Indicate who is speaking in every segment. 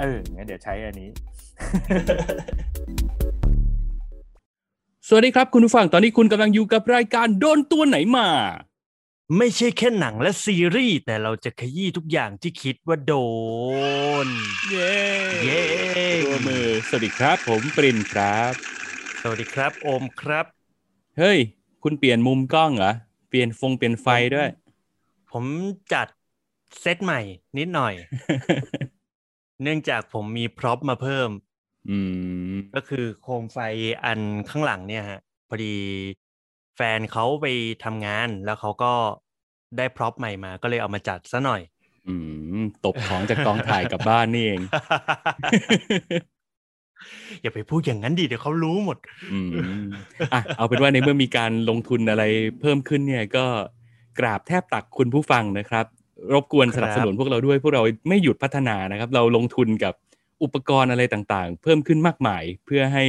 Speaker 1: เอองั้นเดี๋ยวใช้อันนี้
Speaker 2: สวัสดีครับคุณผู้ฟังตอนนี้คุณกำลังอยู่กับรายการโดนตัวไหนมา
Speaker 3: ไม่ใช่แค่หนังและซีรีส์แต่เราจะขยี้ทุกอย่างที่คิดว่าโดน
Speaker 2: เย้
Speaker 3: เย้
Speaker 2: ตัวมือสวัสดีครับ ผมปรินครับ
Speaker 3: สวัสดีครับ โอมครับ
Speaker 2: เฮ้ย คุณเปลี่ยนมุมกล้องเหรอ เปลี่ยนฟงเปลี่ยนไฟด้วย
Speaker 3: ผมจัดเซตใหม่นิดหน่อย เนื่องจากผมมีพร็อพมาเพิ่ม
Speaker 2: อืม
Speaker 3: ก็คือโคมไฟอันข้างหลังเนี่ยฮะ พอดีแฟนเขาไปทำงานแล้วเขาก็ได้พร็อพใหม่มา ก็เลยเอามาจัดซะหน่อย
Speaker 2: อืม ตบของจากกองถ่ายกลับบ้านนี่เอง
Speaker 3: อย่าไปพูดอย่างนั้นดิเดี๋ยวเขารู้หมด
Speaker 2: อืมอ่ะเอาเป็นว่าในเมื่อมีการลงทุนอะไรเพิ่มขึ้นเนี่ยก็กราบแทบตักคุณผู้ฟังนะครับ รบกวน
Speaker 3: ค
Speaker 2: ส
Speaker 3: รับ
Speaker 2: นับสนุนพวกเราด้วยพวกเราไม่หยุดพัฒนานะครับ เราลงทุนกับอุปกรณ์อะไรต่างๆ เพิ่มขึ้นมากมาย เพื่อให้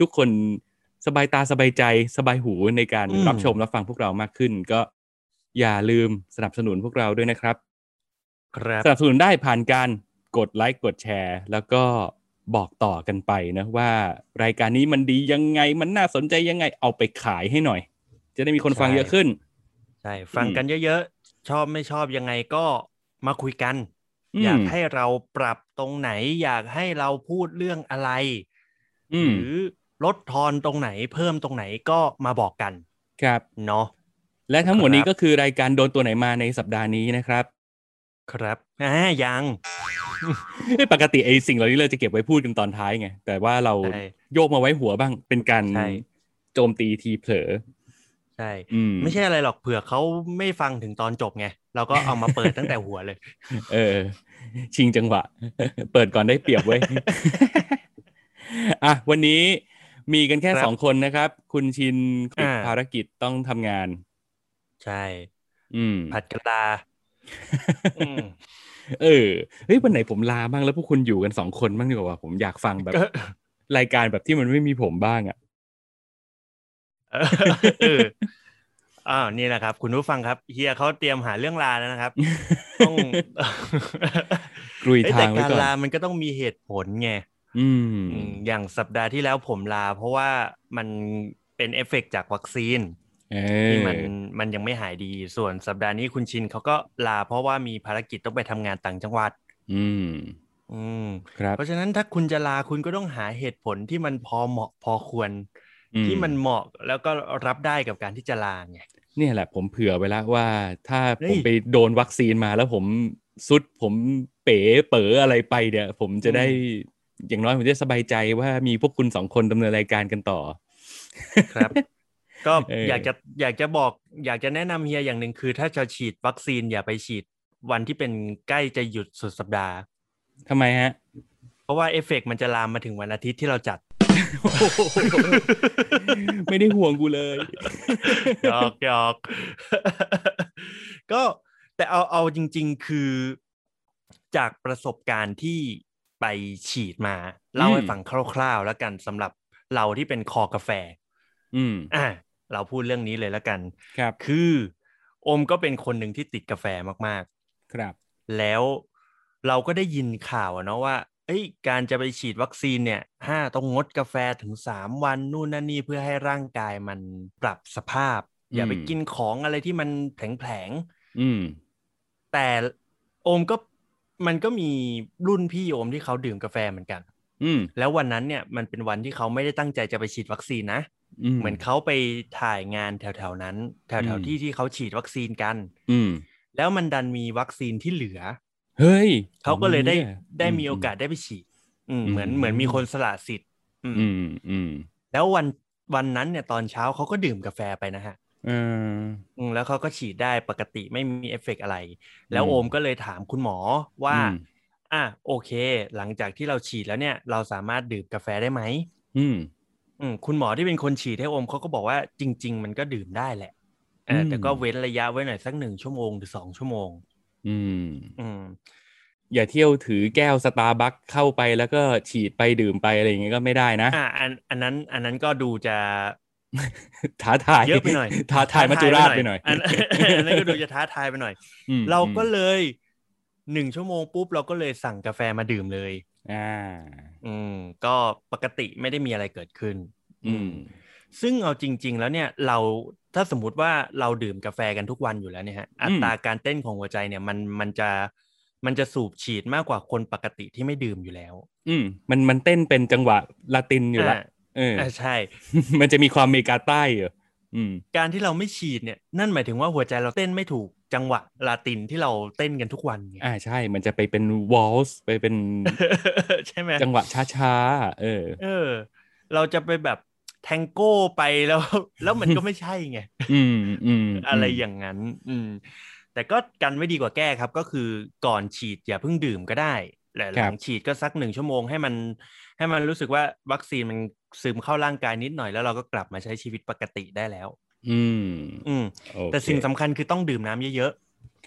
Speaker 2: ทุกคนสบายตาสบายใจสบายหูในการ
Speaker 3: อืม
Speaker 2: รับชมรับฟังพวกเรามากขึ้น ก็อย่าลืมสนับสนุนพวกเราด้วยนะครับ
Speaker 3: ครับ
Speaker 2: สนับสนุนได้ผ่านการกดไลค์กดแชร์ แล้วก็บอกต่อกันไปนะว่ารายการนี้มันดียังไงมันน่าสนใจยังไงเอาไปขายให้หน่อย จะได้มีคนฟัง
Speaker 3: ใช่
Speaker 2: เยอะขึ้น
Speaker 3: ใช่ฟังกันเยอะๆ ชอบไม่ชอบยังไงก็มาคุยกัน
Speaker 2: อืม
Speaker 3: อยากให้เราปรับตรงไหน อยากให้เราพูดเรื่องอะไร
Speaker 2: อืม
Speaker 3: หรือลดทอนตรงไหนเพิ่มตรงไหนก็มาบอกกัน
Speaker 2: ครับ
Speaker 3: เนาะ
Speaker 2: และทั้งหม
Speaker 3: ค
Speaker 2: ด
Speaker 3: รับ
Speaker 2: นี้ก็คือรายการโดนตัวไหนมาในสัปดาห์นี้นะครับ
Speaker 3: ครับอ่ายัง
Speaker 2: เอ้ยปกติไอ้สิ่งเหล่านี้เราจะเก็บไว้พูดกันตอนท้ายไงแต่ว่าเรา
Speaker 3: ใช่
Speaker 2: โยกมาไว้หัวบ้าง เป็นการ
Speaker 3: ใช่
Speaker 2: โจมตีทีเผลอ
Speaker 3: ใช่
Speaker 2: อืม
Speaker 3: ไม่ใช่อะไรหรอกเผื่อเขาไม่ฟังถึงตอนจบไง เราก็เอามาเปิดตั้งแต่หัวเลย
Speaker 2: เออ ชิงจังหวะ เปิดก่อนได้เปรียบเว้ย อ่ะวันนี้มีกันแค่
Speaker 3: ครับ
Speaker 2: สองคนนะครับ คุณชินติด
Speaker 3: อ่า
Speaker 2: ภารกิจต้องทำงาน
Speaker 3: ใช่
Speaker 2: อืม
Speaker 3: ผัดกระดาอืม
Speaker 2: เออเฮ้ยวันไหนผมลาบ้างแล้วพวกคุณอยู่กันสองคนบ้างดีกว่าผมอยากฟังแบบ
Speaker 3: เออ
Speaker 2: รายการแบบที่มันไม่มีผมบ้างอ่ะ
Speaker 3: เออเอออ้าวนี่แหละครับ คุณผู้ฟังครับเฮียเขาเตรียมหาเรื่องลาแล้วนะครับ ต้อง
Speaker 2: กลุย
Speaker 3: เอ้ย
Speaker 2: ทา
Speaker 3: แต่
Speaker 2: งไว้
Speaker 3: การ
Speaker 2: ก่อน
Speaker 3: ลามันก็ต้องมีเหตุผลไง
Speaker 2: อืม
Speaker 3: อืมอย่างสัปดาห์ที่แล้วผมลา เพราะว่ามันเป็นเอฟเฟกต์จากวัคซีน
Speaker 2: เอ
Speaker 3: ที่
Speaker 2: อ
Speaker 3: มันมันยังไม่หายดี ส่วนสัปดาห์นี้คุณชินเขาก็ลา เพราะว่ามีภารกิจต้องไปทำงานต่างจังหวัด
Speaker 2: อืม
Speaker 3: อืม
Speaker 2: ครับ
Speaker 3: เพราะฉะนั้นถ้าคุณจะลาคุณก็ต้องหาเหตุผลที่มันพอเหมาะพอควร
Speaker 2: อื
Speaker 3: ที่มันเหมาะแล้วก็รับได้กับการที่จะลาไง
Speaker 2: เนี่ยแหละผมเผื่อไว้แล้วว่า ถ้า
Speaker 3: เฮ้
Speaker 2: ผม
Speaker 3: ย
Speaker 2: ไปโดนวัคซีนมาแล้วผมสุดผมเป๋เป๋ออะไรไปเนี่ย ผมจะได้อย่างน้อยผมจะสบายใจว่ามีพวกคุณสองคนดำเนินรายการกันต่อ
Speaker 3: ครับ ก็
Speaker 2: เอออ
Speaker 3: อยากจะอยากจะบอกอยากจะแนะนำเฮียอย่างหนึ่งคือ ถ้าจะฉีดวัคซีนอย่าไปฉีดวันที่เป็นใกล้จะหยุดสุดสัปดาห์
Speaker 2: ทำไมฮะ
Speaker 3: เพราะว่าเอฟเฟกต์มันจะลามมาถึงวันอาทิตย์ที่เรา จัด
Speaker 2: ไม่ได้ห่วงกูเลย
Speaker 3: หยอกหยอกก็แต่เอาเอาจริง ๆ คือ จากประสบการณ์ที่ไปฉีดมาเล่าให้
Speaker 2: อืม
Speaker 3: ฟังคร่าวๆ แล้วกันสำหรับเราที่เป็นคอกาแฟ
Speaker 2: อืม
Speaker 3: อ่ะเราพูดเรื่องนี้เลยแล้วกัน
Speaker 2: ครับ
Speaker 3: คือโอมก็เป็นคนหนึ่งที่ติดกาแฟมาก
Speaker 2: ครับ
Speaker 3: ๆ แล้วเราก็ได้ยินข่าวอะเนาะว่าเอ้ยการจะไปฉีดวัคซีนเนี่ยห้าต้องงดกาแฟถึงสามวันนู่นนั่นนี่เพื่อให้ร่างกายมันปรับสภาพ อย่าไป
Speaker 2: อืม
Speaker 3: กินของอะไรที่มันแผลง
Speaker 2: อืม
Speaker 3: ๆแต่โอมก็มันก็มีรุ่นพี่โอมที่เขาดื่มกาแฟเหมือนกัน
Speaker 2: อืม
Speaker 3: แล้ววันนั้นเนี่ยมันเป็นวันที่เขาไม่ได้ตั้งใจจะไปฉีดวัคซีนนะ
Speaker 2: อืม
Speaker 3: เหมือนเขาไปถ่ายงานแถวๆนั้น แถ
Speaker 2: อื
Speaker 3: ว
Speaker 2: ม
Speaker 3: ๆที่ที่เขาฉีดวัคซีนกัน
Speaker 2: อืม
Speaker 3: แล้วมันดันมีวัคซีนที่เหลือ
Speaker 2: เฮ้ย
Speaker 3: เขาก็เลยได้
Speaker 2: นี่
Speaker 3: ได้มีโอกาสได้ไปฉีด อืม
Speaker 2: อืม
Speaker 3: เหมือนเหมือนมีคนสละสิทธิ์อืม
Speaker 2: อืมอืม
Speaker 3: แล้ววันวันนั้นเนี่ยตอนเช้าเขาก็ดื่มกาแฟไปนะฮะ
Speaker 2: เออ
Speaker 3: อืมแล้วเขาก็ฉีดได้ปกติไม่มีเอฟเฟกต์อะไร แล้ว
Speaker 2: อืม
Speaker 3: โอมก็เลยถามคุณหมอว่า
Speaker 2: อืม
Speaker 3: อ่ะโอเค หลังจากที่เราฉีดแล้วเนี่ย เราสามารถดื่มกาแฟได้ไหม
Speaker 2: อืม
Speaker 3: อืมคุณหมอที่เป็นคนฉีดให้อมเขาก็บอกว่าจริง ๆ มันก็ดื่มได้แหละเอออ
Speaker 2: ม
Speaker 3: แต่ก็เว้นระยะไว้หน่อยสักหนึ่งชั่วโมงหรือสองชั่วโมง
Speaker 2: อืม
Speaker 3: อืม
Speaker 2: อย่าเที่ยวถือแก้วสตาร์บัคเข้าไปแล้วก็ฉีดไปดื่มไปอะไรอย่างเงี้ยก็ไม่ได้นะ
Speaker 3: อ่ะอันอันนั้นอันนั้นก็ดูจะ
Speaker 2: ท้าทาย
Speaker 3: เยอะไปหน่อย
Speaker 2: ท้าทายมัจจุราชไปหน่อย
Speaker 3: อัน อันนั้นก็ดูจะท้าทายไปหน่อย
Speaker 2: อืม
Speaker 3: เราก็เลยหนึ่งชั่วโมงปุ๊บเราก็เลยสั่งกาแฟมาดื่มเลย
Speaker 2: อ่า
Speaker 3: อืม ก็ปกติไม่ได้มีอะไรเกิดขึ้น
Speaker 2: อืม
Speaker 3: ซึ่งเอาจริง ๆ แล้วเนี่ยเราถ้าสมมุติว่าเราดื่มกาแฟกันทุกวันอยู่แล้วเนี่ยฮะ
Speaker 2: อืม
Speaker 3: อัตราการเต้นของหัวใจเนี่ยมันมันจะมันจะสูบฉีดมากกว่าคนปกติที่ไม่ดื่มอยู่แล้ว
Speaker 2: อืมมันมันเต้นเป็นจังหวะลาตินอยู่ละ
Speaker 3: า
Speaker 2: เอออ
Speaker 3: อ่าใช่
Speaker 2: มันจะมีความอเมริกาใต้อยู่อืม
Speaker 3: การที่เราไม่ฉีดเนี่ยนั่นหมายถึงว่าหัวใจเราเต้นไม่ถูกจังหวะลาตินที่เราเต้นกันทุกวันไง
Speaker 2: อ่าใช่ มันจะไปเป็นวอลส์ไปเป็น
Speaker 3: ใช่ไหม
Speaker 2: จังหวะช้าๆ เออ
Speaker 3: เออ เราจะไปแบบแทงโก้ไปแล้ว แล้วมันก็ไม่ใช่ไง
Speaker 2: อืมอืม
Speaker 3: อะไรอย่างนั้น อืม แต่ก็กันไว้ดีกว่าแก้ครับ ก็คือก่อนฉีดอย่าเพิ่งดื่มก็ได้และหลังฉีดก็สักหนึ่งชั่วโมงให้มัน ให้มันรู้สึกว่าวัคซีนมันซึมเข้าร่างกายนิดหน่อยแล้วเราก็กลับมาใช้ชีวิตปกติได้แล้ว
Speaker 2: อืม
Speaker 3: อืม
Speaker 2: โอเค
Speaker 3: แต่สิ่งสำคัญคือต้องดื่มน้ำเยอะ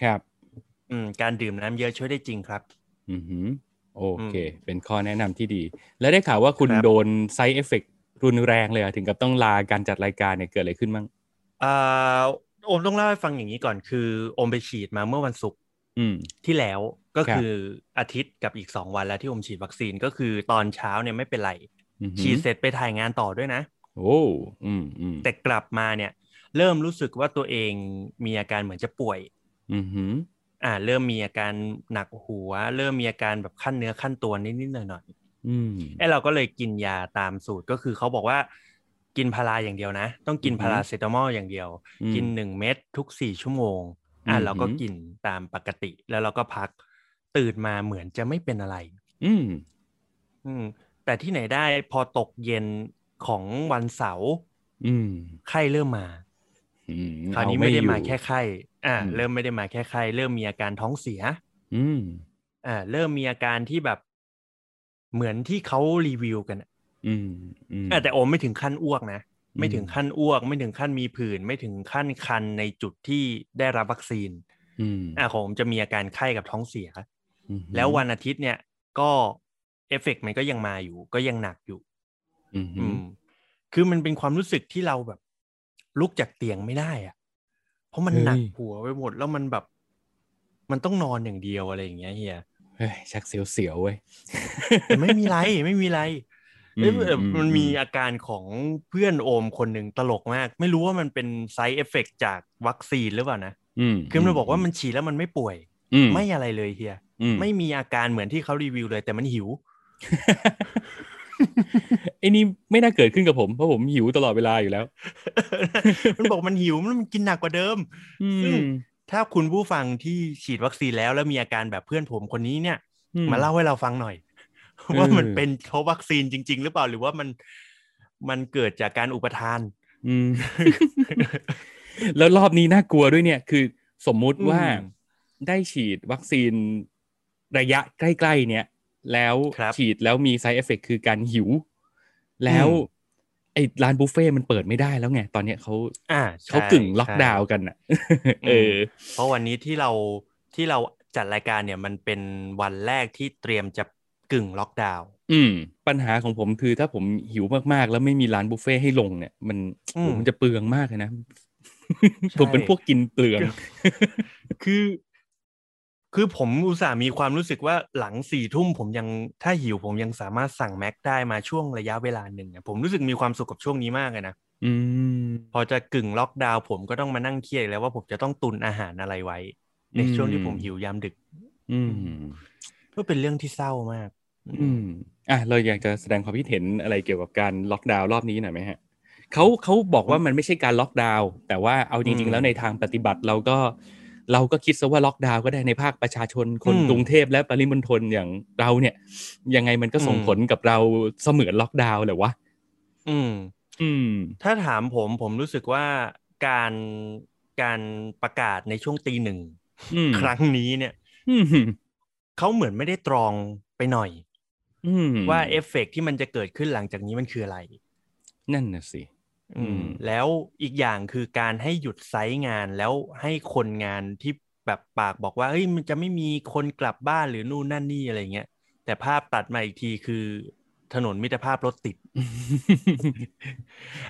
Speaker 2: ครับ
Speaker 3: ๆอืม การดื่มน้ำเยอะช่วยได้จริงครับ
Speaker 2: อือหือโอเค เป็นข้อแนะนำที่ดี แล้วได้ข่าวว่าคุณ
Speaker 3: ครับ
Speaker 2: โดนไซเอฟเฟกรุนแรงเลยอะถึงกับต้องลาการจัดรายการเนี่ยเกิดอะไรขึ้นบ้าง
Speaker 3: อ่าโอมต้องเล่าให้ฟังอย่างนี้ก่อนคือโอมไปฉีดมาเมื่อวันศุกร์
Speaker 2: อืม
Speaker 3: ที่แล้วก็
Speaker 2: ครับ
Speaker 3: คืออาทิตย์กับอีก 2 วันแล้วที่ผมฉีดวัคซีนก็คือตอนเช้าเนี่ยไม่เป็นไร
Speaker 2: อือหือ
Speaker 3: ฉีดเสร็จไปถ่ายงานต่อด้วยนะ
Speaker 2: โอ้อืมอืม
Speaker 3: แต่กลับมาเนี่ยเริ่มรู้สึกว่าตัวเองมีอาการเหมือนจะป่วย
Speaker 2: อือหือ
Speaker 3: อ่าเริ่มมีอาการหนักหัว เริ่มมีอาการแบบขั้นเนื้อขั้นตัวนิดๆหน่อย
Speaker 2: อืม
Speaker 3: ๆไอ้เราก็เลยกินยาตามสูตรก็คือเขาบอกว่ากินพาราอย่างเดียวนะ ต้องกิน
Speaker 2: อือฮึ
Speaker 3: พาราเซตามอลอย่างเดียว
Speaker 2: อืม
Speaker 3: กินหนึ่งเม็ดทุกสี่ชั่วโมงอ่ะ
Speaker 2: อือหือ
Speaker 3: เราก็กินตามปกติ แล้วเราก็พักตื่นมาเหมือนจะไม่เป็นอะไร
Speaker 2: อืม
Speaker 3: อืม แต่ที่ไหนได้พอตกเย็นของวันเสาร์
Speaker 2: อืม
Speaker 3: ไข้เริ่มมา
Speaker 2: อืม
Speaker 3: คราวนี้
Speaker 2: เอ
Speaker 3: ไม่ได้
Speaker 2: อยู่
Speaker 3: มาแค่ไข้อ่า
Speaker 2: อืม
Speaker 3: เริ่มไม่ได้มาแค่ไข้เริ่มมีอาการท้องเสีย
Speaker 2: อืม
Speaker 3: อ่าเริ่มมีอาการที่แบบเหมือนที่เขารีวิวกันอะ
Speaker 2: อืมอืม
Speaker 3: อ่ะแต่โอมไม่ถึงขั้นอ้วกนะ
Speaker 2: อืม
Speaker 3: ไม่ถึงขั้นอ้วก ไม่ถึงขั้นมีผื่น ไม่ถึงขั้นคันในจุดที่ได้รับวัคซีน
Speaker 2: อืม
Speaker 3: อ่าของผมจะมีอาการไข้กับท้องเสีย
Speaker 2: อือหือ
Speaker 3: แล้ววันอาทิตย์เนี่ยก็เอฟเฟกต์มันก็ยังมาอยู่ ก็ยังหนักอยู่
Speaker 2: อืม
Speaker 3: อืม คือมันเป็นความรู้สึกที่เราแบบ ลุกจากเตียงไม่ได้อะเพราะมันหนักหัวไปหมดแล้วมันแบบ มันต้องนอนอย่างเดียวอะไรอย่างเงี้ยเฮีย
Speaker 2: เฮ้ยชักเสียวๆเว้ย
Speaker 3: แต่ไม่ มีไร ไม่มีไรเอ้ยเออ
Speaker 2: อื
Speaker 3: มันมีอาการของเพื่อนโอมคนหนึ่งตลกมาก ไม่รู้ว่ามันเป็นไซ d ์เอฟเฟกจากวัคซีนหรือเปล่านะ
Speaker 2: ม
Speaker 3: คือมันบอกว่ามันฉีดแล้วมันไม่ป่วย
Speaker 2: อืม
Speaker 3: ไม่อะไรเลยเฮีย
Speaker 2: อืม
Speaker 3: ไม่มีอาการเหมือนที่เขารีวิวเลย แต่มัน หิว
Speaker 2: ไอ้นี่ไม่น่าเกิดขึ้นกับผมเพราะผมหิวตลอดเวลาอยู่แล้ว
Speaker 3: มันบอกมันหิวมันกินหนักกว่าเดิม
Speaker 2: อืม
Speaker 3: ซึ่ง ถ้าคุณผู้ฟังที่ฉีดวัคซีนแล้วแล้วมีอาการแบบเพื่อนผมคนนี้เนี่ย
Speaker 2: อื
Speaker 3: มาเล่าให้เราฟังหน่อย ว่ามันเป็นเพราะวัคซีนจริง ๆ หรือเปล่าหรือว่ามันมันเกิดจากการอุปทาน
Speaker 2: อืม แล้ว รอบนี้น่ากลัวด้วยเนี่ย คือสมมุติว่า
Speaker 3: อืม
Speaker 2: ได้ฉีดวัคซีนระยะใกล้ๆเนี่ย แล้ว
Speaker 3: ครับ
Speaker 2: ฉีดแล้วมี side effect คือการหิว แล้ว
Speaker 3: อืม
Speaker 2: ไอ้ร้านบุฟเฟ่ต์มันเปิดไม่ได้แล้วไง ตอนเนี้ยเขา
Speaker 3: อ่า
Speaker 2: เขา
Speaker 3: ใช่
Speaker 2: กึ่งล็อกดาวน์
Speaker 3: ใช่
Speaker 2: กันอ่ะ เออ
Speaker 3: เพราะวันนี้ที่เราที่เราจัดรายการเนี่ยมันเป็นวันแรกที่เตรียมจะกึ่งล็อกดาวน์
Speaker 2: อืม ปัญหาของผมคือถ้าผมหิวมากๆ แล้วไม่มีร้านบุฟเฟ่ต์ให้ลงเนี่ย มัน
Speaker 3: อืม
Speaker 2: โหมันจะเปลืองมากเลยนะ
Speaker 3: ใช่
Speaker 2: ผมเป็นพวกกินเปลือง
Speaker 3: คือ คือผมอุตส่าห์มีความรู้สึกว่าหลังสี่ทุ่มผมยังถ้าหิวผมยังสามารถสั่งแม็กได้มาช่วงระยะเวลาหนึ่งอะผมรู้สึกมีความสุขกับช่วงนี้มากเลยนะ
Speaker 2: อืม
Speaker 3: พอจะกึ่งล็อกดาวน์ผมก็ต้องมานั่งเครียดอีกแล้วว่าผมจะต้องตุนอาหารอะไรไว้ ในช่วงที่ผมหิวยามดึก
Speaker 2: อืม
Speaker 3: ก็เป็นเรื่องที่เศร้ามาก
Speaker 2: อืม อ่ะ เราอยากจะแสดงความคิดเห็นอะไรเกี่ยวกับการล็อกดาวน์รอบนี้หน่อยไหมฮะเขาเขาบอกว่ามันไม่ใช่การล็อกดาวน์แต่ว่าเอาจริ
Speaker 3: อื
Speaker 2: ง
Speaker 3: ม
Speaker 2: ๆแล้วในทางปฏิบัติเราก็ เราก็คิดซะว่าล็อกดาวน์ก็ได้ในภาคประชาชนคน
Speaker 3: อืม
Speaker 2: กรุงเทพและปริมณฑลอย่างเราเนี่ย ยังไงมันก็ส่ง
Speaker 3: อืม
Speaker 2: ผลกับเราเสมือนล็อกดาวน์แหละวะ
Speaker 3: อืม
Speaker 2: อืม
Speaker 3: ถ้าถามผมผมรู้สึกว่าการการประกาศในช่วงตีหนึ่ง
Speaker 2: อืม
Speaker 3: ครั้งนี้เนี่ย
Speaker 2: อืม
Speaker 3: เขาเหมือนไม่ได้ตรองไปหน่อย
Speaker 2: อืม
Speaker 3: ว่าเอฟเฟกต์ที่มันจะเกิดขึ้นหลังจากนี้มันคืออะไร
Speaker 2: นั่นน่ะสิ อืม
Speaker 3: แล้วอีกอย่างคือการให้หยุดไซต์งานแล้วให้คนงานที่แบบปากบอกว่าเฮ้ยมันจะไม่มีคนกลับบ้านหรือนู่นนั่นนี่อะไรเงี้ยแต่ภาพตัดมาอีกทีคือ ถนนมิตรภาพรถติด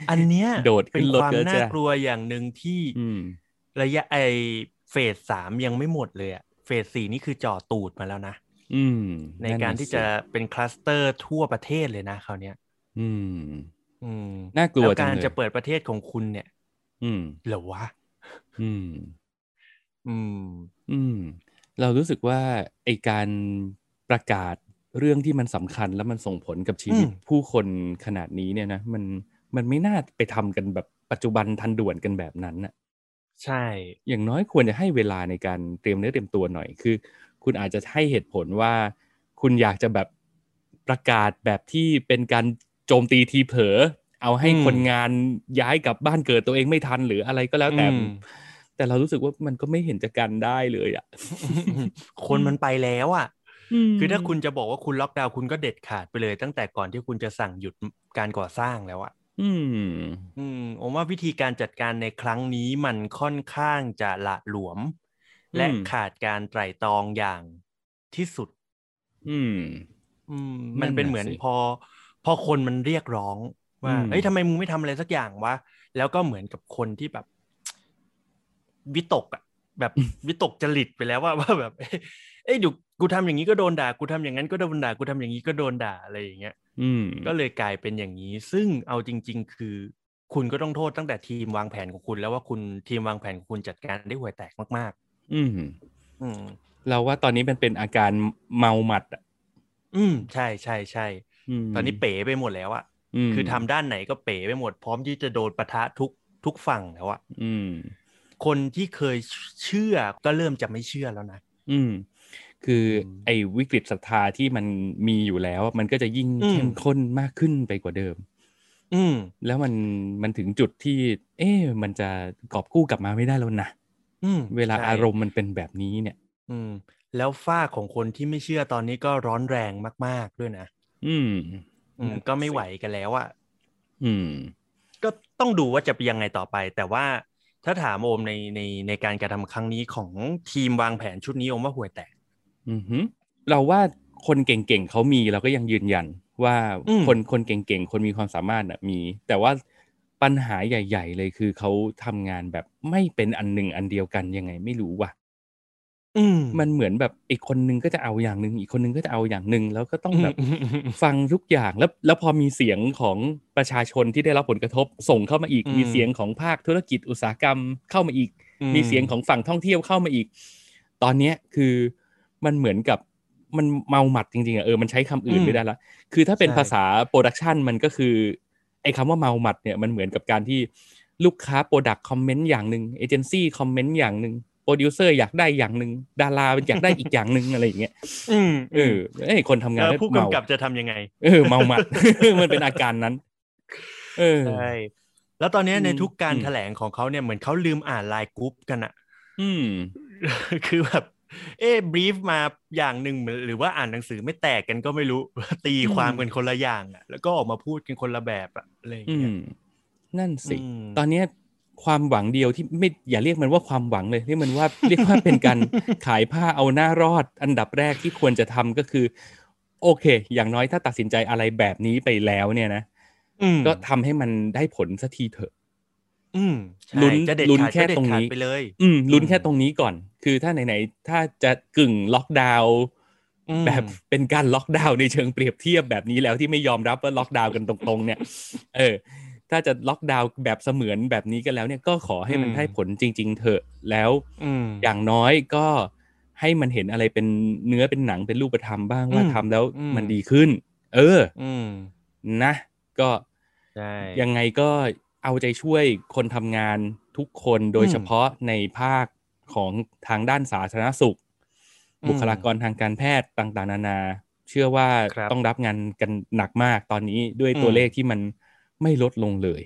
Speaker 3: อันเนี้ย
Speaker 2: โดดขึ้
Speaker 3: เป็น
Speaker 2: นรถ
Speaker 3: ความ
Speaker 2: แล้ว
Speaker 3: น่า
Speaker 2: จ้ะ
Speaker 3: กลัวอย่างหนึ่งที่
Speaker 2: อืม
Speaker 3: ระยะไอเฟสสามยังไม่หมดเลยอะเฟสสี่นี่คือจ่อตูดมาแล้วนะ
Speaker 2: อืม
Speaker 3: ในการที่จะเป็นคลัสเตอร์ทั่วประเทศเลยนะคราวเนี้ย
Speaker 2: อืม
Speaker 3: อืม
Speaker 2: น่ากลัว
Speaker 3: แการ
Speaker 2: จังเลย
Speaker 3: จะเปิดประเทศของคุณเนี่ย
Speaker 2: อืม
Speaker 3: เหรอวะ
Speaker 2: อืม
Speaker 3: อืม
Speaker 2: อืม เรารู้สึกว่าไอการประกาศเรื่องที่มันสำคัญแล้วมันส่งผลกับชีวิต
Speaker 3: อืม
Speaker 2: ผู้คนขนาดนี้เนี่ยนะมันมันไม่น่าไปทำกันแบบปัจจุบันทันด่วนกันแบบนั้นน่ะ
Speaker 3: ใช่
Speaker 2: อย่างน้อยควรจะให้เวลาในการเตรียมเนื้อเตรียมตัวหน่อยคือ คุณอาจจะให้เหตุผลว่า คุณอยากจะแบบประกาศแบบที่เป็นการโจมตีทีเผลอเอาให้
Speaker 3: อืม
Speaker 2: คนงานย้ายกลับบ้านเกิดตัวเองไม่ทันหรืออะไรก็แล้วแต่
Speaker 3: อืม
Speaker 2: แต่เรารู้สึกว่ามันก็ไม่เห็นจะกันได้เลยอ่ะ
Speaker 3: คนมันไปแล้วอ่ะ
Speaker 2: ม
Speaker 3: คือถ้าคุณจะบอกว่าคุณล็อกดาวน์คุณก็เด็ดขาดไปเลย ตั้งแต่ก่อนที่คุณจะสั่งหยุดการก่อสร้างแล้วอ่ะ
Speaker 2: อืม
Speaker 3: อืมผมว่าวิธีการจัดการในครั้งนี้มันค่อนข้างจะละหลวม
Speaker 2: อืม
Speaker 3: และขาดการไตร่ตรองอย่างที่สุด
Speaker 2: อืม
Speaker 3: อืม
Speaker 2: นั่
Speaker 3: มัน
Speaker 2: น
Speaker 3: เป็น
Speaker 2: น่ะ
Speaker 3: เหมือน
Speaker 2: สิ
Speaker 3: พอ พอคนมันเรียกร้องว่า
Speaker 2: อืม
Speaker 3: เอ้ยทำไมมึงไม่ทำอะไรสักอย่างวะแล้วก็เหมือนกับคนที่แบบ วิตกอะ แบบ วิตกจริตไปแล้วว่า ว่าแบบ เอ้ยเดี๋ยวกูทำอย่างนี้ก็โดนด่ากูทำอย่างนั้นก็โดนด่ากูทำอย่างนี้ก็โดนด่าอะไรอย่างเงี้ย
Speaker 2: อืม
Speaker 3: ก็เลยกลายเป็นอย่างนี้ ซึ่งเอาจริง ๆ คือ คุณก็ต้องโทษตั้งแต่ทีมวางแผนของคุณ แล้วว่าคุณทีมวางแผนของคุณจัดการได้ห่วยแตกมาก
Speaker 2: อืม
Speaker 3: ๆ อืม
Speaker 2: เราว่าตอนนี้มันเป็นอาการเมาหมัดอ่ะ
Speaker 3: อืมใช่ใช่ใช่
Speaker 2: ม
Speaker 3: ตอนนี้เป๋ไปหมดแล้วอะ
Speaker 2: ม
Speaker 3: คือทำด้านไหนก็เป๋ไปหมดพร้อมที่จะโดนปะทะทุกทุกฝั่งแล้วอะ
Speaker 2: อืม
Speaker 3: คนที่เคยเชื่อก็เริ่มจะไม่เชื่อแล้วนะ
Speaker 2: อืม คืออ
Speaker 3: ม
Speaker 2: ไอ้วิกฤตศรัทธาที่มันมีอยู่แล้ว มันก็จะยิ่ง
Speaker 3: อืม
Speaker 2: เข้มข้นมากขึ้นไปกว่าเดิม
Speaker 3: อืม
Speaker 2: แล้วมันมันถึงจุดที่ เอ๊ะมันจะกอบกู้กลับมาไม่ได้แล้วนะ
Speaker 3: อืม
Speaker 2: เวลา
Speaker 3: ใช่
Speaker 2: อารมณ์มันเป็นแบบนี้เนี่ย
Speaker 3: อืม แล้วฝ้าของคนที่ไม่เชื่อตอนนี้ก็ร้อนแรงมาก ๆ ด้วยนะ
Speaker 2: อืม
Speaker 3: อืม
Speaker 2: นั่นสิ
Speaker 3: ก็ไม่ไหวกันแล้วอะ
Speaker 2: อืม
Speaker 3: ก็ต้องดูว่าจะเป็นยังไงต่อไป แต่ว่าถ้าถามโอมในในในการกระทำครั้งนี้ของทีมวางแผนชุดนี้โอมว่าห่วยแตก
Speaker 2: อือฮึเราว่าคนเก่งๆเขามีเราก็ยังยืนยันว่า
Speaker 3: อืม
Speaker 2: คนคนเก่งๆ คนมีความสามารถน่ะมี แต่ว่าปัญหาใหญ่ ๆ เลยคือเขาทำงานแบบไม่เป็นอันหนึ่งอันเดียวกันยังไงไม่รู้ว่ะ
Speaker 3: อืม
Speaker 2: มันเหมือนแบบอีกคนนึงก็จะเอาอย่างหนึ่งอีกคนนึงก็จะเอาอย่างหนึ่งแล้วก็ต้องแบบ
Speaker 3: อืมอืมอืม
Speaker 2: ฟังทุกอย่างแล้วแล้วพอมีเสียงของประชาชนที่ได้รับผลกระทบส่งเข้ามาอีก
Speaker 3: อืม
Speaker 2: มีเสียงของภาคธุรกิจอุตสาหกรรมเข้ามาอีก มีเสียงของฝั่งท่องเที่ยวเข้ามาอีก ตอนเนี้ยคือมันเหมือนกับมันเมาหมัดจริงๆอ่ะเออมันใช้คำอื่น
Speaker 3: อืม
Speaker 2: ไม่ได้ละคือถ้าเป็น
Speaker 3: ใช่
Speaker 2: ภาษาโปรดักชันมันก็คือไอ้คำว่าเมาหมัดเนี่ยมันเหมือนกับการที่ลูกค้าโปรดักคอมเมนต์อย่างหนึ่งเอเจนซี่คอมเมนต์อย่างหนึ่งโปรดิวเซอร์อยากได้อย่างหนึ่งดาราอยากได้อีกอย่างหนึ่งอะไรอย่างเงี้ย
Speaker 3: อืม
Speaker 2: เออไอ้ยคนทำงาน
Speaker 3: แล้ว
Speaker 2: ก็
Speaker 3: ผู้
Speaker 2: เมาก
Speaker 3: ำกับจะทำยังไง
Speaker 2: เออเมาหมัด มันเป็นอาการนั้น เออ
Speaker 3: ใช่แล้วตอนเนี้ย
Speaker 2: อืม
Speaker 3: ในทุกการ
Speaker 2: อืม
Speaker 3: แถลงของเขาเนี่ยเหมือนเขาลืมอ่านไลน์กรุ๊ปกันอะ
Speaker 2: อืม
Speaker 3: คือแบบ เอ๊บรีฟมาอย่างหนึ่งเหมือนหรือว่าอ่านหนังสือไม่แตกกันก็ไม่รู้ ตีความกันคนละอย่างอะแล้วก็ออกมาพูดกันคนละแบบอะอะไรอย่าง
Speaker 2: อื
Speaker 3: เงี้ย
Speaker 2: ม นั่นสิ
Speaker 3: อืม
Speaker 2: ตอนเนี้ยความหวังเดียวที่ไม่อย่าเรียกมันว่าความหวังเลยเรียกมันว่า เรียกว่าเป็น การขายผ้าเอาหน้ารอด อันดับแรกที่ควรจะทำก็คือ โอเค อย่างน้อยถ้าตัดสินใจอะไรแบบนี้ไปแล้วเนี่ยนะ
Speaker 3: อืม
Speaker 2: ก็ทำให้มันได้ผลสักทีเถอะ
Speaker 3: อืมใช่
Speaker 2: ลุ้น
Speaker 3: จะเด็ด
Speaker 2: ลุ้น
Speaker 3: ขาด
Speaker 2: แค่
Speaker 3: ก็เด็ด
Speaker 2: ตรง
Speaker 3: ขาด
Speaker 2: นี้
Speaker 3: ไปเลย
Speaker 2: อืมลุ้น
Speaker 3: อืม
Speaker 2: แค่ตรงนี้ก่อน คือถ้าไหนๆถ้าจะกึ่งล็อกดาวน์
Speaker 3: อืม
Speaker 2: แบบเป็นการล็อกดาวน์ในเชิงเปรียบเทียบแบบนี้แล้วที่ไม่ยอมรับว่าล็อกดาวน์กันตรงๆ เนี่ย เออ ถ้าจะล็อกดาวน์แบบเสมือนแบบนี้กันแล้วเนี่ยก็ขอให้มันได้ผลจริง ๆ เถอะแล้ว
Speaker 3: อืม
Speaker 2: อย่างน้อยก็ให้มันเห็นอะไรเป็นเนื้อเป็นหนังเป็นรูปธรรมบ้างว่า
Speaker 3: อืม
Speaker 2: ทำแล้ว
Speaker 3: อืม
Speaker 2: มันดีขึ้น เออ
Speaker 3: อืม
Speaker 2: นะ ก็
Speaker 3: ใช่
Speaker 2: ยังไงก็เอาใจช่วยคนทำงานทุกคนโดย
Speaker 3: อืม
Speaker 2: เฉพาะในภาคของทางด้านสาธารณสุข
Speaker 3: อืม
Speaker 2: บุคลากรทางการแพทย์ต่างๆ นานา เชื่อว่า
Speaker 3: ครับ
Speaker 2: ต้องรับงานกันหนักมากตอนนี้ด้วย
Speaker 3: อืม
Speaker 2: ตัวเลขที่มันไม่ลดลงเลย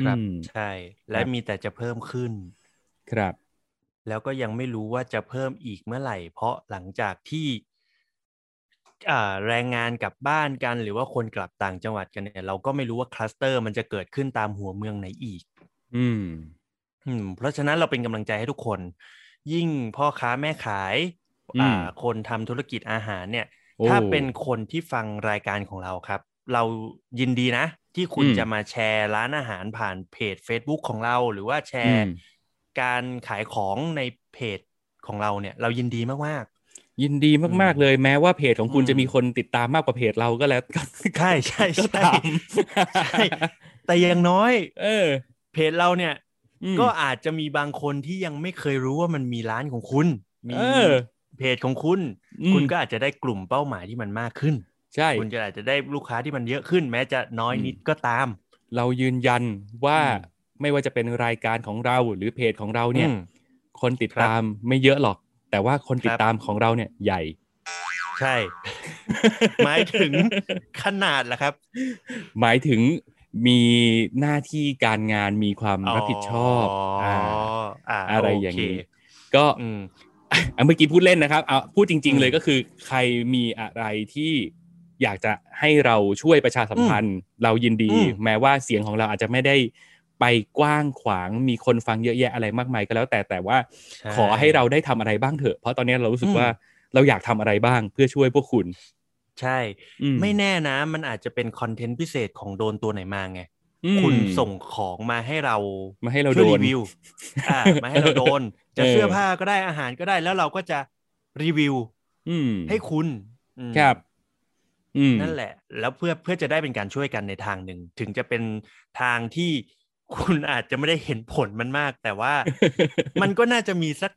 Speaker 3: ครับ
Speaker 2: อืม
Speaker 3: ใช่ และ
Speaker 2: ครับ
Speaker 3: มีแต่จะเพิ่มขึ้น
Speaker 2: ครับ
Speaker 3: แล้วก็ยังไม่รู้ว่าจะเพิ่มอีกเมื่อไหร่ เพราะหลังจากที่อ่าแรงงานกลับบ้านกัน หรือว่าคนกลับต่างจังหวัดกันเนี่ยเราก็ไม่รู้ว่าคลัสเตอร์มันจะเกิดขึ้นตามหัวเมืองไหนอีก
Speaker 2: อืม
Speaker 3: อืมเพราะฉะนั้นเราเป็นกำลังใจให้ทุกคน ยิ่งพ่อค้าแม่ขาย
Speaker 2: อืม
Speaker 3: อ่า คนทำธุรกิจอาหารเนี่ย
Speaker 2: โอ้
Speaker 3: ถ้าเป็นคนที่ฟังรายการของเราครับ เรายินดีนะ ที่คุณ
Speaker 2: อืม
Speaker 3: จะมาแชร์ร้านอาหารผ่านเพจ Facebook ของเรา หรือว่าแช
Speaker 2: อื
Speaker 3: ร์
Speaker 2: ม
Speaker 3: การขายของในเพจของเราเนี่ย เรายินดีมาก
Speaker 2: ยินดีมาก ๆ เลยแม้ว่าเพจของคุณ
Speaker 3: อืม
Speaker 2: จะมีคนติดตามมากกว่าเพจเราก็แล้ว ก็
Speaker 3: ๆ ใช่ใช่
Speaker 2: ก็
Speaker 3: ใช่
Speaker 2: ตาม
Speaker 3: ใช่ แต่อยังน้อย
Speaker 2: เออ
Speaker 3: เพจเราเนี่ย
Speaker 2: อืม
Speaker 3: ก็อาจจะมีบางคนที่ยังไม่เคยรู้ว่ามันมีร้านของคุณ มี
Speaker 2: เออ
Speaker 3: เพจของคุณ
Speaker 2: อืม
Speaker 3: คุณก็อาจจะได้กลุ่มเป้าหมายที่มันมากขึ้น
Speaker 2: ใช่
Speaker 3: คุณจะอาจจะได้ลูกค้าที่มันเยอะขึ้น แม้จะน้อย
Speaker 2: อืม
Speaker 3: นิดก็ตาม
Speaker 2: เรายืนยันว่า
Speaker 3: อืม
Speaker 2: ไม่ว่าจะเป็นรายการของเราหรือเพจของเราเนี่ย
Speaker 3: อืม
Speaker 2: คนติด
Speaker 3: ครับ
Speaker 2: ตามไม่เยอะหรอก แต่ว่าคนติด
Speaker 3: ครับ
Speaker 2: ตามของเราเนี่ยใหญ่
Speaker 3: ใช่ หมายถึงขนาดละครับ
Speaker 2: หมายถึงมีหน้าที่การงานมีความรับผิดชอบ
Speaker 3: อ๋อา อา
Speaker 2: อะไร
Speaker 3: โเค
Speaker 2: อย่างนี้ ก็
Speaker 3: อืม
Speaker 2: อ่ะเมื่อกี้พูดเล่นนะครับเอาพูดจริง
Speaker 3: อื
Speaker 2: ๆ
Speaker 3: ม
Speaker 2: เลยก็คือ ใครมีอะไรที่อยากจะให้เราช่วยประชาสัมพันธ์ เรายินดี
Speaker 3: อืม
Speaker 2: แม้ว่าเสียงของเราอาจจะไม่ได้ไปกว้างขวางมีคนฟังเยอะแยะอะไรมากมายก็แล้ว แต่แต่ว่า
Speaker 3: ช่
Speaker 2: ขอให้เราได้ทำอะไรบ้างเถอะ เพราะตอนนี้เรารู้สึก
Speaker 3: อืม
Speaker 2: ว่าเราอยากทำอะไรบ้างเพื่อช่วยพวกคุณ
Speaker 3: ใช่
Speaker 2: อื
Speaker 3: ไม่แน่นะ มันอาจจะเป็นคอนเทนต์พิเศษของโดนตัวไหนมาไง
Speaker 2: อืม
Speaker 3: คุณส่งของมาให้เรา
Speaker 2: มาให้เรา
Speaker 3: ช่
Speaker 2: โด
Speaker 3: วยรี
Speaker 2: น
Speaker 3: วิ ว อ่า มาให้เราโดน จะ
Speaker 2: เออ
Speaker 3: เสื้อผ้าก็ได้อาหารก็ได้แล้วเราก็จะรีวิว
Speaker 2: อืม
Speaker 3: ให้คุณอืม
Speaker 2: ครับ อืม
Speaker 3: นั่นแหละ แล้วเพื่อเพื่อจะได้เป็นการช่วยกันในทางหนึ่ง ถึงจะเป็นทางที่คุณอาจจะไม่ได้เห็นผลมันมาก แต่ว่า มันก็น่าจะมีสัก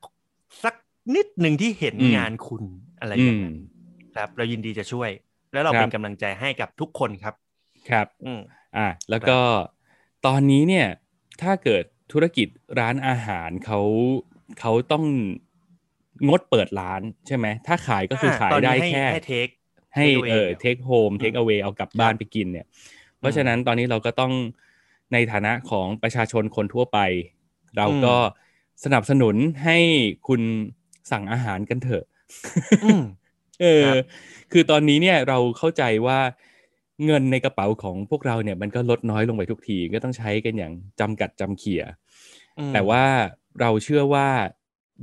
Speaker 3: สักนิดหนึ่งที่เห็น
Speaker 2: อืม
Speaker 3: งานคุณอะไรอ
Speaker 2: อื
Speaker 3: ย่าง
Speaker 2: ม
Speaker 3: นั้นครับ เรายินดีจะช่วย แล้วเรา
Speaker 2: ครับ
Speaker 3: เป็นกำลังใจให้กับทุกคนครับ
Speaker 2: ครับ
Speaker 3: อืม
Speaker 2: อ่ะแล้วก็ตอนนี้เนี่ย ถ้าเกิดธุรกิจร้านอาหารเขาเขาต้องงดเปิดร้านใช่ไหม ถ้าขายก็คืออา ขาย
Speaker 3: ตอนนี้
Speaker 2: ได้
Speaker 3: ให้
Speaker 2: แค่
Speaker 3: ให้ take
Speaker 2: ให้
Speaker 3: take away
Speaker 2: เออ
Speaker 3: เดี๋ยว
Speaker 2: take home take away เอากลับบ้านไปกินเนี่ย เพ
Speaker 3: อื
Speaker 2: ราะ
Speaker 3: ม
Speaker 2: ฉะนั้นตอนนี้เราก็ต้องในฐานะของประชาชนคนทั่วไป เราก็สนับสนุนให้คุณสั่งอาหารกันเถอะ
Speaker 3: อืม
Speaker 2: เออ
Speaker 3: ครับ
Speaker 2: คือตอนนี้เนี่ยเราเข้าใจว่าเงินในกระเป๋าของพวกเราเนี่ยมันก็ลดน้อยลงไปทุกทีก็ต้องใช้กันอย่างจำกัดจำเขี่ย
Speaker 3: อืม
Speaker 2: แต่ว่าเราเชื่อว่า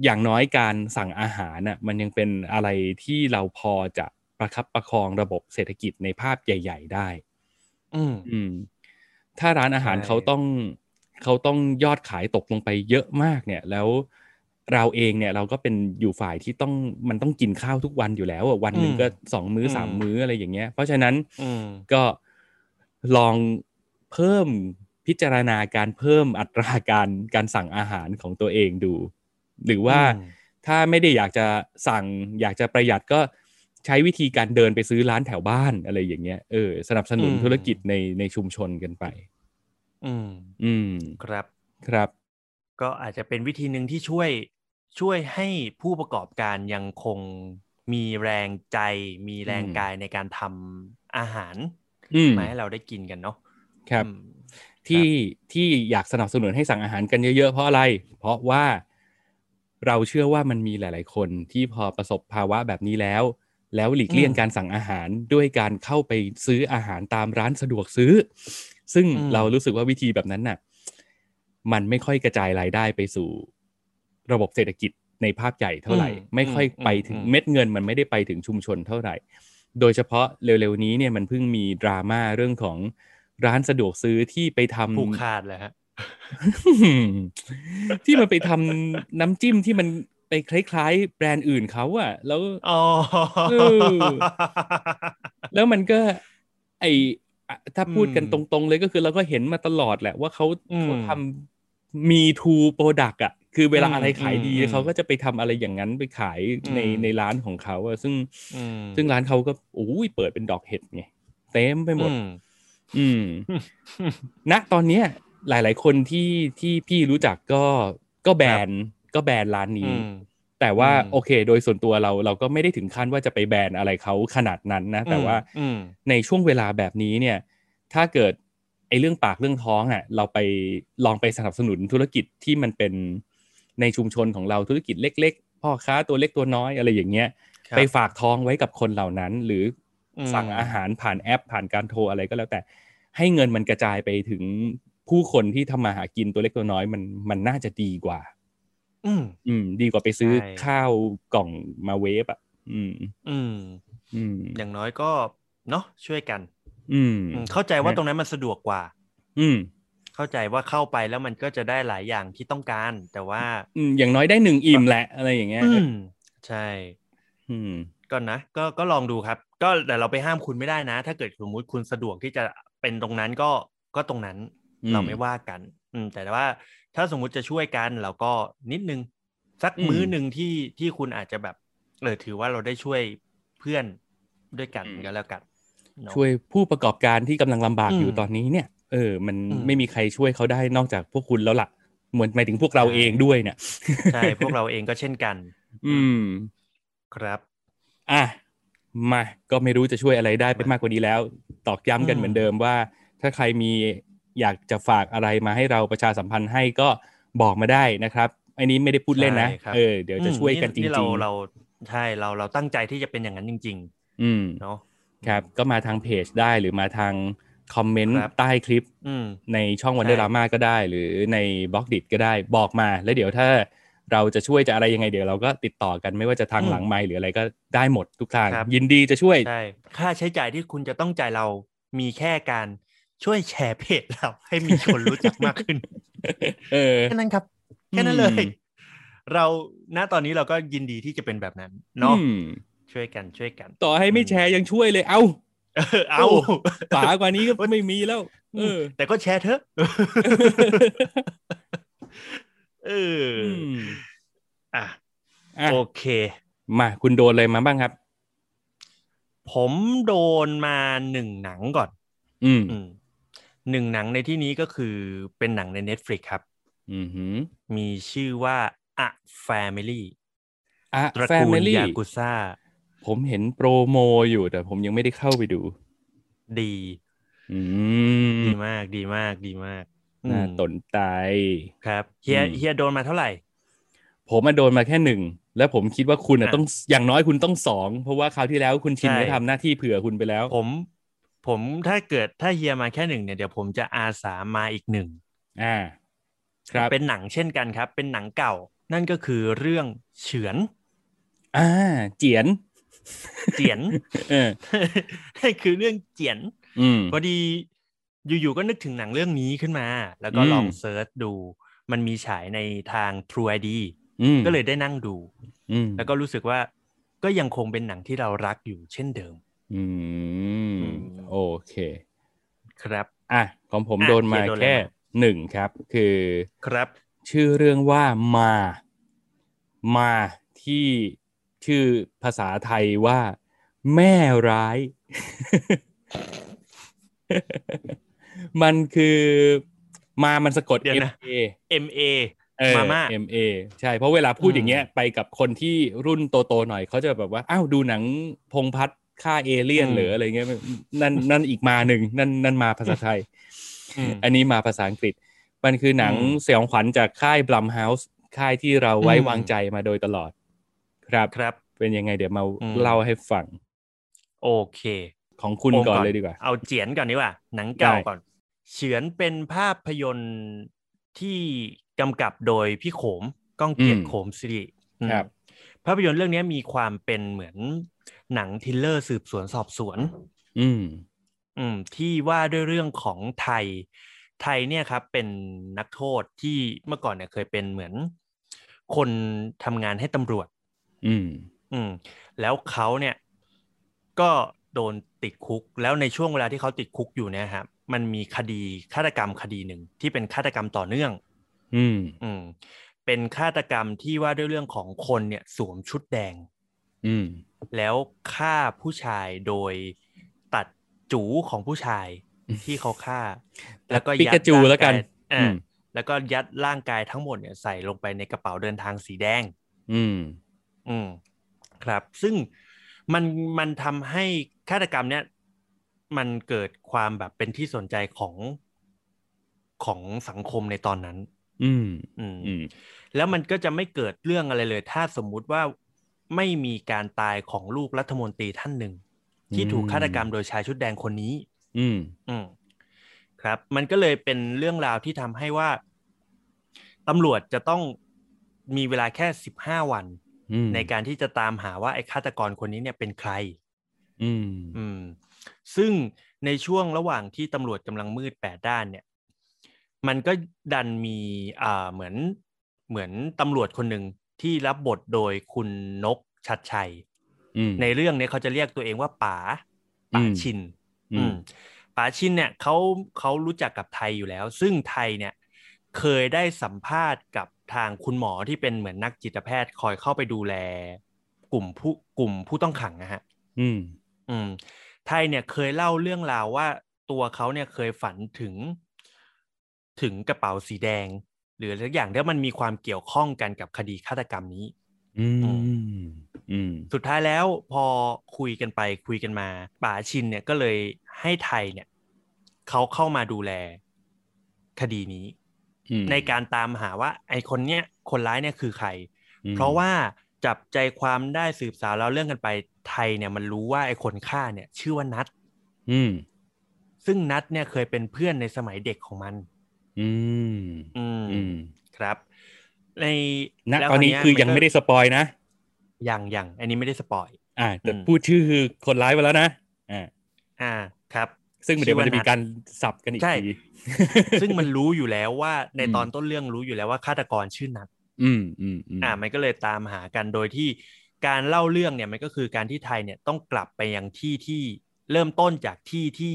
Speaker 2: อย่างน้อยการสั่งอาหารน่ะมันยังเป็นอะไรที่เราพอจะประคับประคองระบบเศรษฐกิจในภาพใหญ่ ๆ ได้
Speaker 3: อืม
Speaker 2: อืม ถ้าร้านอาหาร
Speaker 3: ใช่
Speaker 2: เขาต้องเขาต้องยอดขายตกลงไปเยอะมากเนี่ย แล้วเราเองเนี่ยเราก็เป็นอยู่ฝ่ายที่ต้องมันต้องกินข้าวทุกวันอยู่แล้วอะวันหนึ่งก็สองมื้อสามมื้ออะไรอย่างเงี้ย เพราะฉะนั้น
Speaker 3: อืม
Speaker 2: ก็ลองเพิ่มพิจารณาการเพิ่มอัตราการการสั่งอาหารของตัวเองดู หรือว่า
Speaker 3: อืม
Speaker 2: ถ้าไม่ได้อยากจะสั่ง อยากจะประหยัดก็ใช้วิธีการเดินไปซื้อร้านแถวบ้านอะไรอย่างเงี้ยเออสนับสนุนธุรกิจในในชุมชนกันไป
Speaker 3: อืม
Speaker 2: อืม
Speaker 3: ครับ
Speaker 2: ครับ
Speaker 3: ก็อาจจะเป็นวิธีหนึ่งที่ช่วยช่วยให้ผู้ประกอบการยังคงมีแรงใจ มีแรง
Speaker 2: อืม
Speaker 3: กายในการทำอาหาร
Speaker 2: อืม
Speaker 3: มาให้เราได้กินกันเนาะ
Speaker 2: ครับ
Speaker 3: อืม
Speaker 2: ที่ที่อยากสนับสนุนให้สั่งอาหารกันเยอะๆ เพราะอะไร เพราะว่าเราเชื่อว่ามันมีหลาย ๆ คนที่พอประสบภาวะแบบนี้แล้ว แล้วหลีกเลี่ยง
Speaker 3: อืม
Speaker 2: การสั่งอาหารด้วยการเข้าไปซื้ออาหารตามร้านสะดวกซื้อ ซึ่ง
Speaker 3: อืม
Speaker 2: เรารู้สึกว่าวิธีแบบนั้นน่ะ มันไม่ค่อยกระจายรายได้ไปสู่ ระบบเศรษฐกิจในภาพใหญ่เท่าไหร่
Speaker 3: อืม
Speaker 2: ไม่ค่อย
Speaker 3: อืม
Speaker 2: ไปถึง
Speaker 3: อืม
Speaker 2: เม็ดเงินมันไม่ได้ไปถึงชุมชนเท่าไหร่ โดยเฉพาะเร็วๆนี้เนี่ยมันเพิ่งมีดราม่าเรื่องของร้านสะดวกซื้อที่ไปทำ
Speaker 3: ผูกขาดเลยฮะ
Speaker 2: ที่มันไปทำน้ำจิ้มที่มันไปคล้ายๆ แบรนด์อื่นเขาอะแล้ว
Speaker 3: อ๋อ
Speaker 2: เออ แล้วมันก็ ไออะถ้าพูดกันต
Speaker 3: อืม
Speaker 2: รงๆเลยก็คือเราก็เห็นมาตลอดแหละว่าเขา
Speaker 3: อืม
Speaker 2: เขาทำมีทูโปรดักอะคือเวลา
Speaker 3: อืม
Speaker 2: อะไรขายดี
Speaker 3: อืม
Speaker 2: เขาก็จะไปทำอะไรอย่างนั้นไปขายใน
Speaker 3: อืม
Speaker 2: ในร้านของเขาอะซึ่ง
Speaker 3: อืม
Speaker 2: ซึ่งร้านเขาก็โอ้ยเปิดเป็นดอกเห็ดไงเต็มไปหมด
Speaker 3: อืม
Speaker 2: อื ม
Speaker 3: อืม
Speaker 2: ณตอนเนี้ยหลาย ๆ คนที่ที่พี่รู้จักก็ก็แบนก็แบนร้านนี้
Speaker 3: อืม
Speaker 2: แต่ว่า
Speaker 3: อืม
Speaker 2: โอเค โดยส่วนตัวเราเราก็ไม่ได้ถึงขั้นว่าจะไปแบนอะไรเขาขนาดนั้นนะ แต่ว่า
Speaker 3: อืม
Speaker 2: ในช่วงเวลาแบบนี้เนี่ย ถ้าเกิดไอ้เรื่องปากเรื่องท้องอ่ะ เราไปลองไปสนับสนุนธุรกิจที่มันเป็น ในชุมชนของเราธุรกิจเล็ก ๆ พ่อค้าตัวเล็กตัวน้อยอะไรอย่างเงี้ย
Speaker 3: ครับ
Speaker 2: ไปฝากท้องไว้กับคนเหล่านั้น หรืออ
Speaker 3: ม
Speaker 2: สั่งอาหารผ่านแอปผ่านการโทรอะไรก็แล้วแต่ ให้เงินมันกระจายไปถึงผู้คนที่ทำมาหากินตัวเล็กตัวน้อยมันมันน่าจะดีกว่า
Speaker 3: อืม
Speaker 2: อืม ดีกว่าไปซื้อ
Speaker 3: ใช่
Speaker 2: ข้าวกล่องมาเวฟอ่ะ อืม
Speaker 3: อืม
Speaker 2: อืม
Speaker 3: อย่างน้อยก็เนาะช่วยกัน
Speaker 2: อืม
Speaker 3: อืมเข้าใจว่า
Speaker 2: ฮะ
Speaker 3: ตรงนั้นมันสะดวกกว่า
Speaker 2: อืม
Speaker 3: เข้าใจว่าเข้าไปแล้วมันก็จะได้หลายอย่างที่ต้องการ แต่ว่า
Speaker 2: อืมอย่างน้อยได้หนึ่งอิ่มแหละอะไรอย่างเงี้ย
Speaker 3: อืม ใช่
Speaker 2: อืม
Speaker 3: ก็นะก็ก็ลองดูครับ ก็แต่เราไปห้ามคุณไม่ได้นะ ถ้าเกิดสมมติคุณสะดวกที่จะเป็นตรงนั้นก็ก็ตรงนั้น
Speaker 2: อืม
Speaker 3: เราไม่ว่ากัน อืม แต่ว่าถ้าสมมุติจะช่วยกันเราก็นิดนึง สัก
Speaker 2: อืม
Speaker 3: มื้อหนึ่งที่ที่คุณอาจจะแบบเออถือว่าเราได้ช่วยเพื่อนด้วยกันก็แล้วกันเนอะ
Speaker 2: ช่วยผู้ประกอบการที่กำลังลำบาก
Speaker 3: อืม
Speaker 2: อยู่ตอนนี้เนี่ย เออ มัน
Speaker 3: อืม
Speaker 2: ไม่มีใครช่วยเขาได้นอกจากพวกคุณแล้วล่ะ เหมือนหมายถึงพวกเราเองด้วยเนี่ย
Speaker 3: ใช่พวกเราเองก็เช่นกัน
Speaker 2: อืม
Speaker 3: ครับ
Speaker 2: อ่ะ มา ก็ไม่รู้จะช่วยอะไรได้ไป
Speaker 3: มาม
Speaker 2: มากกว่านี้แล้ว ตอกย้ำกัน
Speaker 3: อืม
Speaker 2: เหมือนเดิมว่า ถ้าใครมีอยากจะฝากอะไรมาให้เราประชาสัมพันธ์ให้ก็บอกมาได้นะครับ อันนี้ไม่ได้พูดเล่นนะ
Speaker 3: ใช่ครับ
Speaker 2: เออ เดี๋ยวจะ
Speaker 3: อืม
Speaker 2: ช่วยกันจริ
Speaker 3: เรา
Speaker 2: ง
Speaker 3: เราใช่เราเราตั้งใจที่จะเป็นอย่างนั้นจริง
Speaker 2: ๆ อืม
Speaker 3: ๆ เนาะ
Speaker 2: ครับ ก็มาทางเพจได้หรือมาทางคอมเมนต์
Speaker 3: ครับ
Speaker 2: ใต้คลิป
Speaker 3: อืม
Speaker 2: ในช่อง
Speaker 3: ใช่
Speaker 2: วันเดอร์ลามาก็ได้ หรือในบล็อกดิก็ได้บอกมา แล้วเดี๋ยวถ้าเราจะช่วยจะอะไรยังไงเดี๋ยวเราก็ติดต่อกันไม่ว่าจะทางหลังไมค์หรืออะไรก็ได้หมดทุกทาง
Speaker 3: ครับ
Speaker 2: ยินดีจะช่วย
Speaker 3: ใช่ค่าใช้จ่ายที่คุณจะต้องจ่ายเรามีแค่การช่วยแชร์เพจเรา ให้มีคนรู้จักมากขึ้น
Speaker 2: เออ
Speaker 3: แค่นั้นครับ
Speaker 2: อืม
Speaker 3: แค่นั้นเลย เราณตอนนี้เราก็ยินดีที่จะเป็นแบบนั้นเนาะ
Speaker 2: อืม
Speaker 3: ช่วยกันช่วยกัน
Speaker 2: ต่อให้ไม่แชร์ยังช่วยเลย เอ้า
Speaker 3: เออเอา
Speaker 2: โอ้ ฝากว่านี้ก็ไม่มีแล้ว เออ
Speaker 3: แต่ก็แชร์เถอะเอออ
Speaker 2: ม
Speaker 3: อ่ะ
Speaker 2: อ่ะ
Speaker 3: โอเค
Speaker 2: มาคุณโดนอะไรมาบ้างครับ
Speaker 3: ผมโดนมาหนึ่งหนังก่อน
Speaker 2: อืม
Speaker 3: อืมหนึ่งหนังในที่นี้ก็คือเป็นหนังใน Netflix ครับ
Speaker 2: อืมหือ
Speaker 3: มีชื่อว่า A Family
Speaker 2: อ่ะ
Speaker 3: ตระ
Speaker 2: แฟ
Speaker 3: กู
Speaker 2: มิ
Speaker 3: ล
Speaker 2: ลี่
Speaker 3: ยากุซ่า
Speaker 2: ผมเห็นโปรโมอยู่แต่ผมยังไม่ได้เข้าไปดู
Speaker 3: ดี
Speaker 2: อืม
Speaker 3: ดีมากดีมากดีมากอื
Speaker 2: น่าม ตนใจ
Speaker 3: ครับเฮีย
Speaker 2: อืม
Speaker 3: เฮียโดนมาเท่าไหร่
Speaker 2: ผมมาโดนมาแค่หนึ่ง แล้วผมคิดว่าคุณอะ
Speaker 3: อ่ะ
Speaker 2: ต้องอย่างน้อยคุณต้องสอง เพราะว่าคราวที่แล้วคุณชิน
Speaker 3: ใช่
Speaker 2: ได้ทำหน้าที่เผื่อคุณไปแล้ว
Speaker 3: ผม ผมถ้าเกิดถ้าเฮียมาแค่หนึ่งเนี่ยเดี๋ยวผมจะอาสามาอีกหนึ่ง
Speaker 2: อ่า ครับ
Speaker 3: เป็นหนังเช่นกันครับ เป็นหนังเก่า นั่นก็คือเรื่องเฉือน
Speaker 2: อ่า เจียน
Speaker 3: เจียน
Speaker 2: เออ
Speaker 3: นั่นคือเรื่องเจียน
Speaker 2: อืม
Speaker 3: พอดีอยู่ๆก็นึกถึงหนังเรื่องนี้ขึ้นมา แล้วก็ลอง
Speaker 2: อืม
Speaker 3: เซิร์ชดู มันมีฉายในทาง True ID
Speaker 2: อืม
Speaker 3: ก็เลยได้นั่งดู
Speaker 2: อืม
Speaker 3: แล้วก็รู้สึกว่าก็ยังคงเป็นหนังที่เรารักอยู่เช่นเดิม
Speaker 2: อืม
Speaker 3: อืม
Speaker 2: โอเค
Speaker 3: ครับ
Speaker 2: อ่ะ ของผม
Speaker 3: อ่ะ
Speaker 2: โดนมา
Speaker 3: เฮียโดนอะไร
Speaker 2: แค่
Speaker 3: มา
Speaker 2: หนึ่งครับ คือ
Speaker 3: ครับ
Speaker 2: ชื่อเรื่องว่ามามาที่ชื่อภาษาไทยว่า แม่ร้าย มันคือมามันสะกด
Speaker 3: เดี๋ยว
Speaker 2: M
Speaker 3: นะ
Speaker 2: A
Speaker 3: M A
Speaker 2: เออ
Speaker 3: มาม่า
Speaker 2: M A ใช่ เพราะเวลาพูด
Speaker 3: อืม
Speaker 2: อย่างเงี้ยไปกับคนที่รุ่นโตๆหน่อยเขาจะแบบว่าอ้าวดูหนังพงพัฒน์ฆ่าเอเลี่ยนเหรืออะไรเงี้ยนั่นนั่นอีกมาหนึ่งนั่นนั่นมาภาษาไทย
Speaker 3: อืม
Speaker 2: อันนี้มาภาษาอังกฤษ มันคือหนัง
Speaker 3: อืม
Speaker 2: สยองขวัญจากค่ายบลัมเฮาส์ค่ายที่เราไว้
Speaker 3: อืม
Speaker 2: วางใจมาโดยตลอด ครับ
Speaker 3: ครับ
Speaker 2: เป็นยังไงเดี๋ยวมา
Speaker 3: อืม
Speaker 2: เล่าให้ฟัง
Speaker 3: โอเค
Speaker 2: ของคุณ
Speaker 3: โม
Speaker 2: ก่อนเลยดีกว่า
Speaker 3: เอาเจียนก่อนดีกว่า หนังเก่า
Speaker 2: ได้
Speaker 3: ก่อน เฉือนเป็นภาพยนตร์ที่กำกับโดยพี่โขมก้องเกียรติโขมสิริอืม
Speaker 2: ครับ
Speaker 3: ภาพยนตร์เรื่องนี้มีความเป็นเหมือนหนังทริลเลอร์สืบสวนสอบสวน
Speaker 2: อืม
Speaker 3: อืมที่ว่าด้วยเรื่องของไทย ไทยเนี่ยครับเป็นนักโทษที่เมื่อก่อนเนี่ยเคยเป็นเหมือน คนทำงานให้ตำรวจ
Speaker 2: อืม
Speaker 3: อืม แล้วเขาเนี่ยก็โดนติดคุก แล้วในช่วงเวลาที่เขาติดคุกอยู่เนี่ยครับมันมีคดีฆาตกรรมคดีหนึ่งที่เป็นฆาตกรรมต่อเนื่อง
Speaker 2: อืม
Speaker 3: อืม เป็นฆาตกรรมที่ว่าด้วยเรื่องของคนเนี่ยสวมชุดแดง
Speaker 2: อืม
Speaker 3: แล้วฆ่าผู้ชายโดยตัดจูของผู้ชายที่เขาฆ่า แล้วก็
Speaker 2: ปิ
Speaker 3: ยัด
Speaker 2: กาจูแล้วกัน
Speaker 3: ร่างาย
Speaker 2: อื
Speaker 3: อ่าม แล้วก็ยัดร่างกายทั้งหมดเนี่ยใส่ลงไปในกระเป๋าเดินทางสีแดง
Speaker 2: อืม
Speaker 3: อืมครับ ซึ่งมันมันทำให้ฆาตกรรมเนี่ยมันเกิดความแบบเป็นที่สนใจของของสังคมในตอนนั้น
Speaker 2: อืม
Speaker 3: อืม
Speaker 2: อืม
Speaker 3: แล้วมันก็จะไม่เกิดเรื่องอะไรเลย ถ้าสมมุติว่าไม่มีการตายของลูกรัฐมนตรีท่านหนึ่ง ที่ถูก
Speaker 2: อืม
Speaker 3: ฆาตกรรมโดยชายชุดแดงคนนี้
Speaker 2: อืม
Speaker 3: อืมครับ มันก็เลยเป็นเรื่องราวที่ทำให้ว่าตำรวจจะต้องมีเวลาแค่สิบห้าวัน
Speaker 2: อืม
Speaker 3: ในการที่จะตามหาว่าไอ้ฆาตกรคนนี้เนี่ยเป็นใคร
Speaker 2: อืม
Speaker 3: อืม ซึ่งในช่วงระหว่างที่ตำรวจกำลังมืดแปดด้านเนี่ย มันก็ดันมีอ่าเหมือนเหมือนตำรวจคนหนึ่งที่รับบทโดยคุณนกชัดชัย
Speaker 2: อืม
Speaker 3: ในเรื่องเนี้เขาจะเรียกตัวเองว่าป๋าป๋า
Speaker 2: อืม
Speaker 3: ชิน
Speaker 2: อื
Speaker 3: อื
Speaker 2: ม
Speaker 3: มป๋าชินเนี่ยเขาเขารู้จักกับไทยอยู่แล้ว ซึ่งไทยเนี่ยเคยได้สัมภาษณ์กับทางคุณหมอที่เป็นเหมือนนักจิตแพทย์คอยเข้าไปดูแล กลุ่มผู้กลุ่มผู้ต้องขังนะฮะ
Speaker 2: อืม
Speaker 3: อืมไทยเนี่ยเคยเล่าเรื่องราวว่าตัวเขาเนี่ยเคยฝันถึง ถึงกระเป๋าสีแดง หรืออะไรสักอย่างแล้วมันมีความเกี่ยวข้องกันกับคดีฆาตกรรมนี้
Speaker 2: อืม อืม
Speaker 3: สุดท้ายแล้วพอคุยกันไปคุยกันมาป๋าชินเนี่ยก็เลยให้ไทยเนี่ยเขาเข้ามาดูแลคดีนี้
Speaker 2: อืม
Speaker 3: ในการตามหาว่าไอคนเนี้ยคนร้ายเนี่ยคือใคร
Speaker 2: อืม
Speaker 3: เพราะว่าจับใจความได้สืบสาวแล้วเรื่องกันไปไทยเนี่ยมันรู้ว่าไอคนฆ่าเนี่ย ชื่อว่านัท
Speaker 2: อืม
Speaker 3: ซึ่งนัทเนี่ยเคยเป็นเพื่อนในสมัยเด็กของมัน
Speaker 2: อืม
Speaker 3: อืม
Speaker 2: อืม
Speaker 3: ครับ ใน
Speaker 2: ณ
Speaker 3: แล้ว
Speaker 2: ตอนนี้
Speaker 3: ราว
Speaker 2: คือ
Speaker 3: เน
Speaker 2: ยังไม่ได้
Speaker 3: ก็
Speaker 2: สปอยนะ
Speaker 3: ยังยังอันนี้ไม่ได้สปอย
Speaker 2: อ่าแต่
Speaker 3: อืม
Speaker 2: พูดชื่อคือคนร้ายไปแล้วนะ อ่า
Speaker 3: อ่าครับ
Speaker 2: ซึ่งเดี๋ยวมันจะมีการสับกันอีก
Speaker 3: ใช่
Speaker 2: ที
Speaker 3: ซึ่งมันรู้อยู่แล้วว่าใน
Speaker 2: อืม
Speaker 3: ตอนต้นเรื่องรู้อยู่แล้วว่าฆาตกรชื่อนัท
Speaker 2: อืมอืมอืม
Speaker 3: อ่ามันก็เลยตามหากันโดยที่การเล่าเรื่องเนี่ยมันก็คือการที่ไทยเนี่ยต้องกลับไปยังที่ที่เริ่มต้นจากที่ที่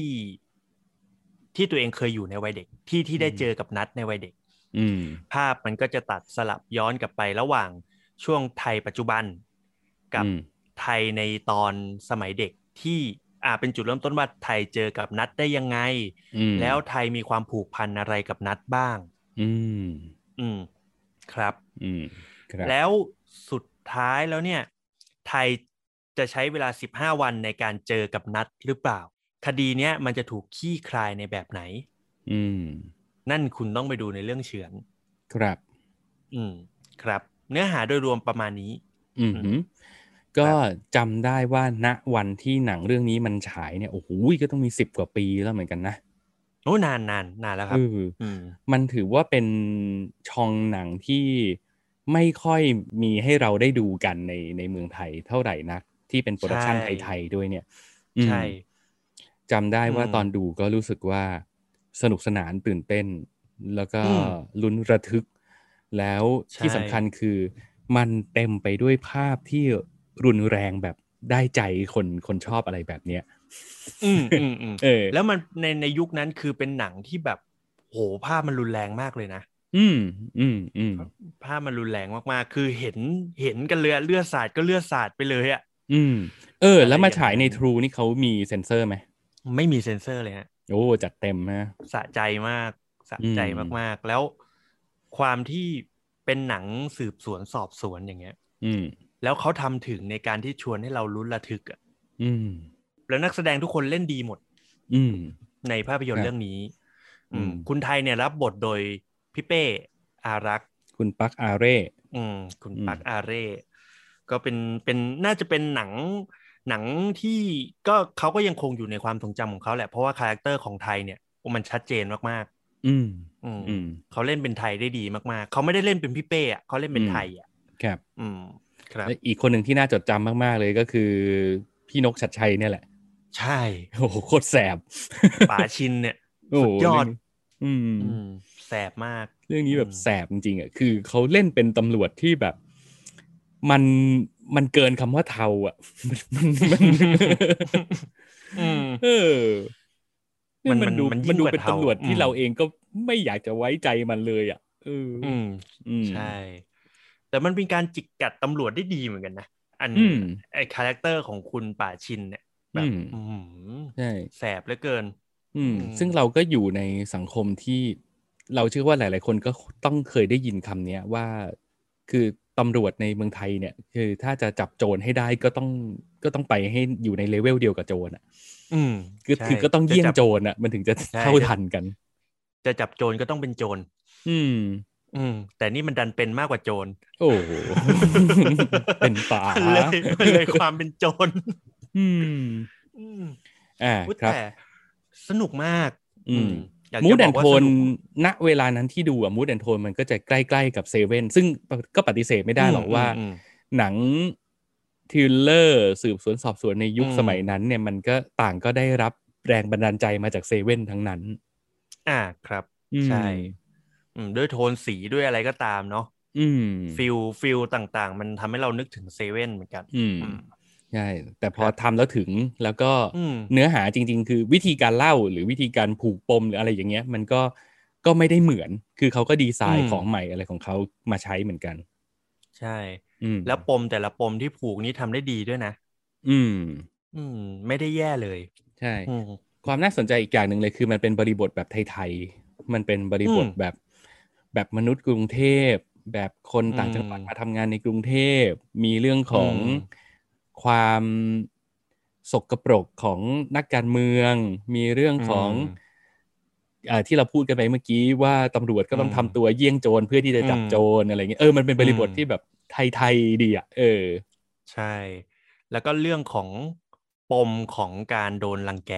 Speaker 3: ที่ตัวเองเคยอยู่ในวัยเด็ก ที่ที่ได้เจอกับนัทในวัยเด็ก
Speaker 2: อืม
Speaker 3: ภาพมันก็จะตัดสลับย้อนกลับไประหว่างช่วงไทยปัจจุบัน กับ
Speaker 2: อืม
Speaker 3: ไทยในตอนสมัยเด็กที่อ่าเป็นจุดเริ่มต้นว่าไทยเจอกับนัทได้ยังไง
Speaker 2: อืม
Speaker 3: แล้วไทยมีความผูกพันอะไรกับนัดบ้าง
Speaker 2: อืม
Speaker 3: อืม ครับ
Speaker 2: อืมครับ
Speaker 3: แล้วสุดท้ายแล้วเนี่ย ไทยจะใช้เวลา 15 วันในการเจอกับนัดหรือเปล่า คดีเนี้ยมันจะถูกขี้คลายในแบบไหน
Speaker 2: อืม
Speaker 3: นั่นคุณต้องไปดูในเรื่องเฉือน
Speaker 2: ครับ
Speaker 3: อืม ครับ เนื้อหาโดยรวมประมาณนี้
Speaker 2: อืมหือก็จำได้ว่าณวันที่หนังเรื่องนี้มันฉายเนี่ยโอ้โหก็ต้องมีสิบกว่าปีแล้วเหมือนกันนะ
Speaker 3: โอ้นานนานนานแล้วครับ
Speaker 2: เออ
Speaker 3: อืม
Speaker 2: มันถือว่าเป็นช่องหนังที่ไม่ค่อยมีให้เราได้ดูกันในในเมืองไทยเท่าไหร่นัก ที่เป็นโปรดักชัน
Speaker 3: ใช่
Speaker 2: ไทยๆด้วยเนี่ยอืม
Speaker 3: ใช่
Speaker 2: จำได้ว่า
Speaker 3: อืม
Speaker 2: ตอนดูก็รู้สึกว่าสนุกสนานตื่นเต้น แล้วก็
Speaker 3: อืม
Speaker 2: ลุ้นระทึก แล้วที่
Speaker 3: ใช่
Speaker 2: สำคัญคือมันเต็มไปด้วยภาพที่รุนแรงแบบได้ใจคนคนชอบอะไรแบบเนี้ย
Speaker 3: อื มอืมอืม
Speaker 2: เออ
Speaker 3: แล้วมันในในยุคนั้นคือเป็นหนังที่แบบโหภาพมันรุนแรงมากเลยนะ
Speaker 2: อืม อืม อืม
Speaker 3: ภาพมันรุนแรงมาก ๆ คือเห็นเห็นกันเลยอะเลือดสาดก็เลือดสาดไปเลยอะ
Speaker 2: อืม เออ แล้วมาฉายใน
Speaker 3: อะไรอย่างนั้
Speaker 2: ท
Speaker 3: น
Speaker 2: รูนี่เขามีเซ็นเซอร์ไหม
Speaker 3: ไม่มีเซ็นเซอร์เลยฮะ
Speaker 2: โอ้ จัดเต็มนะ
Speaker 3: สะใจมากสะใจ
Speaker 2: อืม
Speaker 3: มาก ๆ แล้วความที่เป็นหนังสืบสวนสอบสวนอย่างเงี้ย
Speaker 2: อืม
Speaker 3: แล้วเขาทำถึงในการที่ชวนให้เราลุ้นระทึกอะ
Speaker 2: อืม
Speaker 3: แล้วนักแสดงทุกคนเล่นดีหมด
Speaker 2: อืม
Speaker 3: ในภาพยนต
Speaker 2: ค
Speaker 3: ร์
Speaker 2: รับ
Speaker 3: เรื่องนี้ อื
Speaker 2: อื
Speaker 3: ม
Speaker 2: ม
Speaker 3: คุณไทยเนี่ยรับบทโดยพี่เป้อารักษ์
Speaker 2: คุณปักอาเร่
Speaker 3: อืมคุณ
Speaker 2: อืม
Speaker 3: ปักอาเร่ก็เป็นเป็นน่าจะเป็นหนังหนังที่ก็เขาก็ยังคงอยู่ในความทรงจำของเขาแหละ เพราะว่าคาแรคเตอร์ของไทยเนี่ยโอ้มันชัดเจนมาก
Speaker 2: อืม
Speaker 3: ๆอืม
Speaker 2: อืม
Speaker 3: เขาเล่นเป็นไทยได้ดีมากๆ เขาไม่ได้เล่นเป็นพี่เป้อะเขาเล่นเป็น
Speaker 2: อืม
Speaker 3: ไทยอ่ะ
Speaker 2: ครับ
Speaker 3: อืม ครับ
Speaker 2: และอีกคนหนึ่งที่น่าจดจำมาก ๆ เลยก็คือ พี่นกชัดชัยเนี่ยแหละ
Speaker 3: ใช่
Speaker 2: โอ้โห โคตรแส บ
Speaker 3: ป๋าชินเนี่ย
Speaker 2: โอ้
Speaker 3: สุ
Speaker 2: โห
Speaker 3: ดยอด
Speaker 2: เรื่องนี้อืม
Speaker 3: อืมแสบมาก
Speaker 2: เรื่องนี้แบบ
Speaker 3: อืม
Speaker 2: แสบจริงๆอ่ะ คือเขาเล่นเป็นตำรวจที่แบบ มัน มันเกินคำว่าเทาอ่ะ มันมันมัน
Speaker 3: อืม
Speaker 2: เออ
Speaker 3: มั
Speaker 2: มั
Speaker 3: น
Speaker 2: นมันดู
Speaker 3: มันยิ่ง
Speaker 2: มันดู
Speaker 3: กว่า
Speaker 2: เป็น
Speaker 3: เทา
Speaker 2: ตำรวจ
Speaker 3: อื
Speaker 2: ที่
Speaker 3: ม
Speaker 2: เราเองก็ไม่อยากจะไว้ใจมันเลยอ่ะเอออ
Speaker 3: อืม
Speaker 2: อืม
Speaker 3: ใช่ แต่มันเป็นการจิกกัดตำรวจได้ดีเหมือนกันนะ อัน
Speaker 2: อืม
Speaker 3: ไอคาแรคเตอร์ของคุณป่าชินเนี่ยแบบ
Speaker 2: อืม
Speaker 3: อื้อหือ
Speaker 2: ใช่
Speaker 3: แสบเหลือเกิน
Speaker 2: อืม
Speaker 3: อืม
Speaker 2: ซึ่งเราก็อยู่ในสังคมที่เราเชื่อว่าหลาย ๆ คนก็ต้องเคยได้ยินคำเนี้ยว่า คือตำรวจในเมืองไทยเนี่ย คือถ้าจะจับโจรให้ได้ก็ต้องก็ต้องไปให้อยู่ในเลเวลเดียวกับโจรอ่ะ
Speaker 3: อืม
Speaker 2: คือ
Speaker 3: ใช่
Speaker 2: คือก็ต้องเยี่ย
Speaker 3: ะ
Speaker 2: ง
Speaker 3: จับ
Speaker 2: โจรอ่ะ มันถึงจะ
Speaker 3: ใช่
Speaker 2: เท่าทันกัน
Speaker 3: จะจับโจรก็ต้องเป็นโจร
Speaker 2: อืม
Speaker 3: อืมแต่นี่มันดันเป็นมากกว่าโจร
Speaker 2: โอ้โห เป็นป่า
Speaker 3: เลยมันเลยความเป็นโจร
Speaker 2: อืม
Speaker 3: อืม
Speaker 2: อ่า
Speaker 3: อุ๊ย
Speaker 2: ครับ
Speaker 3: แต่สนุกมาก
Speaker 2: อืม
Speaker 3: อยาก
Speaker 2: มูด
Speaker 3: จะบ
Speaker 2: แอน
Speaker 3: อกว่า
Speaker 2: โท
Speaker 3: ส
Speaker 2: น
Speaker 3: ก
Speaker 2: ณเวลานั้นที่ดูอะมูดแอนโทนมันก็จะใกล้ๆกับเซเว่นซึ่งก็ปฏิเสธไม่ได้หรอกว่า
Speaker 3: อืมอืม
Speaker 2: หนังทริลเลอร์สืบสวนสอบสวนในยุค
Speaker 3: อืม
Speaker 2: สมัยนั้นเนี่ยมันก็ต่างก็ได้รับแรงบันดาลใจมาจากเซเว่นทั้งนั้น
Speaker 3: อ่าครับ
Speaker 2: อืม
Speaker 3: ใช่ อืมด้วยโทนสีด้วยอะไรก็ตามเนาะ
Speaker 2: อืม
Speaker 3: ฟิลฟิลต่างๆ มันทำให้เรานึกถึงเซเว่นเหมือนกัน
Speaker 2: อืม
Speaker 3: อืม
Speaker 2: ใช่แต่พอ
Speaker 3: ครับ
Speaker 2: ทำแล้วถึงแล้วก็
Speaker 3: อืม
Speaker 2: เนื้อหาจริง ๆ คือวิธีการเล่าหรือวิธีการผูกปมหรืออะไรอย่างเงี้ย มันก็ก็ไม่ได้เหมือน คือเขาก็ดีไซ
Speaker 3: อื
Speaker 2: น์
Speaker 3: ม
Speaker 2: ของใหม่อะไรของเขามาใช้เหมือนกัน
Speaker 3: ใช่
Speaker 2: อืม
Speaker 3: แล้วปมแต่ละปมที่ผูกนี่ทำได้ดีด้วยนะ
Speaker 2: อืม
Speaker 3: อืม ไม่ได้แย่เลย
Speaker 2: ใช่
Speaker 3: อืม
Speaker 2: ความน่าสนใจอีกอย่างหนึ่งเลยคือมันเป็นบริบทแบบไทยๆ มันเป็นบริบท
Speaker 3: อืม
Speaker 2: แบบ แบบมนุษย์กรุงเทพ แบบคนต่างจังหวัด
Speaker 3: อืม
Speaker 2: มาทำงานในกรุงเทพ มีเรื่องของ
Speaker 3: อืม
Speaker 2: ความสกปรกของนักการเมือง มีเรื่องของเอ่อที่เราพูดกันไปเมื่อกี้ว่าตำรวจก็ต้องทำตัวเยี่ยงโจรเพื่อที่จะจับโจรอะไรเงี้ย เออ มันเป็นบริบทที่แบบไทยๆดีอ่ะ เออ
Speaker 3: ใช่ แล้วก็เรื่องของปมของการโดนรังแก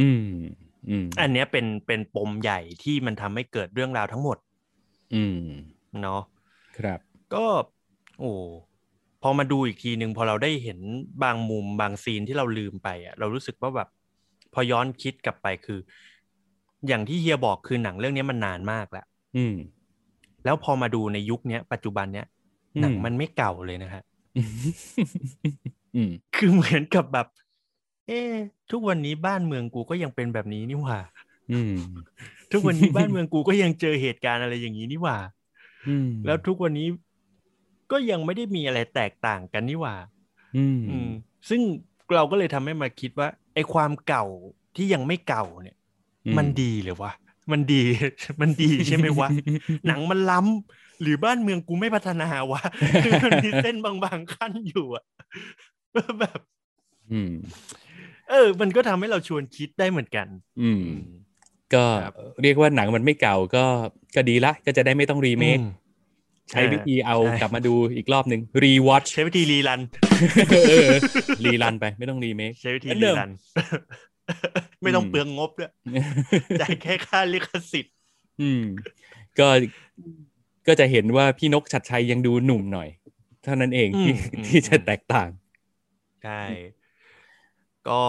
Speaker 2: อืม อืม
Speaker 3: อันเนี้ยเป็นเป็นปมใหญ่ที่มันทำให้เกิดเรื่องราวทั้งหมด
Speaker 2: อืม
Speaker 3: เนาะ
Speaker 2: ครับ
Speaker 3: ก็โอ้พอมาดูอีกทีหนึ่งพอเราได้เห็นบางมุมบางซีนที่เราลืมไปอะเรารู้สึกว่าแบบพอย้อนคิดกลับไปคือ อย่างที่เฮียบอกคือหนังเรื่องนี้มันนานมากแล้ว
Speaker 2: อืม
Speaker 3: แล้วพอมาดูในยุคเนี้ยปัจจุบันเนี้ยหนังมันไม่เก่าเลยนะฮะ
Speaker 2: อืมอืม
Speaker 3: คือเหมือนกับแบบ เอ๊ะทุกวันนี้บ้านเมืองกูก็ยังเป็นแบบนี้นี่หว่า
Speaker 2: อืม
Speaker 3: ทุกวันนี้บ้านเมืองกูก็ยังเจอเหตุการณ์อะไรอย่างนี้นี่หว่า
Speaker 2: อืม
Speaker 3: แล้วทุกวันนี้ก็ยังไม่ได้มีอะไรแตกต่างกันนี่หว่า
Speaker 2: อืม
Speaker 3: อืมซึ่งเราก็เลยทำให้มาคิดว่าไอ้ความเก่าที่ยังไม่เก่าเนี่ย
Speaker 2: อืม
Speaker 3: มันดีเหรือวะมันดี มันดีใช่ไหมวะ หนังมันล้ำหรือบ้านเมืองกูไม่พัฒนาวะ คือมันมีเส้นบางๆขั้นอยู่อะ แบบ
Speaker 2: อืม
Speaker 3: เออ มันก็ทำให้เราชวนคิดได้เหมือนกัน
Speaker 2: อืม ก็
Speaker 3: ครับ
Speaker 2: เรียกว่าหนังมันไม่เก่าก็ก็ดีละ ก็จะได้ไม่ต้องรีเมค
Speaker 3: อืม
Speaker 2: ใช้วิธีเอา
Speaker 3: ใช่
Speaker 2: กลับมาดูอีกรอบหนึ่งรีวอช
Speaker 3: ใช้วิธีรีรัน
Speaker 2: รีรันไปไม่ต้องรี เมค
Speaker 3: ใช้วิธี
Speaker 2: อันเดิ
Speaker 3: รี
Speaker 2: ม
Speaker 3: รัน ไม่ต้อง
Speaker 2: อืม
Speaker 3: เปลืองงบด้วย จ่ายแค่ค่าลิขสิทธิ์
Speaker 2: อืม ก็ก็จะเห็นว่าพี่นกชัดชัยยังดูหนุ่มหน่อย เท่านั้นเองที่
Speaker 3: อืมอืม
Speaker 2: ที่จะแตกต่าง
Speaker 3: ใช่ ก็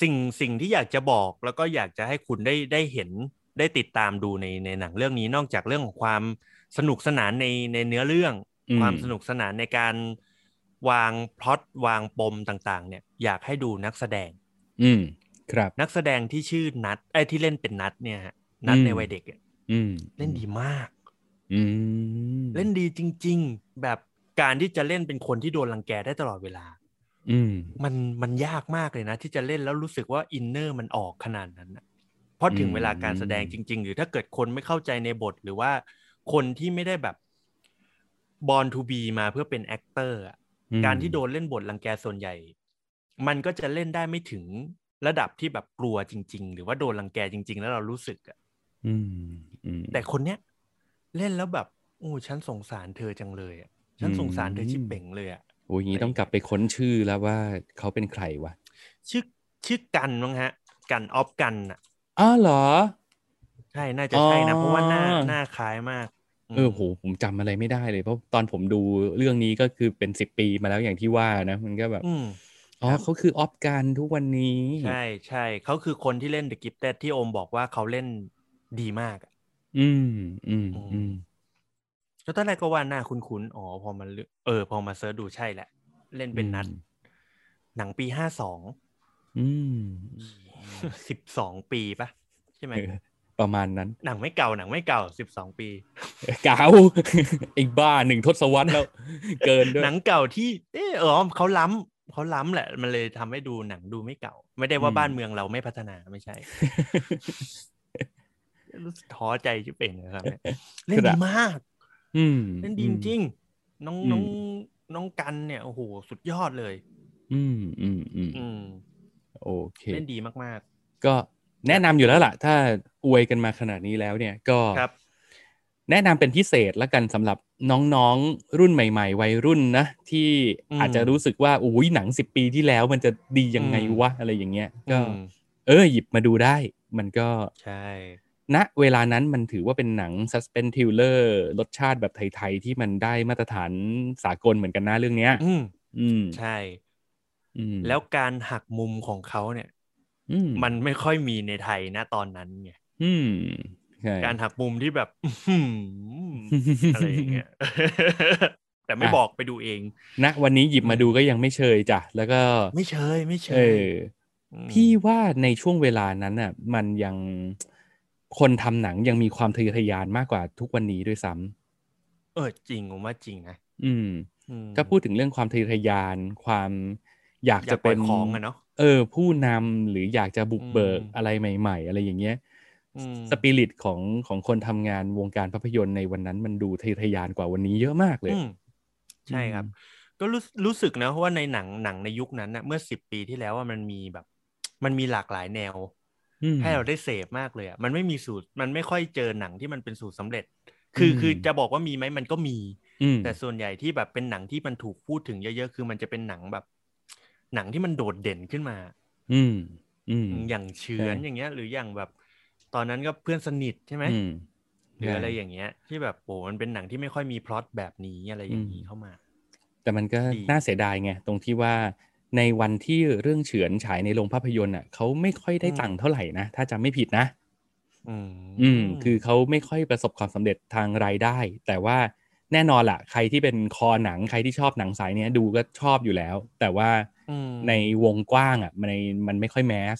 Speaker 3: สิ่งสิ่งที่อยากจะบอกแล้วก็อยากจะให้คุณได้ได้เห็นได้ติดตามดูในในหนังเรื่องนี้นอกจากเรื่องของความสนุกสนานในในเนื้อเรื่อง
Speaker 2: อืม
Speaker 3: ความสนุกสนานในการวางพล็อตวางปมต่างๆ เนี่ย อยากให้ดูนักแสดง
Speaker 2: อืม ครับ
Speaker 3: นักแสดงที่ชื่อนัทไอ้ยที่เล่นเป็นนัทเนี่ยฮะนัท
Speaker 2: อืม
Speaker 3: ในวัยเด็กอะ
Speaker 2: อืม
Speaker 3: เล่นดีมาก
Speaker 2: อืม
Speaker 3: เล่นดีจริง ๆ แบบการที่จะเล่นเป็นคนที่โดนรังแกได้ตลอดเวลา
Speaker 2: อืม
Speaker 3: มันมันยากมากเลยนะ ที่จะเล่นแล้วรู้สึกว่าอินเนอร์มันออกขนาดนั้นนะเพราะถึง
Speaker 2: อืม
Speaker 3: เวลาการแสดงจริง ๆ หรือถ้าเกิดคนไม่เข้าใจในบทหรือว่าคนที่ไม่ได้แบบ born to be มาเพื่อเป็นแอคเตอร์อะ
Speaker 2: อืม
Speaker 3: การที่โดนเล่นบทรังแกส่วนใหญ่ มันก็จะเล่นได้ไม่ถึงระดับที่แบบกลัวจริง ๆ หรือว่าโดนรังแกจริง ๆ แล้วเรารู้สึกอะ
Speaker 2: อืมอืม
Speaker 3: แต่คนเนี้ยเล่นแล้วแบบโอ้ฉันสงสารเธอจังเลยอะฉันสงสารเธอชิบเป่งเลยอะ
Speaker 2: โอ้ยงี้ต้องกลับไปค้นชื่อแล้วว่าเขาเป็นใครวะ
Speaker 3: ชื่อชื่อกันมั้งฮะ กันออฟกันอ่ะ
Speaker 2: อ้าวเหรอ
Speaker 3: ใช่ น่าจะใช่นะ
Speaker 2: อ๋อ
Speaker 3: เพราะว่าหน้าหน้าคล้ายมากม
Speaker 2: เออโหผมจำอะไรไม่ได้เลย เพราะตอนผมดูเรื่องนี้ก็คือเป็นสิบปีมาแล้วอย่างที่ว่านะ มันก็แบบ
Speaker 3: อืม
Speaker 2: อ๋อ
Speaker 3: ครับ
Speaker 2: เขาคือออฟการทุกวันนี้
Speaker 3: ใช่ใช่ เขาคือคนที่เล่น The Gifted ที่โอมบอกว่าเขาเล่นดีมากอะ
Speaker 2: อืม อืม
Speaker 3: อื
Speaker 2: อื
Speaker 3: ม
Speaker 2: ม
Speaker 3: แล้วตอนแรกก็ว่าหน้าคุ้นๆ อ๋อ พอมันเลือกเออ พอมาเซิร์ชดูใช่แหละ เล่นเป็นนัด
Speaker 2: อืม
Speaker 3: หนังปีห้าสอง
Speaker 2: อืม
Speaker 3: สิบสองปีปะใช่ไหม
Speaker 2: เออประมาณนั้น
Speaker 3: หนังไม่เก่าหนังไม่เก่าสิบสองปี
Speaker 2: เกา ไอ้บ้าหนึ่งทศวรรษแล้ว เกินด้วย
Speaker 3: หนังเก่าที่ เออเออเขาล้ำเขาล้ำแหละ มันเลยทำให้ดูหนังดูไม่เก่า ไม่ได้ว่า
Speaker 2: อืม
Speaker 3: บ้านเมืองเราไม่พัฒนาไม่ใช่ รู้สึกท้อใจจุเป็นนะครับเนี่ย เล่นดีมาก
Speaker 2: อืม
Speaker 3: เล่นดีจริงๆน้อง
Speaker 2: อืม
Speaker 3: น้องน้องกันเนี่ยโอ้โหสุดยอดเลย
Speaker 2: อืมอืมอืม
Speaker 3: อืม
Speaker 2: โอเค
Speaker 3: เล่นดีมาก
Speaker 2: ก็แนะนำอยู่แล้วล่ะ ถ้าอวยกันมาขนาดนี้แล้วเนี่ยก็
Speaker 3: ครับ
Speaker 2: แนะนำเป็นพิเศษละกันสำหรับน้องๆรุ่นใหม่ ๆ วัยรุ่นนะ ที่
Speaker 3: อืม
Speaker 2: อาจจะรู้สึกว่าโอ้ยหนังสิบปีที่แล้วมันจะดียังไง
Speaker 3: อืม
Speaker 2: วะอะไรอย่างเงี้ยก็
Speaker 3: อืม
Speaker 2: เออหยิบมาดูได้ มันก็
Speaker 3: ใช่
Speaker 2: ณเวลานั้นมันถือว่าเป็นหนัง Suspense Thriller รสชาติแบบไทย ๆ ที่มันได้มาตรฐานสากลเหมือนกันนะเรื่องเนี้ย
Speaker 3: อืม
Speaker 2: อืม
Speaker 3: ใช่
Speaker 2: อืม
Speaker 3: แล้วการหักมุมของเขาเนี่ย
Speaker 2: อื
Speaker 3: มันไม่ค่อยมีในไทยนะตอนนั้นไง
Speaker 2: อืมใช่
Speaker 3: การหักมุมที่แบบ อื้อหื ออะไรอย่างเงี้ย แต่ไม่บอกไปดูเอง
Speaker 2: ณวันนี้หยิบมาดูก็ยังไม่เชยจ้ะ แล้วก็
Speaker 3: ไม่เชยไม่เช
Speaker 2: เอย อ
Speaker 3: ม
Speaker 2: พี่ว่าในช่วงเวลานั้นน่ะ มันยังคนทำหนังยังมีความทะเยอทะยานมากกว่าทุกวันนี้ด้วยซ้
Speaker 3: เออจริงผมว่าจริงนะ
Speaker 2: ำอืม
Speaker 3: อืม
Speaker 2: ถ้าพูดถึงเรื่องความทะเยอทะยาน ความอยาก
Speaker 3: อยา
Speaker 2: จะ
Speaker 3: กปล่
Speaker 2: เป็
Speaker 3: อย
Speaker 2: น
Speaker 3: ของอะเนาะ
Speaker 2: เออผู้นำหรืออยากจะบุกเบิก
Speaker 3: อืม
Speaker 2: อะไรใหม่ ๆ อะไรอย่างเงี้ย
Speaker 3: อืม
Speaker 2: สปิริตของของคนทำงานวงการภาพยนตร์ในวันนั้นมันดูทะเยอทะยานกว่าวันนี้เยอะมากเลย
Speaker 3: อืมใช่ครับ
Speaker 2: อืม
Speaker 3: ก็รู้รู้สึกนะว่าในหนังหนังในยุคนั้นนะเมื่อสิบปีที่แล้วว่ามันมีแบบ มันมีหลากหลายแนว
Speaker 2: อืม
Speaker 3: ให้เราได้เสพมากเลยอ่ะมันไม่มีสูตรมันไม่ค่อยเจอหนังที่มันเป็นสูตรสำเร็จ คือ
Speaker 2: อืม
Speaker 3: คือจะบอกว่ามีไหมมันก็มี
Speaker 2: อืม
Speaker 3: แต่ส่วนใหญ่ที่แบบเป็นหนังที่มันถูกพูดถึงเยอะๆ คือมันจะเป็นหนังแบบ หนังที่มันโดดเด่นขึ้นมา
Speaker 2: อืมอืม
Speaker 3: อย่างเฉือน
Speaker 2: ใช่
Speaker 3: อย่างเงี้ย หรืออย่างแบบ ตอนนั้นก็เพื่อนสนิทใช่ไหม
Speaker 2: อืม
Speaker 3: หรืออะไรอย่างเงี้ย ที่แบบโอ้มันเป็นหนังที่ไม่ค่อยมีพล็อตแบบนี้อะไรอย่างนี้เข้ามา
Speaker 2: แต่มันก็
Speaker 3: ดี
Speaker 2: น่าเสียดายไงตรงที่ว่าในวันที่เรื่องเฉือนฉายในโรงภาพยนตร์อ่ะเขาไม่ค่อยได้ตังค์เท่าไหร่นะ ถ้าจำไม่ผิดนะ
Speaker 3: อืม
Speaker 2: อืม คือเขาไม่ค่อยประสบความสำเร็จทางรายได้ แต่ว่าแน่นอนละ่ะ ใครที่เป็นคอหนังใครที่ชอบหนังสายเนี้ยดูก็ชอบอยู่แล้ว แต่ว่า
Speaker 3: อ
Speaker 2: ในวงกว้างอ่ะมันในมันไม่ค่อยแมส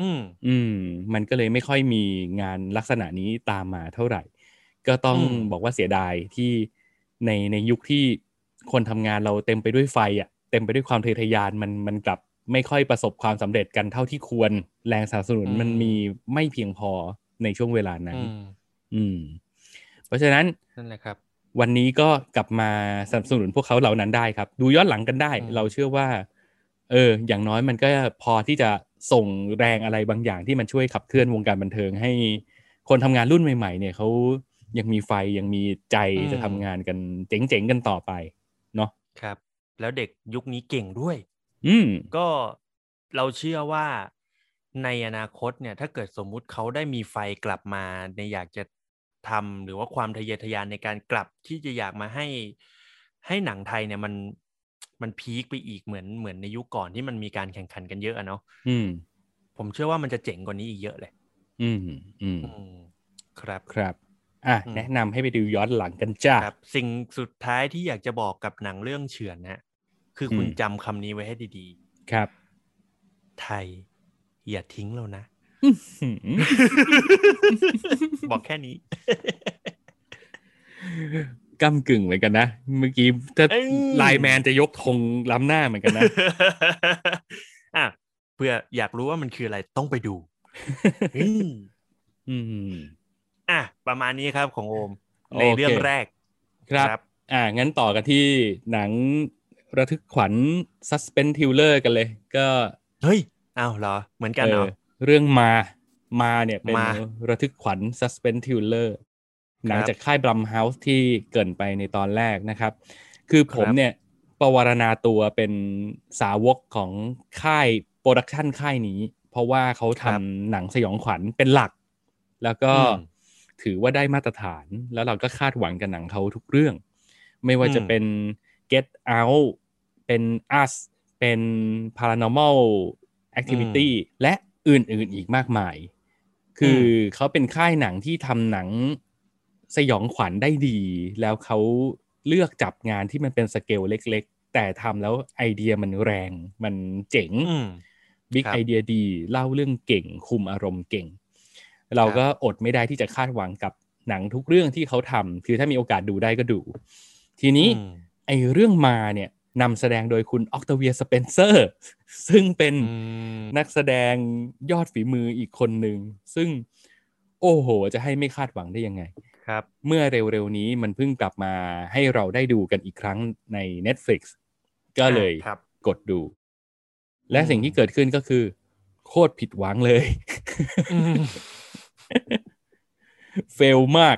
Speaker 3: อืม
Speaker 2: อืม มันก็เลยไม่ค่อยมีงานลักษณะนี้ตามมาเท่าไหร่ ก็ต้อง
Speaker 3: อืม
Speaker 2: บอกว่าเสียดายที่ในในยุคที่คนทำงานเราเต็มไปด้วยไฟอ่ะเต็มไปด้วยความทะเยอทะยานมันมันกลับไม่ค่อยประสบความสำเร็จกันเท่าที่ควรแรงสนับสนุนมันมีไม่เพียงพอในช่วงเวลานั้น
Speaker 3: อืม
Speaker 2: อืม เพราะฉะนั้น
Speaker 3: นั่นแหละครับ
Speaker 2: วันนี้ก็กลับมาสนับสนุนพวกเขาเหล่านั้นได้ครับ ดูย้อนหลังกันได้
Speaker 3: อืม
Speaker 2: เราเชื่อว่า เออ อย่างน้อยมันก็พอที่จะส่งแรงอะไรบางอย่างที่มันช่วยขับเคลื่อนวงการบันเทิงให้ คนทำงานรุ่นใหม่ ๆ เนี่ยเขายังมีไฟยังมีใจจะทำงานกันเจ๋งๆกันต่อไป
Speaker 3: ครับ แล้วเด็กยุคนี้เก่งด้วย
Speaker 2: อืม
Speaker 3: ก็เราเชื่อว่าในอนาคตเนี่ย ถ้าเกิดสมมุติเขาได้มีไฟกลับมาในอยากจะทำหรือว่าความทะเยอทะยานในการกลับที่จะอยากมาให้ ให้หนังไทยเนี่ยมันมันพีคไปอีกเหมือนเหมือนในยุคก่อนที่มันมีการแข่งขันกันเยอะอะเนาะ
Speaker 2: อืม
Speaker 3: ผมเชื่อว่ามันจะเจ๋งกว่านี้อีกเยอะเลย
Speaker 2: อืม อืม
Speaker 3: อืมครับ
Speaker 2: ครับ อ่ะ
Speaker 3: อืม
Speaker 2: แนะนำให้ไปดูย้อนหลังกันจ้า
Speaker 3: ครับ สิ่งสุดท้ายที่อยากจะบอกกับหนังเรื่องเฉือนนะคือคุณ
Speaker 2: อืม
Speaker 3: จำคำนี้ไว้ให้ดี
Speaker 2: ครับ
Speaker 3: ๆ ไทย อย่าทิ้งเรานะ
Speaker 2: อืม
Speaker 3: บอกแค่นี้
Speaker 2: ก้ำกึ่งเหมือนกันนะ เมื่อกี้ถ้า
Speaker 3: เอ้ย
Speaker 2: ไลน์แมนจะยกธงล้ำหน้าเหมือนกันนะ
Speaker 3: อ่ะเพื่ออยากรู้ว่ามันคืออะไรต้องไป ดู
Speaker 2: อืม
Speaker 3: อ่ะประมาณนี้ครับของโอม ในเรื่องแรก
Speaker 2: ครับ อ่า งั้นต่อกันที่หนังระทึกขวัญ Suspense Thriller กันเลย ก็
Speaker 3: เฮ้ยอ้าวเหรอ เหมือนกันเหรอ
Speaker 2: เอ่อเรื่องมา มาเนี่ยเป็น
Speaker 3: มา
Speaker 2: ระทึกขวัญ Suspense Thriller หนัง
Speaker 3: ครับ
Speaker 2: จากค่าย Blumhouse ที่เกรินไปในตอนแรกนะครับ คือผม
Speaker 3: ครับ
Speaker 2: เนี่ยประวารณาตัวเป็นสาวกของค่ายโปรดักชันค่ายนี้ เพราะว่าเขา
Speaker 3: ครับ
Speaker 2: ทำหนังสยองขวัญเป็นหลัก แล้วก็
Speaker 3: อืม
Speaker 2: ถือว่าได้มาตรฐานแล้วเราก็คาดหวังกับหนังเขาทุกเรื่อง ไม่ว่าจะ
Speaker 3: อืม
Speaker 2: เป็น Get Out เป็น Us เป็น Paranormal Activity และอื่นๆอีกมากมาย คืออเขาเป็นค่ายหนังที่ทำหนังสยองขวัญได้ดี แล้วเขาเลือกจับงานที่มันเป็นสเกลเล็กๆ แต่ทำแล้วไอเดียมันแรง มันเจ๋ง
Speaker 3: อืม
Speaker 2: บิ๊ก
Speaker 3: ครับ
Speaker 2: ไอเดียดี เล่าเรื่องเก่ง คุมอารมณ์เก่ง เราก็อดไม่ได้ที่จะคาดหวังกับหนังทุกเรื่องที่เขาทำคือถ้ามีโอกาสดูได้ก็ดู ทีนี้
Speaker 3: อืม
Speaker 2: ไอเรื่องมาเนี่ยนำแสดงโดยคุณออกตเวียสเปนเซอร์ ซึ่งเป็น
Speaker 3: อืม
Speaker 2: นักแสดงยอดฝีมืออีกคนหนึ่ง ซึ่งโอ้โห จะให้ไม่คาดหวังได้ยังไง
Speaker 3: ครับ
Speaker 2: เมื่อเร็วๆนี้มันเพิ่งกลับมาให้เราได้ดูกันอีกครั้งใน Netflix ก็เลย
Speaker 3: อ่ะครับ
Speaker 2: กดดู และ
Speaker 3: อืม
Speaker 2: สิ่งที่เกิดขึ้นก็คือ โคตรผิดหวังเลย
Speaker 3: อืม
Speaker 2: เฟลมาก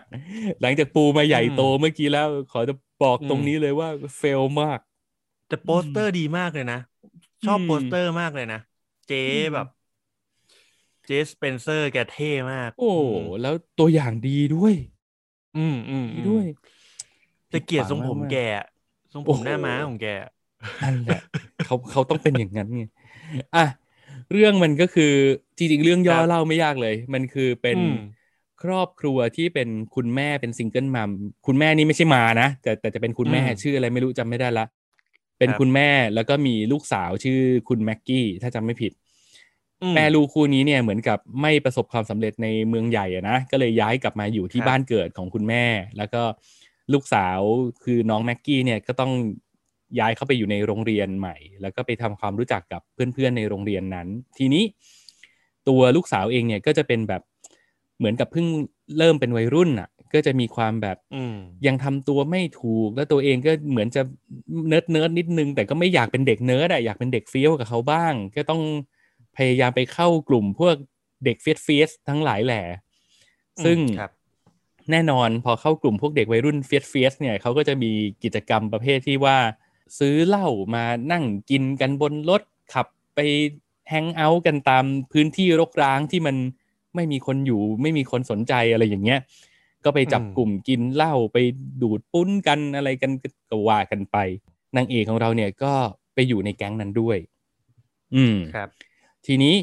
Speaker 2: หลังจากปูมาใหญ่โตเมื่อกี้แล้ว ขอจะบอกตรงนี้เลยว่าเฟลมาก
Speaker 3: แต่โปสเตอร์ดีมากเลยนะ ชอบ
Speaker 2: อืม
Speaker 3: โปสเตอร์มากเลยนะ เจ๊
Speaker 2: อืม
Speaker 3: แบบ เจ๊สเปนเซอร์แกเท่มาก
Speaker 2: โอ้แล้วตัวอย่างดีด้วย
Speaker 3: อืมอืม
Speaker 2: ดี
Speaker 3: อืม
Speaker 2: ด้วย
Speaker 3: แต่เกลียดทรงผมแกอะทรงผมหน้า
Speaker 2: โอ้โห
Speaker 3: ม้าของแกอะ
Speaker 2: นั่นแหละ เขาเขาต้องเป็นอย่างนั้นไงอ่ะเรื่องมันก็คือจริงๆ เรื่องย่อ
Speaker 3: ครับ
Speaker 2: เล่าไม่ยากเลย มันคือเป็น
Speaker 3: อืม
Speaker 2: ครอบครัวที่เป็นคุณแม่เป็นซิงเกิลมัมคุณแม่นี่ไม่ใช่มานะ แต่แต่จะเป็นคุณแม่
Speaker 3: อืม
Speaker 2: ชื่ออะไรไม่รู้จำไม่ได้ละ เป็น
Speaker 3: ครับ
Speaker 2: คุณแม่แล้วก็มีลูกสาวชื่อคุณแม็กกี้ถ้าจำไม่ผิด
Speaker 3: อื
Speaker 2: แม่ลูกคู่นี้เนี่ยเหมือนกับไม่ประสบความสำเร็จในเมืองใหญ่อะนะก็เลยย้ายกลับมาอยู่ที่
Speaker 3: ครับ
Speaker 2: บ้านเกิดของคุณแม่ แล้วก็ลูกสาวคือน้องแม็กกี้เนี่ยก็ต้องย้ายเข้าไปอยู่ในโรงเรียนใหม่ แล้วก็ไปทำความรู้จักกับเพื่อนๆในโรงเรียนนั้น ทีนี้ตัวลูกสาวเองเนี่ยก็จะเป็นแบบเหมือนกับเพิ่งเริ่มเป็นวัยรุ่นอ่ะ ก็จะมีความแบบ
Speaker 3: อืม
Speaker 2: ยังทำตัวไม่ถูกแล้วตัวเองก็เหมือนจะเนิร์ดเนิร์ดๆนิดนึง แต่ก็ไม่อยากเป็นเด็กเนิร์ดอะอยากเป็นเด็กเฟี้ยวกับเขาบ้าง ก็ต้อง พยายามไปเข้ากลุ่มพวกเด็กเฟียสเฟียสๆทั้งหลายแหล่
Speaker 3: อืม
Speaker 2: ซึ่ง
Speaker 3: ครับ
Speaker 2: แน่นอนพอเข้ากลุ่มพวกเด็กวัยรุ่นเฟียสเฟียสๆเนี่ยเขาก็จะมีกิจกรรมประเภทที่ว่า ซื้อเหล้ามานั่งกินกันบนรถขับไปแฮงเอาท์กันตามพื้นที่รกร้างที่มันไม่มีคนอยู่ ไม่มีคนสนใจอะไรอย่างเงี้ย ก็ไปจับ
Speaker 3: อืม
Speaker 2: กลุ่มกินเหล้าไปดูดปุ้นกันอะไรกันก็ว่ากันไปนางเอกของเราเนี่ยก็ไปอยู่ในแก๊งนั้นด้วย อืม
Speaker 3: ครับ
Speaker 2: ทีนี้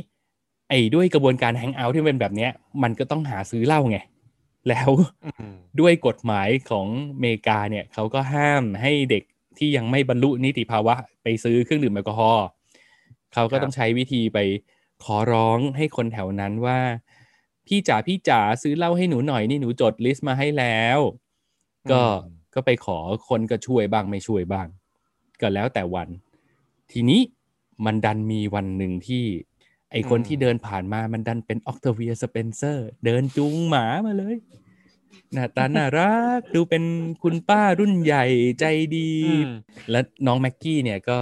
Speaker 2: ไอ้ด้วยกระบวนการแฮงเอาท์ที่เป็นแบบเนี้ย มันก็ต้องหาซื้อเหล้าไง แล้ว
Speaker 3: อืม
Speaker 2: ด้วยกฎหมายของอเมริกาเนี่ยเขาก็ห้ามให้เด็กที่ยังไม่บรรลุนิติภาวะไปซื้อเครื่องดื่มแอลกอฮอล์เขา
Speaker 3: ค
Speaker 2: ก็
Speaker 3: รับ
Speaker 2: ต้องใช้วิธีไปขอร้องให้คนแถวนั้นว่า พี่จ๋าพี่จ๋าซื้อเหล้าให้หนูหน่อยนี่หนูจดลิสต์มาให้แล้ว ก็ก็ไปขอคนก็ช่วยบ้างไม่ช่วยบ้าง ก็แล้วแต่วัน ทีนี้มันดันมีวันหนึ่งที่ ไอคน
Speaker 3: อืม
Speaker 2: ที่เดินผ่านมามันดันเป็นออกเ v เวียสเปนเซอร์ เดินจูงหมามาเลย หน้าตาน่ารัก ดูเป็นคุณป้ารุ่นใหญ่ใจดี
Speaker 3: อืม
Speaker 2: และน้องแม็กกี้เนี่ยก็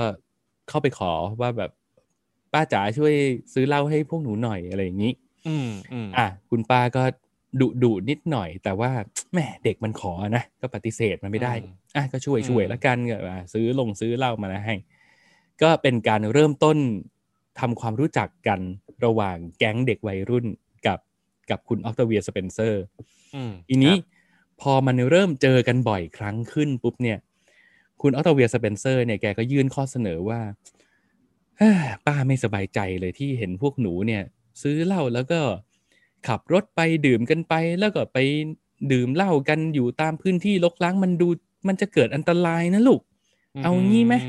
Speaker 2: เข้าไปขอว่าแบบป้าจ๋าช่วยซื้อเหล้าให้พวกหนูหน่อยอะไรอย่างนี้
Speaker 3: อืมอืม
Speaker 2: อ่ะคุณป้าก็ดุดุนิดหน่อย แต่ว่า แหม่เด็กมันขอนะ ก็ปฏิเสธมันไม่ได้
Speaker 3: อื
Speaker 2: อ่ะก็ช่วย
Speaker 3: อืม
Speaker 2: ช่วยละกันก็อ่ะซื้อลงซื้อเหล้ามาให้ ก็เป็นการเริ่มต้นทำความรู้จักกันระหว่างแก๊งเด็กวัยรุ่นกับกับคุณออกตเวียสเปนเซอร์
Speaker 3: อืม
Speaker 2: ทีนี้พอมันเริ่มเจอกันบ่อยครั้งขึ้นปุ๊บเนี่ย คุณออตเวียสเปนเซอร์เนี่ยแกก็ยื่นข้อเสนอว่าเอ้อป้าไม่สบายใจเลยที่เห็นพวกหนูเนี่ย ซื้อเหล้าแล้วก็ขับรถไปดื่มกันไป แล้วก็ไปดื่มเหล้ากันอยู่ตามพื้นที่รกร้างมันดูมันจะเกิดอันตรายนะลูก
Speaker 3: ม
Speaker 2: เอางี้ไหม
Speaker 3: บ้า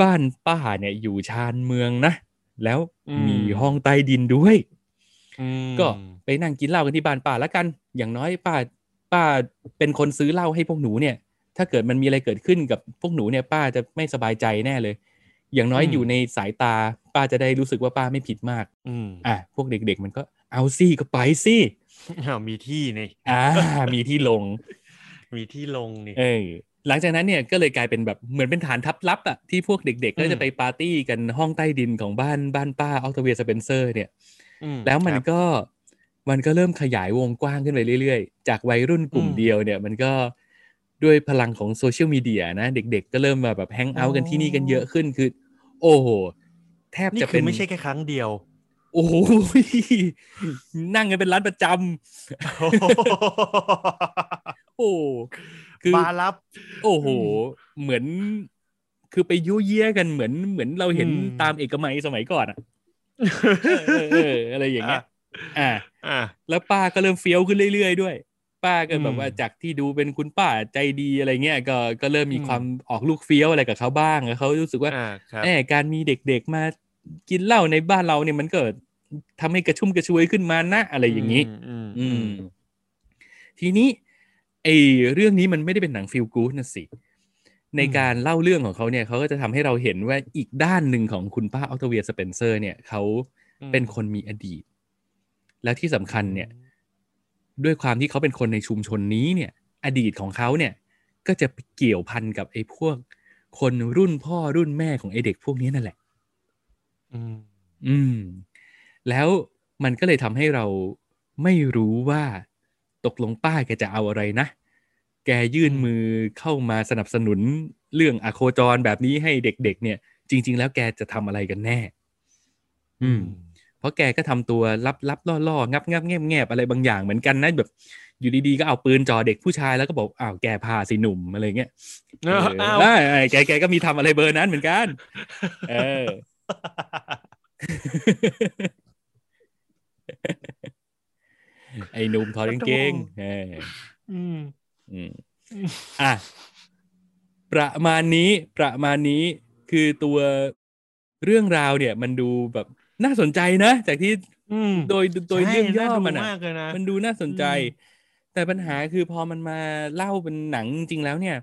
Speaker 2: บ้านป้าเนี่ยอยู่ชานเมืองนะ แล้ว
Speaker 3: อืม
Speaker 2: มีห้องใต้ดินด้วย ก็ไปนั่งกินเหล้ากันที่บ้านป้าแล้วกัน อย่างน้อยป้าป้าเป็นคนซื้อเหล้าให้พวกหนูเนี่ย ถ้าเกิดมันมีอะไรเกิดขึ้นกับพวกหนูเนี่ย ป้าจะไม่สบายใจแน่เลย อย่างน้อย
Speaker 3: อืม
Speaker 2: อยู่ในสายตา ป้าจะได้รู้สึกว่าป้าไม่ผิดมาก
Speaker 3: อืม
Speaker 2: อ่ะพวกเด็กๆ มันก็เอาซี่ก็ไปซี่
Speaker 3: อ้าวมีที่นี่
Speaker 2: อ่า มีที่ลง
Speaker 3: มีที่ลงนี่
Speaker 2: เออหลังจากนั้นเนี่ยก็เลยกลายเป็นแบบเหมือนเป็นฐานทัพลับอะที่พวกเด็กๆ ก็จะไปปาร์ตี้กันห้องใต้ดินของบ้านบ้านป้าออกตเวียสเปนเซอร์เนี่ย
Speaker 3: อืม
Speaker 2: แล้วมัน
Speaker 3: ครับ
Speaker 2: ก็มันก็เริ่มขยายวงกว้างขึ้นไปเรื่อยๆ จากวัยรุ่นกลุ่ม
Speaker 3: อืม
Speaker 2: เดียวเนี่ยมันก็ด้วยพลังของโซเชียลมีเดียนะ เด็กๆ ก็เริ่มมาแบบแฮงเอาท์กันที่นี่กันเยอะขึ้นคือ โอ้โห แทบ
Speaker 3: นี่
Speaker 2: จะ
Speaker 3: คื
Speaker 2: เป็
Speaker 3: อน ไม่ใช่แค่ครั้งเดียว
Speaker 2: โอ้โห นั่งกันเป็นร้านประจำโอ้คือ
Speaker 3: บาร์ลับ
Speaker 2: โอ้โห เหมือน คือไปยุ่ยเยี่ยกันเหมือนเหมือนเราเห็น
Speaker 3: อืม
Speaker 2: ตามเอกมัยสมัยก่อน อะเออเอออะไรอย่างเงี้ยอ่า
Speaker 3: อ่ะ
Speaker 2: แล้วป้าก็เริ่มเฟี้ยวขึ้นเรื่อยๆด้วย ป้าก็แบบ
Speaker 3: อืม
Speaker 2: ว่าจากที่ดูเป็นคุณป้าใจดีอะไรเงี้ยก็ก็เริ่มมี
Speaker 3: อืม
Speaker 2: ความออกลูกเฟี้ยวอะไรกับเขาบ้างแล้วเขารู้สึกว่า
Speaker 3: อ่ะครับ
Speaker 2: แหมการมีเด็กๆมากินเหล้าในบ้านเราเนี่ยมันก็ทำให้กระชุ่มกระชวยขึ้นมานะอะไรอย่างนี้
Speaker 3: นี้ อืม
Speaker 2: อื
Speaker 3: อื
Speaker 2: ม
Speaker 3: ม
Speaker 2: ทีนี้ไอเรื่องนี้มันไม่ได้เป็นหนังฟิลกู๊ดนะสิ ใน
Speaker 3: อืม
Speaker 2: การเล่าเรื่องของเขาเนี่ยเขาก็จะทำให้เราเห็นว่าอีกด้านหนึ่งของคุณป้าออตเวียสเปนเซอร์เนี่ยเขาเป็นคนมีอดีต แล้วที่สำคัญเนี่ย ด้วยความที่เขาเป็นคนในชุมชนนี้เนี่ย อดีตของเขาเนี่ย ก็จะเกี่ยวพันกับไอ้พวก คนรุ่นพ่อรุ่นแม่ของไอ้เด็กพวกนี้นั่นแหละ
Speaker 3: อืม
Speaker 2: อืม แล้วมันก็เลยทำให้เรา ไม่รู้ว่าตกลงป้าแกจะเอาอะไรนะ แกยื่นมือเข้ามาสนับสนุนเรื่องอโคจรแบบนี้ให้เด็กๆ เนี่ย จริง ๆ แล้วแกจะทำอะไรกันแน่ อืม เพราะแกก็ทำตัวลับลับล่อล่องับงับแงบแงบอะไรบางอย่างเหมือนกันนะแบบ อยู่ดีๆ ก็เอาปืนจ่อเด็กผู้ชายแล้วก็บอกอ้าวแกพาสิหนุ่มอะไรเงี้ยเออ
Speaker 3: อ้าว
Speaker 2: ได้ไอ้แกแกก็มีทำอะไรเบอร์นั้นเหมือนกัน เออ ไอ้หนุ่มถอดกางเก งเออ
Speaker 3: อืม
Speaker 2: อืม
Speaker 3: อืม
Speaker 2: อ่ะประมาณนี้ประมาณนี้คือตัวเรื่องราวเนี่ย มันดูแบบน่าสนใจนะ จากที่
Speaker 3: อืม
Speaker 2: โดยโดย
Speaker 3: ใช่
Speaker 2: เรื่องย่อ
Speaker 3: น่าดู
Speaker 2: มันอ่ะ
Speaker 3: มากเลยนะ
Speaker 2: มันดูน่าสนใจ
Speaker 3: อื
Speaker 2: แต่ปัญหาคือพอมันมาเล่าเป็นหนังจริงๆแล้วเนี่ย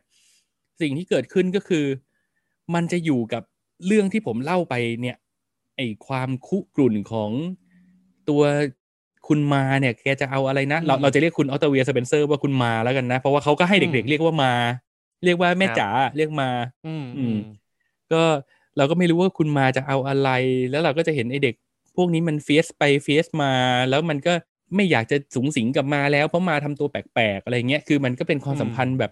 Speaker 2: สิ่งที่เกิดขึ้นก็คือ มันจะอยู่กับเรื่องที่ผมเล่าไปเนี่ย ไอความคุกรุ่นของตัวคุณมาเนี่ย แกจะเอาอะไรนะ เรา
Speaker 3: อืม
Speaker 2: เราจะเรียกคุณออตเตอร์เวียสเปนเซอร์ว่าคุณมาแล้วกันนะ เพราะว่าเขาก็ให้
Speaker 3: อืม
Speaker 2: เด็กๆ เรียกว่ามา เรียกว่าแม่จ๋าเรียกมา
Speaker 3: อืม
Speaker 2: อื
Speaker 3: อื
Speaker 2: ม
Speaker 3: ม
Speaker 2: ก็เราก็ไม่รู้ว่าคุณมาจะเอาอะไร แล้วเราก็จะเห็นไอเด็ก พวกนี้มันเฟียสไปเฟียสมา แล้วมันก็ไม่อยากจะสูงสิงกับมาแล้วเพราะมาทำตัวแปลกๆอะไรเงี้ยคือมันก็เป็นความ
Speaker 3: อืม
Speaker 2: สัมพันธ์แบบ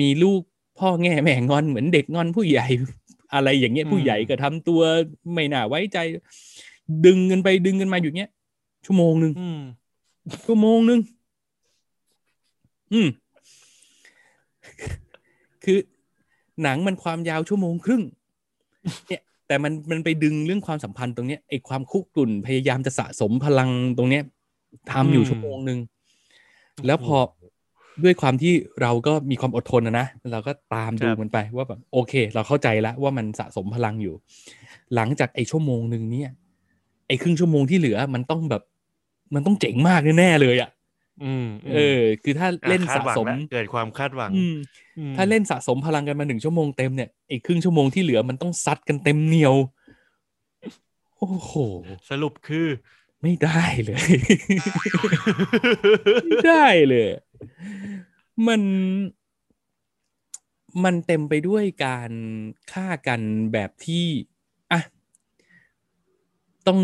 Speaker 2: มีลูกพ่อแง่แม่งอนเหมือนเด็กงอนผู้ใหญ่ อะไรอย่างเงี้ยผู้ใหญ่ก็ทำตัวไม่น่าไว้ใจ ดึงกันไปดึงกันมาอยู่เงี้ยชั่วโมงหนึ่ง
Speaker 3: อืม
Speaker 2: ชั่วโมงหนึ่ง อืม คือหนังมันความยาวชั่วโมงครึ่ง เนี่ย แต่มันมันไปดึงเรื่องความสัมพันธ์ตรงเนี้ยไอ้ความคุกกลุ่นพยายามจะสะสมพลังตรงเนี้ยทำอยู่
Speaker 3: อืม
Speaker 2: ชั่วโมงหนึ่ง แล้วพอด้วยความที่เราก็มีความอดทนนะนะเราก็ตามดูมันไปว่าแบบโอเค เราเข้าใจแล้วว่ามันสะสมพลังอยู่ หลังจากไอ้ชั่วโมงหนึ่งเนี่ย ไอ้ครึ่งชั่วโมงที่เหลือมันต้องแบบ มันต้องเจ๋งมากแน่ๆเลยอะ่ะ
Speaker 3: อืม
Speaker 2: เออ คือถ้า
Speaker 3: ะ
Speaker 2: เล่น
Speaker 3: คด
Speaker 2: สะ
Speaker 3: หวัง
Speaker 2: สม
Speaker 3: แล้วเกิดความคาดหวัง
Speaker 2: อืม
Speaker 3: อืม
Speaker 2: ถ้าเล่นสะสมพลังกันมาหนึ่งชั่วโมงเต็มเนี่ยไอ้ครึ่งชั่วโมงที่เหลือมันต้องซัดกันเต็มเหนียว โอ้โห
Speaker 3: สรุปคือ
Speaker 2: ไม่ได้เลย ไม่ได้เลย มัน มันเต็มไปด้วยการฆ่ากันแบบที่อ่ะต้อง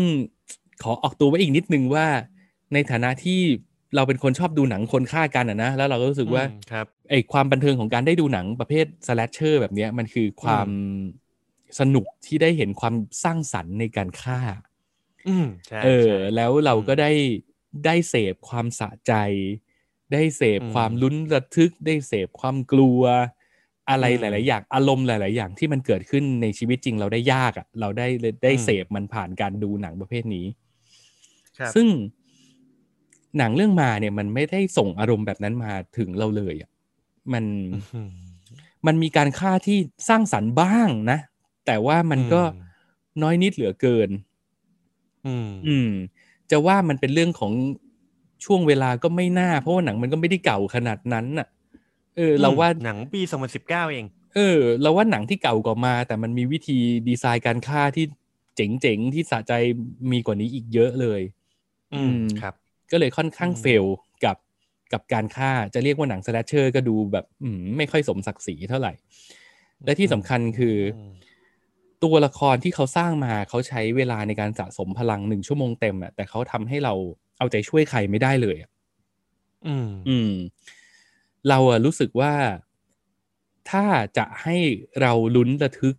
Speaker 2: ขอออกตัวไว้อีกนิดนึงว่า ในฐานะที่เราเป็นคนชอบดูหนังคนฆ่ากันอะนะ แล้วเราก็รู้สึกว่า
Speaker 3: อืมครับ
Speaker 2: ไอความบันเทิงของการได้ดูหนังประเภทสแลชเชอร์แบบเนี้ยมันคือความสนุกที่ได้เห็นความสร้างสรรค์ในการฆ่า
Speaker 3: อืมใช่
Speaker 2: เออ
Speaker 3: ใช่
Speaker 2: แล้วเราก็
Speaker 3: อืม
Speaker 2: ได้ได้เสพความสะใจ ได้เสพ
Speaker 3: อืม
Speaker 2: ความลุ้นระทึก ได้เสพความกลัว อะไร
Speaker 3: อืม
Speaker 2: หลาย ๆ อย่างอารมณ์หลาย ๆ อย่างที่มันเกิดขึ้นในชีวิตจริงเราได้ยากอะ่ะ เราได้ได้
Speaker 3: อืม
Speaker 2: เสพมันผ่านการดูหนังประเภทนี้
Speaker 3: ครับ
Speaker 2: ซึ่งหนังเรื่องมาเนี่ยมันไม่ได้ส่งอารมณ์แบบนั้นมาถึงเราเลยอะ่ะมัน
Speaker 3: อืม
Speaker 2: มันมีการฆ่าที่สร้างสรรค์บ้างนะ แต่ว่ามันก็
Speaker 3: อืม
Speaker 2: น้อยนิดเหลือเกิน
Speaker 3: อืม
Speaker 2: อืม จะว่ามันเป็นเรื่องของช่วงเวลาก็ไม่น่า เพราะว่าหนังมันก็ไม่ได้เก่าขนาดนั้นน่ะ เออ เราว่า
Speaker 3: หนังปีสองพันสิบเก้าเอง
Speaker 2: เออ เราว่าหนังที่เก่ากว่ามา แต่มันมีวิธีดีไซน์การฆ่าที่เจ๋งๆ ที่สะใจมีกว่านี้อีกเยอะเลย
Speaker 3: อื
Speaker 2: อื
Speaker 3: ม
Speaker 2: ม
Speaker 3: ครับ
Speaker 2: ก็เลยค่อนข้าง
Speaker 3: อืม
Speaker 2: เฟลกับกับการฆ่าจะเรียกว่าหนังสแลชเชอร์ก็ดูแบบ อืมไม่ค่อยสมศักดิ์ศรีเท่าไหร่ และที่สำคัญคืออ
Speaker 3: ม
Speaker 2: ตัวละครที่เขาสร้างมาเขาใช้เวลาในการสะสมพลังหนึ่งชั่วโมงเต็มอะแต่เขาทำให้เราเอาใจช่วยใครไม่ได้เลยอะ
Speaker 3: อืม
Speaker 2: อืม เราอะรู้สึกว่าถ้าจะให้เราลุ้นระทึก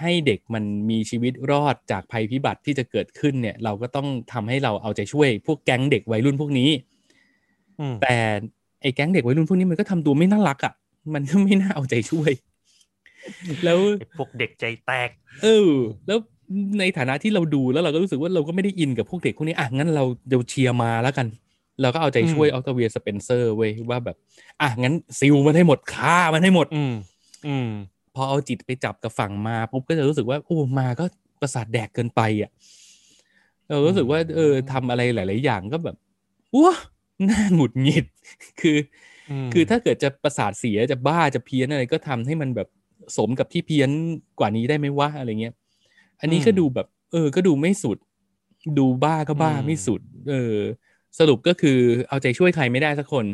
Speaker 2: ให้เด็กมันมีชีวิตรอดจากภัยพิบัติที่จะเกิดขึ้นเนี่ย เราก็ต้องทำให้เราเอาใจช่วย พวกแก๊งเด็กวัยรุ่นพวกนี้
Speaker 3: อืม
Speaker 2: แต่ไอ้แก๊งเด็กวัยรุ่นพวกนี้มันก็ทำตัวไม่น่ารักอะ่ะ มันก็ไม่น่าเอาใจช่วย แล้ว
Speaker 3: ไอ้พวกเด็กใจแตก
Speaker 2: เออ แล้วในฐานะที่เราดูแล้วเราก็รู้สึกว่าเราก็ไม่ได้อินกับพวกเด็กพวกนี้อ่ะงั้นเราเดี๋ยวเชียร์มาแล้วกัน เราก็เอาใจช่วย
Speaker 3: อืม
Speaker 2: ออตเวียสเปนเซอร์เว้ยว่าแบบ อ่ะงั้นซิลมันให้หมดฆ่ามันให้หมด
Speaker 3: อืม อืม
Speaker 2: พอเอาจิตไปจับกับฝั่งมาปุ๊บก็จะรู้สึกว่าโอ้มาก็ประสาทแดกเกินไปอ่ะเรารู้สึกว่า เออทำอะไรหลาย ๆ อย่างก็แบบว้าน่าหงุดหงิด คือ
Speaker 3: ม
Speaker 2: คือถ้าเกิดจะประสาทเสียจะบ้าจะเพี้ยนอะไรก็ทำให้มันแบบสมกับที่เพี้ยนกว่านี้ได้ไหมวะอะไรเงี้ย อันนี้ก็
Speaker 3: อืม
Speaker 2: ดูแบบ เออ ก็ดูไม่สุด ดูบ้าก็บ้า
Speaker 3: อืม
Speaker 2: ไม่สุด เออ สรุปก็คือเอาใจช่วยใครไม่ได้สักคน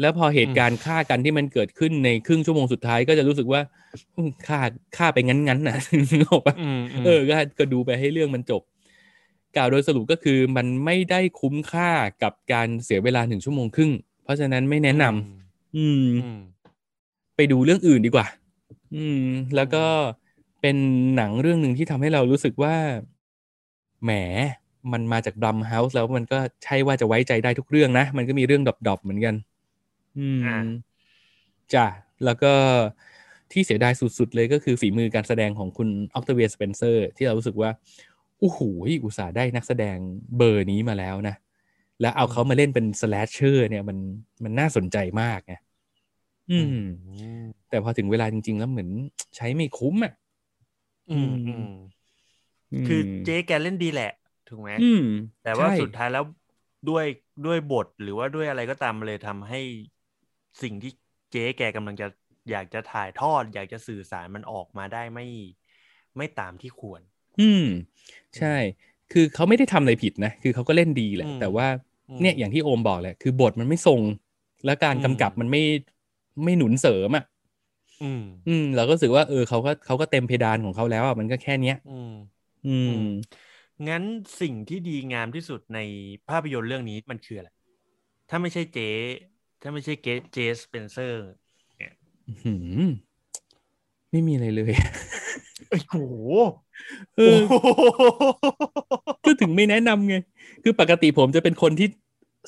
Speaker 2: แล้วพอเหตุการณ์ฆ่ากันที่มันเกิดขึ้นในครึ่งชั่วโมงสุดท้ายก็จะรู้สึกว่าอืมฆ่าฆ่าไปงั้นๆนะ นึกออกปะ
Speaker 3: อืมม
Speaker 2: เออก็ก็ดูไปให้เรื่องมันจบ กล่าวโดยสรุปก็คือมันไม่ได้คุ้มค่ากับการเสียเวลาหนึ่งชั่วโมงครึ่ง เพราะฉะนั้นไม่แนะนำอืม
Speaker 3: อืม
Speaker 2: ไปดูเรื่องอื่นดีกว่า อืม แล้วก็เป็นหนังเรื่องหนึ่งที่ทำให้เรารู้สึกว่า แหม มันมาจากดัมเฮาส์แล้วมันก็ใช่ว่าจะไว้ใจได้ทุกเรื่องนะ มันก็มีเรื่องดอบๆเหมือนกัน อืม
Speaker 3: อ่า
Speaker 2: จ้ะ แล้วก็ที่เสียดายสุดๆเลยก็คือฝีมือการแสดงของคุณออกเตเวียสเปนเซอร์ที่เรารู้สึกว่าโอ้โหอุตส่าห์ได้นักแสดงเบอร์นี้มาแล้วนะ แล้วเอาเขามาเล่นเป็นสแลชเชอร์เนี่ยมันมันน่าสนใจมากไงอืม แต่พอถึงเวลาจริง ๆ แล้วเหมือน ใช้ไม่คุ้มอ่ะ
Speaker 3: อืมอืมคือเจ๊แกเล่นดีแหละ ถูกไหม
Speaker 2: อืม
Speaker 3: แต่ว่า
Speaker 2: ใช่
Speaker 3: สุดท้ายแล้วด้วยด้วยบทหรือว่าด้วยอะไรก็ตามมันเลยทำให้สิ่งที่เจ๊แกกำลังจะอยากจะถ่ายทอด อยากจะสื่อสารมันออกมาได้ไม่ ไม่ตามที่ควร
Speaker 2: อืม ใช่ คือเขาไม่ได้ทำอะไรผิดนะ คือเขาก็เล่นดีแหละ
Speaker 3: อืม
Speaker 2: แต่ว่า
Speaker 3: อืม
Speaker 2: เนี่ยอย่างที่โอมบอกแหละ คือบทมันไม่ทรง และการ
Speaker 3: อืม
Speaker 2: กำกับมันไม่ไม่หนุนเสริมอ่ะ
Speaker 3: อืม
Speaker 2: อืม เราก็รู้สึกว่าเออเขาก็เขาก็เต็มเพดานของเขาแล้วอ่ะมันก็แค่เนี้ย
Speaker 3: อืม
Speaker 2: อืม
Speaker 3: อืม งั้นสิ่งที่ดีงามที่สุดในภาพยนตร์เรื่องนี้มันคืออะไร ถ้าไม่ใช่เจ๊ถ้าไม่ใช่เกเจสเปนเซอร์
Speaker 2: อื้อหือไม่มีอะไรเลย
Speaker 3: เอ้ยโอ้โห
Speaker 2: เออ ก็ถึงไม่แนะนำไง คือปกติผมจะเป็นคนที่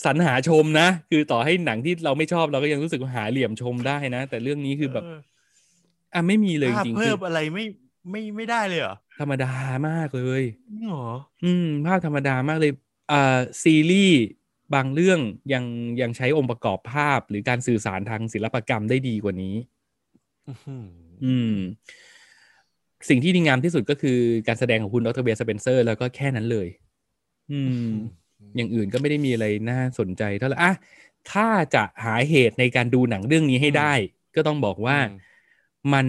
Speaker 2: สรรหาชมนะ คือต่อให้หนังที่เราไม่ชอบเราก็ยังรู้สึกว่าหาเหลี่ยมชมได้นะ แต่เรื่องนี้คือแบบ อ่ะไม่มีเลยจ
Speaker 3: ภาพ
Speaker 2: ริงๆคื
Speaker 3: เพิ่
Speaker 2: อ
Speaker 3: มอะไรไม่ไม่ไม่ได้เลยเหรอ
Speaker 2: ธรรมดามากเลย
Speaker 3: จริงเหรอ
Speaker 2: อืม ภาพธรรมดามากเลยอ่าซีรีส์บางเรื่องยังยังใช้องค์ประกอบภาพ หรือการสื่อสารทางศิลปกรรมได้ดีกว่านี้
Speaker 3: อื้อหือ
Speaker 2: อืม สิ่งที่ดีงามที่สุดก็คือการแสดงของคุณดรเบียสเปนเซอร์ แล้วก็แค่นั้นเลย อืม อย่างอื่นก็ไม่ได้มีอะไรน่าสนใจเท่าไหร่อ่ะถ้าจะหาเหตุในการดูหนังเรื่องนี้ให้ได้ ก็ต้องบอกว่ามัน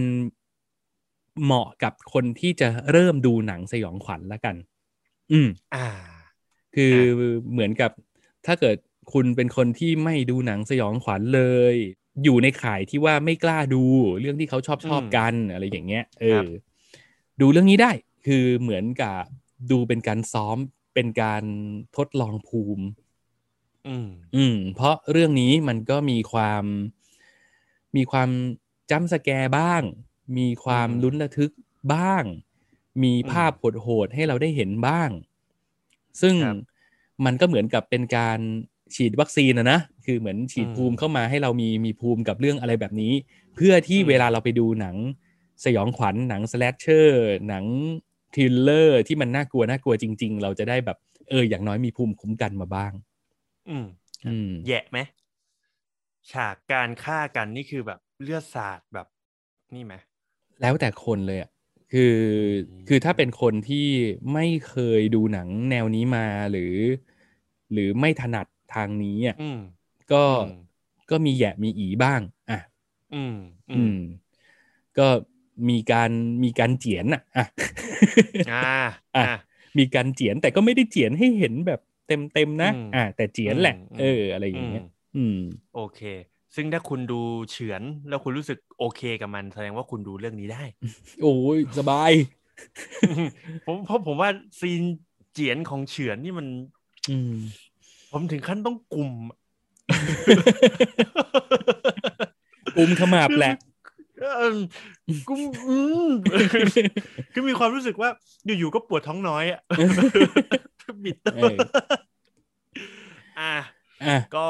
Speaker 2: เหมาะกับคนที่จะเริ่มดูหนังสยองขวัญละกัน อืม
Speaker 3: อ่า
Speaker 2: คือเหมือนกับถ้าเกิดคุณเป็นคนที่ไม่ดูหนังสยองขวัญเลย อยู่ในข่ายที่ว่าไม่กล้าดูเรื่องที่เขาชอบชอบ
Speaker 3: อืม
Speaker 2: กันอะไรอย่างเงี้ยเอ
Speaker 3: ครั
Speaker 2: อบ ดูเรื่องนี้ได้ คือเหมือนกับดูเป็นการซ้อมเป็นการทดลองภูมิ
Speaker 3: อืม
Speaker 2: อืม เพราะเรื่องนี้มันก็มีความ มีความจ้ำสแกร์บ้าง มีความ
Speaker 3: อืม
Speaker 2: ลุ้นระทึกบ้าง มี
Speaker 3: อืม
Speaker 2: ภาพโหดๆให้เราได้เห็นบ้าง ซึ่ง
Speaker 3: ครับ
Speaker 2: มันก็เหมือนกับเป็นการฉีดวัคซีนนะนะ คือเหมือนฉีด
Speaker 3: อืม
Speaker 2: ภูมิเข้ามาให้เรามีมีภูมิกับเรื่องอะไรแบบนี้ เพื่อที่
Speaker 3: อืม
Speaker 2: เวลาเราไปดูหนังสยองขวัญหนังสแลชเชอร์หนังทริลเลอร์ที่มันน่ากลัวน่ากลัวจริง ๆ เราจะได้แบบเอออย่างน้อยมีภูมิคุ้มกันมาบ้าง
Speaker 3: อืม
Speaker 2: อืม
Speaker 3: แย่ไหมฉากการฆ่ากันนี่คือแบบเลือดสาดแบบ นี่ไหม
Speaker 2: แล้วแต่คนเลยอ่ะ คืออ
Speaker 3: ม
Speaker 2: คือถ้าเป็นคนที่ไม่เคยดูหนังแนวนี้มาหรือ หรือไม่ถนัดทางนี้อ่ะ
Speaker 3: อืม
Speaker 2: ก็
Speaker 3: อืม
Speaker 2: ก็มีแหยะมีอีบ้าง อ่ะ
Speaker 3: อืมอื
Speaker 2: อื
Speaker 3: ม
Speaker 2: ม ก็มีการมีการเจียนอ่ะอ่ะ
Speaker 3: อ่า
Speaker 2: อ่ะ
Speaker 3: อ่ะ
Speaker 2: มีการเจียนแต่ก็ไม่ได้เจียนให้เห็นแบบเต็มเต็มๆนะ
Speaker 3: อืม
Speaker 2: อ่ะแต่เจียนแหละ
Speaker 3: อืม
Speaker 2: เออ อะไรอย่างเงี้ย
Speaker 3: ม
Speaker 2: อืม
Speaker 3: โอเค ซึ่งถ้าคุณดูเฉือนแล้วคุณรู้สึกโอเคกับมัน แสดงว่าคุณดูเรื่องนี้ ได้
Speaker 2: โอ้ยสบาย
Speaker 3: ผมเพราะผมว่าซีนเจียนของเฉือนนี่มัน
Speaker 2: อืม
Speaker 3: ผมถึงขั้นต้องก ลุ่ม
Speaker 2: อุ้มขมับแหละ
Speaker 3: เอิ่มกูอืมคือมีความรู้สึกว่า อยู่ๆก็ปวดท้องน้อย อ่ะ บิดตัว
Speaker 2: เออ
Speaker 3: อ่ะ
Speaker 2: อ่ะ
Speaker 3: ก็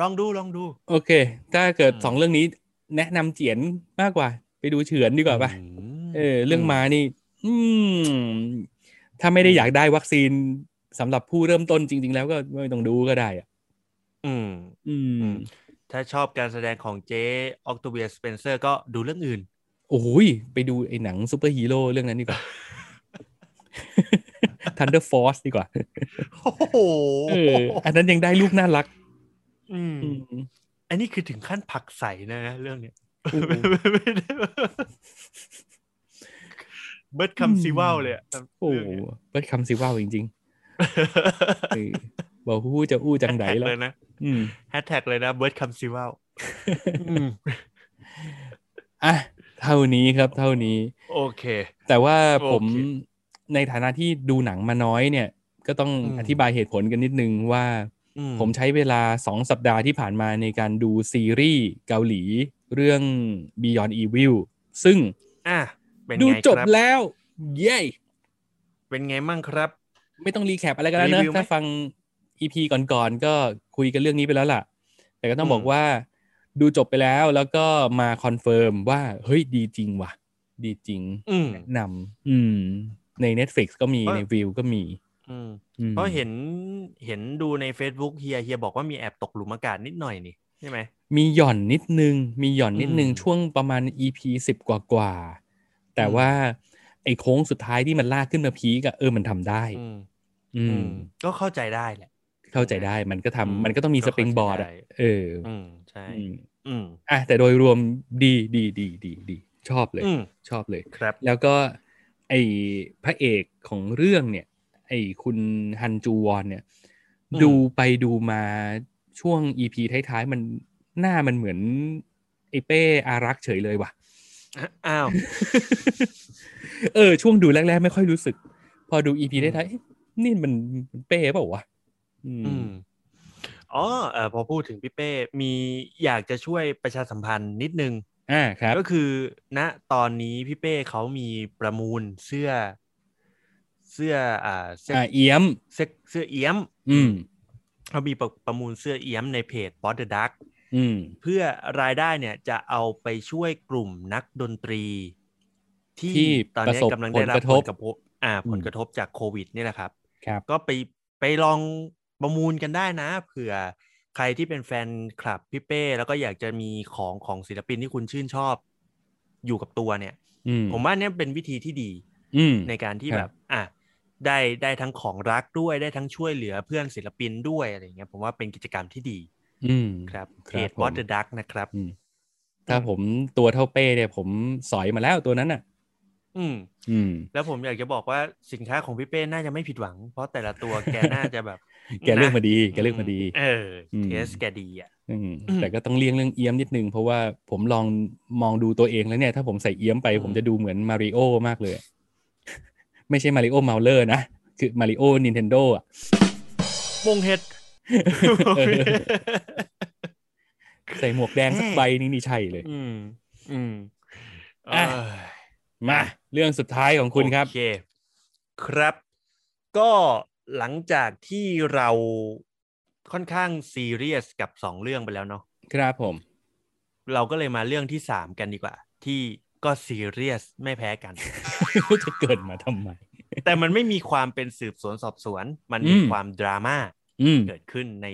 Speaker 3: ลองดูลองดู
Speaker 2: โอเค ถ้าเกิด
Speaker 3: อืม
Speaker 2: สองเรื่องนี้แนะนำเจียนมากกว่า ไปดูเฉือนดีกว่าป่ะ
Speaker 3: ม
Speaker 2: เออ เรื่องม้านี่ อืม ถ้าไม่ได้อยากได้วัคซีนสำหรับผู้เริ่มต้นจริง ๆ แล้วก็ไม่ต้องดูก็ได้อะ
Speaker 3: อืม
Speaker 2: อื
Speaker 3: อืม
Speaker 2: ม
Speaker 3: ถ้าชอบการแสดงของเจ๊ออกตเวียสเปนเซอร์ก็ดูเรื่องอื่น
Speaker 2: โอ้ย ไปดูไอ้หนังซูเปอร์ฮีโร่เรื่องนั้นดีกว่า Thunder Force ดีกว่า
Speaker 3: โอ้โห
Speaker 2: เออ อันนั้นยังได้ลูกน่ารัก
Speaker 3: อืม
Speaker 2: อืม
Speaker 3: อันนี้คือถึงขั้นผักใสนะนะเรื่องเนี้ย
Speaker 2: โอ้โห
Speaker 3: ไม่ได้ว่าเบิร์ดคำซีว่าวเลยอะ
Speaker 2: โอ้
Speaker 3: เรื่ง
Speaker 2: โห
Speaker 3: เนี้ย
Speaker 2: เปิดคำสิว่าวจริงๆเออบอกฮู้จะอู้จังไดแล้ว
Speaker 3: เลยนะ
Speaker 2: อืม
Speaker 3: แฮชแท็กเลยนะเบิร์ดคำซิ ว่า
Speaker 2: อ่ะ เท่านี้ครับ เท่านี้
Speaker 3: โอเค
Speaker 2: แต่ว่า
Speaker 3: โอเค
Speaker 2: ผมในฐานะที่ดูหนังมาน้อยเนี่ย ก็ต้อง
Speaker 3: อืม
Speaker 2: อธิบายเหตุผลกันนิดนึงว่า
Speaker 3: อื
Speaker 2: ผมใช้เวลา 2 สัปดาห์ที่ผ่านมาในการดูซีรีส์เกาหลีเรื่อง Beyond Evil ซึ่ง
Speaker 3: อ่ะเป็น
Speaker 2: ดู
Speaker 3: ไง
Speaker 2: จบ
Speaker 3: ครับ
Speaker 2: แล้ว เย้
Speaker 3: เป็นไงมั่งครับ
Speaker 2: ไม่ต้องรีแคปอะไรกันแล้วเน
Speaker 3: รีวิว
Speaker 2: อะ
Speaker 3: ไหม
Speaker 2: ถ้าฟัง EP ก่อนๆก็คุยกันเรื่องนี้ไปแล้วล่ะ แต่ก็ต้อง
Speaker 3: อืม
Speaker 2: บอกว่าดูจบไปแล้วแล้วก็มาคอนเฟิร์มว่า เฮ้ยดีจริงว่ะ ดีจริง
Speaker 3: อืม
Speaker 2: แนะนำอืม ใน Netflix ก็มี
Speaker 3: เพราะ
Speaker 2: ในวิวก็มี
Speaker 3: อืม
Speaker 2: อืม
Speaker 3: เพราะเห็นเห็นดูใน Facebook เฮียเฮียบอกว่ามีแอบตกหลุมอากาศนิดหน่อยนี่ใช่ไหม
Speaker 2: มีหย่อนนิดนึง มีหย่อนนิดนึง
Speaker 3: อืม
Speaker 2: ช่วงประมาณ EP สิบกว่ากว่าๆแต่
Speaker 3: อืม
Speaker 2: ว่าไอ้โค้งสุดท้ายที่มันลากขึ้นมาพีกอะเออมันทำได้
Speaker 3: อืม
Speaker 2: อื
Speaker 3: อื
Speaker 2: ม
Speaker 3: มก็เข้าใจได้แหละ
Speaker 2: เข้าใจได้มันก็ทำ
Speaker 3: อืม
Speaker 2: มันก็ต้องมี
Speaker 3: ก็
Speaker 2: ส
Speaker 3: เข้า
Speaker 2: ปริง
Speaker 3: ใจ
Speaker 2: บอร์ดอะ
Speaker 3: ได้
Speaker 2: เออ
Speaker 3: อืมใช่
Speaker 2: อืม
Speaker 3: อืม
Speaker 2: อ่ะแต่โดยรวมดีดีดีดีดีชอบเลย
Speaker 3: อืม
Speaker 2: ชอบเลย
Speaker 3: ครับ
Speaker 2: แล้วก็ไอพระเอกของเรื่องเนี่ย ไอคุณฮันจูวอนเนี่ย
Speaker 3: อืม
Speaker 2: ดูไปดูมาช่วงอีพีท้ายๆ มันหน้ามันเหมือน ไอเป้อารักษ์เฉยเลย ว่ะ
Speaker 3: อ่ะอ้าว
Speaker 2: เออ ช่วงดูแรกๆ ไม่ค่อยรู้สึก พอดูอีพี
Speaker 3: อืม
Speaker 2: ท้ายๆเอ๊ะนี่มันมันเป้เปล่าวะอืม
Speaker 3: อืมอ๋อเอ่อพอพูดถึงพี่เป้ มีอยากจะช่วยประชาสัมพันธ์นิดนึง
Speaker 2: อ่าครับ
Speaker 3: ก็คือณตอนนี้พี่เป้เขามีประมูลเสื้อ เสื้ออ่าเสื้อ
Speaker 2: อ่าเอี้ยม
Speaker 3: เสื้อเสื้อเอี้ยม
Speaker 2: อืม
Speaker 3: เขามีประประมูลเสื้อเอี้ยมในเพจ p o t the Duck
Speaker 2: อืม
Speaker 3: เพื่อรายได้เนี่ยจะเอาไปช่วยกลุ่มนักดนตรี ที่
Speaker 2: ที่
Speaker 3: ตอนนี้
Speaker 2: ประสบ
Speaker 3: กำลังได้รับ
Speaker 2: ผ
Speaker 3: ผล
Speaker 2: ลกระทบ
Speaker 3: กระทบอ่า
Speaker 2: อืม
Speaker 3: ผลกระทบจากโควิดนี่แหละครับ
Speaker 2: ครับ
Speaker 3: ก็ไปไปลองประมูลกันได้นะ เผื่อใครที่เป็นแฟนคลับพี่เป้ แล้วก็อยากจะมีของของศิลปินที่คุณชื่นชอบ อยู่กับตัวเนี่ย
Speaker 2: อืม
Speaker 3: ผมว่าเนี่ยเป็นวิธีที่ดี
Speaker 2: อืม
Speaker 3: ในการที่
Speaker 2: ครับ
Speaker 3: แบบ อ่ะได้ได้ทั้งของรักด้วยได้ทั้งช่วยเหลือเพื่อนศิลปินด้วยอะไรอย่างเงี้ยผมว่าเป็นกิจกรรมที่ดี
Speaker 2: อืม
Speaker 3: ครับ
Speaker 2: ค
Speaker 3: เพ
Speaker 2: รับ
Speaker 3: จ
Speaker 2: ผม
Speaker 3: What the Duck นะครับ
Speaker 2: อืมถ้าผมตัวเท่าเป้เนี่ย ผมสอยมาแล้วตัวนั้นอ่ะ
Speaker 3: อืม
Speaker 2: อืม
Speaker 3: แล้วผมอยากจะบอกว่าสินค้าของพี่เป้น่าจะไม่ผิดหวัง เพราะแต่ละตัวแกน่าจะแบบ
Speaker 2: แกเลือกมาดี แกเลือกมาดี
Speaker 3: เอออ
Speaker 2: ม
Speaker 3: เทสแกดีอ่ะ
Speaker 2: อืม
Speaker 3: อืม
Speaker 2: แต่ก็ต้องเลี่ยงเรื่องเอี้ยมนิดนึง เพราะว่าผมลองมองดูตัวเองแล้วเนี่ย ถ้าผมใส่เอี้ยมไป
Speaker 3: อืม
Speaker 2: ผมจะดูเหมือนมาริโอมากเลย ไม่ใช่มาริโอเมาเลอร์นะ คือมาริโอนินเทนโดอ่ะ
Speaker 3: มงเห็ด
Speaker 2: ใส่หมวกแดงสักใบนี่นี่ใช่เลย
Speaker 3: อืม อืม
Speaker 2: อ่ะ
Speaker 3: เอ้ย
Speaker 2: มา เรื่องสุดท้ายของคุณครับ
Speaker 3: โอเค ครับ ก็หลังจากที่เราค่อนข้างซีเรียสกับสองเรื่องไปแล้วเนาะ
Speaker 2: ครับผม
Speaker 3: เราก็เลยมาเรื่องที่สามกันดีกว่า ที่ก็ซีเรียสไม่แพ้ กัน
Speaker 2: จะเกิดมาทำไม
Speaker 3: แต่มันไม่มีความเป็นสืบสวนสอบสวน มัน
Speaker 2: อื
Speaker 3: มี
Speaker 2: ม
Speaker 3: ความดราม่า
Speaker 2: อืม
Speaker 3: เกิดขึ้นใน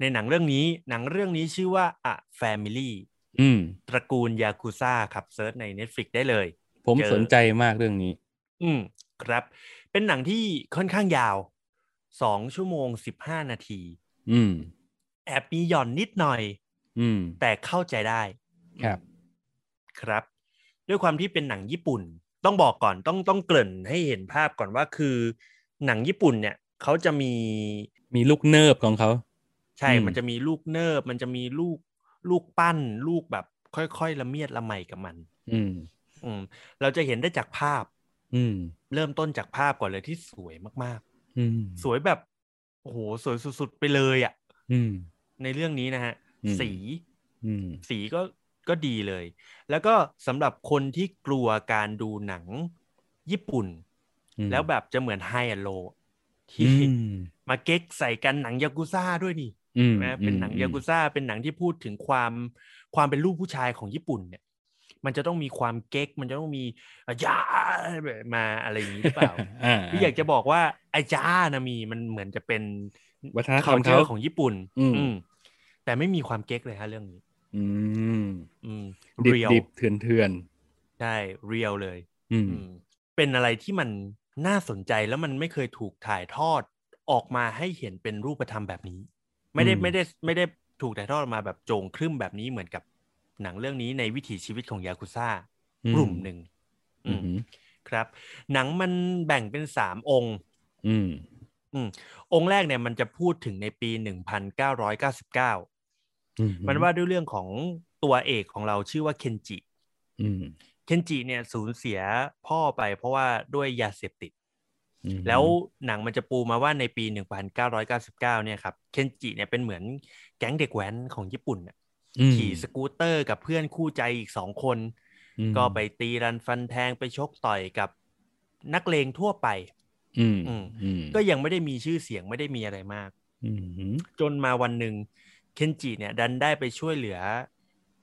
Speaker 3: ในหนังเรื่องนี้ หนังเรื่องนี้ชื่อว่า A Family
Speaker 2: อืม
Speaker 3: ตระกูลยากุซ่าครับเซิร์ชใน Netflix ได้เลย
Speaker 2: ผม
Speaker 3: เจอ
Speaker 2: สนใจมากเรื่องนี้
Speaker 3: อืมครับ เป็นหนังที่ค่อนข้างยาวสองชั่วโมงสิบห้านาที
Speaker 2: อืม
Speaker 3: แอบมีหย่อนนิดหน่อย
Speaker 2: อืม
Speaker 3: แต่เข้าใจได้
Speaker 2: ครับ
Speaker 3: ครับ ด้วยความที่เป็นหนังญี่ปุ่น ต้องบอกก่อนต้องต้องเกริ่นให้เห็นภาพก่อนว่าคือ หนังญี่ปุ่นเนี่ยเขาจะมี
Speaker 2: มีลูกเนิบของเขา
Speaker 3: ใช่
Speaker 2: อืม
Speaker 3: มันจะมีลูกเนิบ มันจะมีลูกลูกปั้น ลูกแบบค่อยๆละเมียดละไมกับมัน
Speaker 2: อืม
Speaker 3: อืม เราจะเห็นได้จากภาพ
Speaker 2: อืม
Speaker 3: เริ่มต้นจากภาพก่อนเลยที่สวยมาก
Speaker 2: อืม
Speaker 3: ๆ สวยแบบโอ้โหสวยสุดๆไปเลยอะ่ะ
Speaker 2: อืม
Speaker 3: ในเรื่องนี้นะฮะ
Speaker 2: อืม
Speaker 3: สี
Speaker 2: อืม
Speaker 3: สีก็ก็ดีเลย แล้วก็สำหรับคนที่กลัวการดูหนังญี่ปุ่น
Speaker 2: อืม
Speaker 3: แล้วแบบจะเหมือนไฮแอนโล
Speaker 2: อื
Speaker 3: ที่
Speaker 2: ม
Speaker 3: มาเก๊กใส่กันหนังยากุซ่าด้วยนี่
Speaker 2: อืม
Speaker 3: นะเป็นหนังยากุ
Speaker 2: อืม
Speaker 3: ซ่าเป็นหนังที่พูดถึงความความเป็นลูกผู้ชายของญี่ปุ่นเนี่ย มันจะต้องมีความเก๊ก มันจะต้องมีอาจารย์มาอะไรอย่างนี้หรือเป ล่า
Speaker 2: อ่า
Speaker 3: พี่อยากจะบอกว่าอาจารย์นะมีมันเหมือนจะเป็น
Speaker 2: วัฒนธรรมเขา
Speaker 3: culture ของญี่ปุ่น
Speaker 2: อืม
Speaker 3: อืมแต่ไม่มีความเก๊กเลยฮะเรื่องนี้
Speaker 2: อืม
Speaker 3: อืม
Speaker 2: ดิบ
Speaker 3: เรียล
Speaker 2: ดิบเถื่อนเถื่อน
Speaker 3: ใช่เรียลเลย
Speaker 2: อืม
Speaker 3: อืมเป็นอะไรที่มันน่าสนใจแล้วมันไม่เคยถูกถ่ายทอดออกมาให้เห็นเป็นรูปธรรมแบบนี้ ไม่ได้
Speaker 2: อืม
Speaker 3: ไม่ได้ไม่ได้ถูกถ่ายทอดออกมาแบบโจงครึ่มแบบนี้เหมือนกับหนังเรื่องนี้ในวิถีชีวิตของยากุซ่ากลุ่มหนึ่ง
Speaker 2: อืม
Speaker 3: อืมครับ หนังมันแบ่งเป็นสามองค์
Speaker 2: อืม
Speaker 3: องค์แรกเนี่ยมันจะพูดถึงในปี 1999
Speaker 2: อื
Speaker 3: มันว่าด้วยเรื่องของตัวเอกของเราชื่อว่าเคนจิ
Speaker 2: อืม
Speaker 3: เคนจิเนี่ยสูญเสียพ่อไปเพราะว่าด้วยยาเสพติด
Speaker 2: อืม
Speaker 3: แล้วหนังมันจะปูมาว่าในปี 1999 เนี่ยครับเคนจิเนี่ยเป็นเหมือนแก๊งเด็กแว้นของญี่ปุ่นน่ะ
Speaker 2: อืม
Speaker 3: ขี่สกูตเตอร์กับเพื่อนคู่ใจอีกสองคน
Speaker 2: อืม
Speaker 3: ก็ไปตีรันฟันแทงไปชกต่อยกับนักเลงทั่วไป
Speaker 2: อืม
Speaker 3: อืม
Speaker 2: อืม
Speaker 3: ก็ยังไม่ได้มีชื่อเสียงไม่ได้มีอะไรมาก
Speaker 2: อืม
Speaker 3: จนมาวันหนึ่งเคนจิเนี่ยดันได้ไปช่วยเหลือ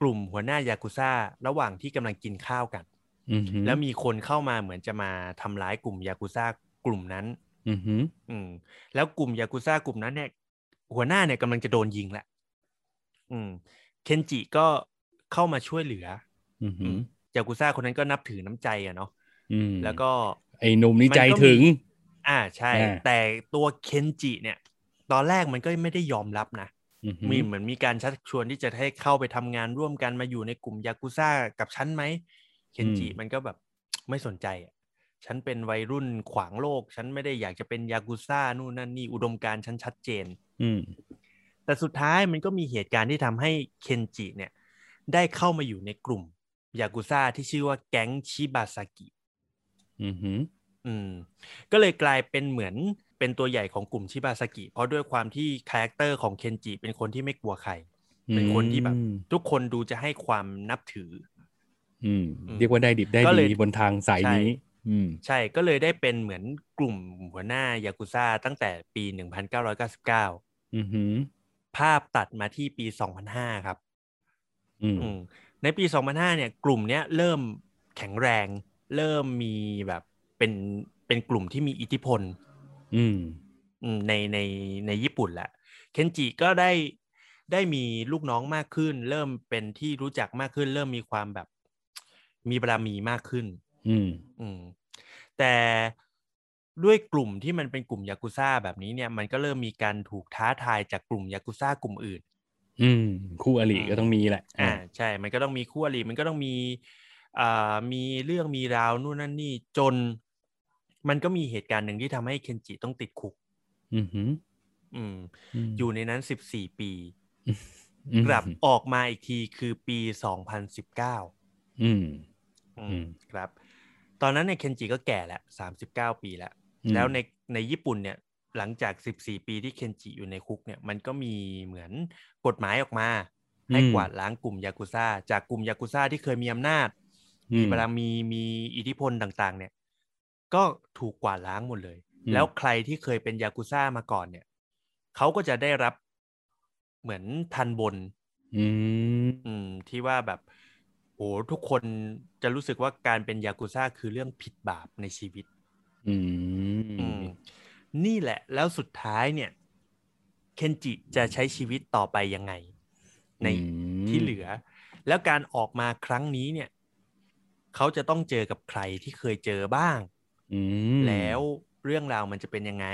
Speaker 3: กลุ่มหัวหน้ายากุซ่าระหว่างที่กำลังกินข้าวกัน
Speaker 2: อืม
Speaker 3: แล้วมีคนเข้ามาเหมือนจะมาทำร้ายกลุ่มยากุซ่ากลุ่มนั้น
Speaker 2: อืม
Speaker 3: อืม แล้วกลุ่มยากุซ่ากลุ่มนั้นเนี่ย หัวหน้าเนี่ยกำลังจะโดนยิงแหละอืม เคนจิก็เข้ามาช่วยเหลือ
Speaker 2: อืม
Speaker 3: อืมยากุซ่าคนนั้นก็นับถือน้ำใจอะเนาะ
Speaker 2: อืม
Speaker 3: แล้วก็
Speaker 2: ไอ้หนุ่มนี่
Speaker 3: มันก็
Speaker 2: ใจถึง
Speaker 3: มี อ่าใช่
Speaker 2: อ่า
Speaker 3: แต่ตัวเคนจิเนี่ย ตอนแรกมันก็ไม่ได้ยอมรับนะ
Speaker 2: อืม
Speaker 3: มีเหมือนมีการชักชวนที่จะให้เข้าไปทำงานร่วมกันมาอยู่ในกลุ่มยากุซ่ากับฉันไหม เคนจิมันก็แบบไม่สนใจอะฉันเป็นวัยรุ่นขวางโลก ฉันไม่ได้อยากจะเป็นยากุซ่านู่นนั่นนี่อุดมการณ์ฉันชัดเจน
Speaker 2: อืม
Speaker 3: แต่สุดท้ายมันก็มีเหตุการณ์ที่ทำให้เคนจิเนี่ย ได้เข้ามาอยู่ในกลุ่มยากุซ่าที่ชื่อว่าแก๊งชิบาซากิ
Speaker 2: อืม
Speaker 3: อืมก็เลยกลายเป็นเหมือนเป็นตัวใหญ่ของกลุ่มชิบาซากิ เพราะด้วยความที่คาแรคเตอร์ของเคนจิเป็นคนที่ไม่กลัวใคร เป็นคนที่แบบ ทุกคนดูจะให้ความนับถือ
Speaker 2: อืม
Speaker 3: อืม
Speaker 2: เรียกว่าได้ดิบได้
Speaker 3: ก็เล
Speaker 2: ดี
Speaker 3: ย
Speaker 2: บนทางสาย
Speaker 3: ใช่
Speaker 2: นี้ อืม
Speaker 3: ใช่ก็เลยได้เป็นเหมือนกลุ่มหัวหน้ายากุซ่าตั้งแต่ปี 1999
Speaker 2: อืมอืม
Speaker 3: ภาพตัดมาที่ปี 2005 ครับ
Speaker 2: อืม
Speaker 3: อืมในปี 2005 เนี่ย กลุ่มเนี้ยเริ่มแข็งแรง เริ่มมีแบบเป็นเป็นกลุ่มที่มีอิทธิพล
Speaker 2: อืม
Speaker 3: อืมในในในญี่ปุ่นแหละเคนจิก็ได้ได้มีลูกน้องมากขึ้น เริ่มเป็นที่รู้จักมากขึ้น เริ่มมีความแบบ มีบารมีมากขึ้น
Speaker 2: อืม
Speaker 3: อืมแต่ด้วยกลุ่มที่มันเป็นกลุ่มยากุซ่าแบบนี้เนี่ย มันก็เริ่มมีการถูกท้าทายจากกลุ่มยากุซ่ากลุ่มอื่น
Speaker 2: อืมคู่อริก็ต้องมีแหละ
Speaker 3: อ่าใช่ มันก็ต้องมีคู่อริมันก็ต้องมีอ่ามีเรื่องมีราวนู่นนั่นนี่จน มันก็มีเหตุการณ์หนึ่งที่ทำให้เคนจิต้องติดคุก
Speaker 2: อืมอืม
Speaker 3: อืม
Speaker 2: ม
Speaker 3: อยู่ในนั้น 14 ปี
Speaker 2: อืม
Speaker 3: กลับออกมาอีกทีคือปี 2019
Speaker 2: อืม
Speaker 3: อื
Speaker 2: อื
Speaker 3: ม
Speaker 2: ม
Speaker 3: ครับ ตอนนั้นเนี่ยเคนจิก็แก่แล้ว 39 ปีแล้ว
Speaker 2: อืม
Speaker 3: แล้วในในญี่ปุ่นเนี่ย หลังจาก 14 ปีที่เคนจิอยู่ในคุกเนี่ย มันก็มีเหมือนกฎหมายออกมา ให้
Speaker 2: อืม
Speaker 3: กวาดล้างกลุ่มยากุซ่า จากกลุ่มยากุซ่าที่เคยมีอำนาจ
Speaker 2: อื
Speaker 3: มี
Speaker 2: ม
Speaker 3: บารมีมีอิทธิพลต่างๆ เนี่ย ก็ถูกกวาดล้างหมดเลย
Speaker 2: อืม
Speaker 3: แล้วใครที่เคยเป็นยากุซ่ามาก่อนเนี่ยเขาก็จะได้รับเหมือนทันบน
Speaker 2: อืม
Speaker 3: อืม ที่ว่าแบบโอ้ทุกคนจะรู้สึกว่าการเป็นยากุซ่าคือเรื่องผิดบาปในชีวิต
Speaker 2: อื
Speaker 3: อื
Speaker 2: ม
Speaker 3: ม นี่แหละ แล้วสุดท้ายเนี่ย เคนจิจะใช้ชีวิตต่อไปยังไง ใน
Speaker 2: อืม
Speaker 3: ที่เหลือ แล้วการออกมาครั้งนี้เนี่ย เขาจะต้องเจอกับใครที่เคยเจอบ้าง
Speaker 2: อืม
Speaker 3: แล้วเรื่องราวมันจะเป็นยังไง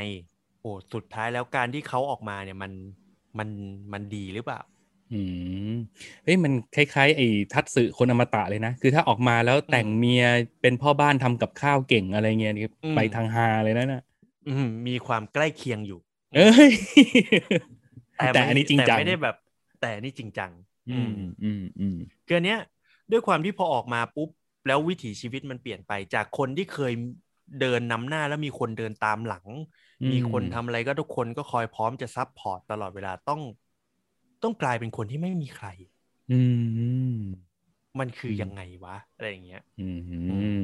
Speaker 3: โอ้สุดท้ายแล้วการที่เขาออกมาเนี่ยมันมันมันดีหรือเปล่า
Speaker 2: อืมเฮ้ยมันคล้ายๆไอ้ทัตสึคนอมตะเลยนะ คือถ้าออกมาแล้วแต่งเมียเป็นพ่อบ้านทำกับข้าวเก่งอะไรเงี้ยนี่
Speaker 3: อืม
Speaker 2: ไปทางฮาเลยนะน่ะ
Speaker 3: อืมมีความใกล้เคียงอยู่
Speaker 2: เอ้ย
Speaker 3: ไม่
Speaker 2: แต่อันนี้จริงจัง
Speaker 3: แต่ไม่ได้แบบ แต่อันนี่จริงจัง
Speaker 2: อืมอืมอืม
Speaker 3: คืออันเนี้ยด้วยความที่พอออกมาปุ๊บ แล้ววิถีชีวิตมันเปลี่ยนไปจากคนที่เคยเดินนำหน้าแล้วมีคนเดินตามหลัง มีคนทำอะไรก็ทุกคนก็คอยพร้อมจะซับพอร์ตตลอดเวลาต้อง ต้องกลายเป็นคนที่ไม่มีใคร
Speaker 2: อืม
Speaker 3: มันคืออ
Speaker 2: ม
Speaker 3: ยังไงวะอะไรอย่างเงี้ย
Speaker 2: อืม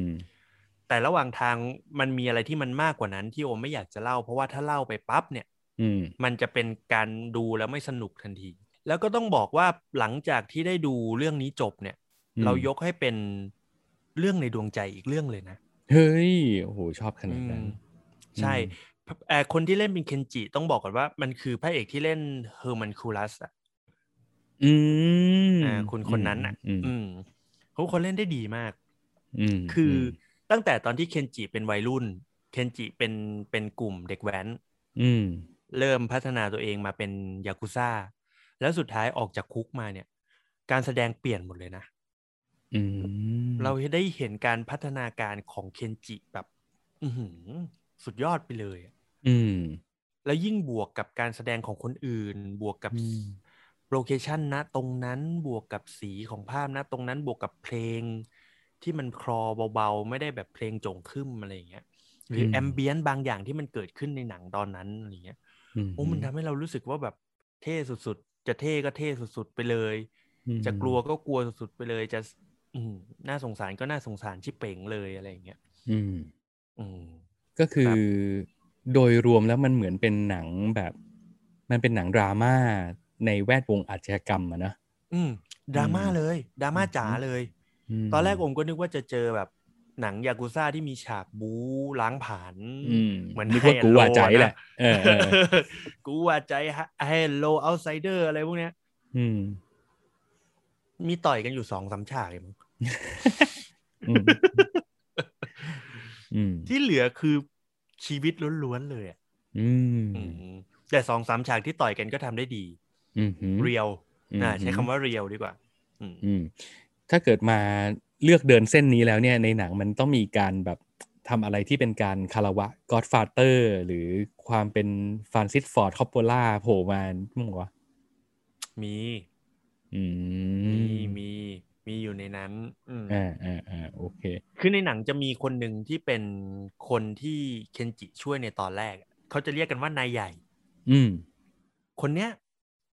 Speaker 3: แต่ระหว่างทางมันมีอะไรที่มันมากกว่านั้นที่โอมไม่อยากจะเล่า เพราะว่าถ้าเล่าไปปั๊บเนี่ย
Speaker 2: อืม
Speaker 3: มันจะเป็นการดูแล้วไม่สนุกทันที แล้วก็ต้องบอกว่าหลังจากที่ได้ดูเรื่องนี้จบเนี่ย เรายกให้เป็นเรื่องในดวงใจอีกเรื่องเลยนะ
Speaker 2: เฮ้ยโอ้โหชอบขนาดนั้น
Speaker 3: อืมใช่เอ่อคนที่เล่นเป็นเคนจิต้องบอกก่อนว่ามันคือพระเอกที่เล่นเฮอร์มันคูลัสอ่ะ
Speaker 2: อืม
Speaker 3: อ่าคุณคนนั้น
Speaker 2: อ่ะ
Speaker 3: อ่ะ อืมเขาคนเล่นได้ดีมาก
Speaker 2: อืม
Speaker 3: คืออตั้งแต่ตอนที่เคนจิเป็นวัยรุ่น เคนจิเป็นเป็นกลุ่มเด็กแว้น
Speaker 2: อืม
Speaker 3: เริ่มพัฒนาตัวเองมาเป็นยากุซ่า แล้วสุดท้ายออกจากคุกมาเนี่ย การแสดงเปลี่ยนหมดเลยนะ
Speaker 2: อืม
Speaker 3: เราได้เห็นการพัฒนาการของเคนจิแบบ อื้อหือ สุดยอดไปเลยอะ
Speaker 2: อืม
Speaker 3: แล้วยิ่งบวกกับการแสดงของคนอื่น บวกกับ
Speaker 2: อืม
Speaker 3: โลเคชันนะตรงนั้นบวกกับสีของภาพนะตรงนั้นบวกกับเพลง ที่มันคลอเบาๆ ไม่ได้แบบเพลงโจงครึ่มอะไรอย่างเงี้ย หรืออ
Speaker 2: ม
Speaker 3: แอมเบียนต์บางอย่างที่มันเกิดขึ้นในหนังตอนนั้นอะไรเงี้ยโอ้มันทำให้เรารู้สึกว่าแบบเท่สุดๆ จะเท่ก็เท่สุดๆไปเลย
Speaker 2: อืม
Speaker 3: จะกลัวก็กลัวสุดๆไปเลย จะอืมน่าสงสารก็น่าสงสารชิบเป่งเลยอะไรอย่างเงี้ย
Speaker 2: อืม
Speaker 3: อืม
Speaker 2: ก็คื
Speaker 3: ค
Speaker 2: อ
Speaker 3: รับ
Speaker 2: โดยรวมแล้วมันเหมือนเป็นหนังแบบ มันเป็นหนังดราม่าในแวดวงอาชญากรรมอะนะ
Speaker 3: อืมดราม่า
Speaker 2: อืม
Speaker 3: เลยดราม่า
Speaker 2: อืม
Speaker 3: จ๋าเลย
Speaker 2: ม
Speaker 3: ตอนแรกผมก็นึกว่าจะเจอแบบหนังยากุซ่าที่มีฉากบู๊ล้างผลาญ
Speaker 2: อืม
Speaker 3: เหมือน
Speaker 2: นึกว่ากูว่าใจแหละ เออเออ
Speaker 3: กูว่าใจฮะเฮลโลเอาไซเดอร์อะไรพวกเนี้ย
Speaker 2: อืม
Speaker 3: มีต่อยกันอยู่สองสามฉากเองมั้ง
Speaker 2: อืมอืม
Speaker 3: ที่เหลือคือชีวิตล้วนๆเลยอะ
Speaker 2: อืม
Speaker 3: อืมแต่สองสามฉากที่ต่อยกันก็ทำได้ดี
Speaker 2: อืมอืม
Speaker 3: เรียว
Speaker 2: อืม
Speaker 3: อ่าใช้คำว่าเรียวดีกว่า อืม
Speaker 2: อืมถ้าเกิดมาเลือกเดินเส้นนี้แล้วเนี่ย ในหนังมันต้องมีการแบบทำอะไรที่เป็นการคารวะ Godfather หรือความเป็นฟรานซิสฟอร์ดคอปโปล่าโผล่มาบ้างวะ
Speaker 3: มี
Speaker 2: อื
Speaker 3: มี
Speaker 2: ม
Speaker 3: มีมีอยู่ในนั้น อืม
Speaker 2: อ่าอ่าอ่าโอเค
Speaker 3: คือในหนังจะมีคนหนึ่งที่เป็นคนที่เคนจิช่วยในตอนแรก เขาจะเรียกกันว่านายใหญ่
Speaker 2: อืม
Speaker 3: คนเนี้ย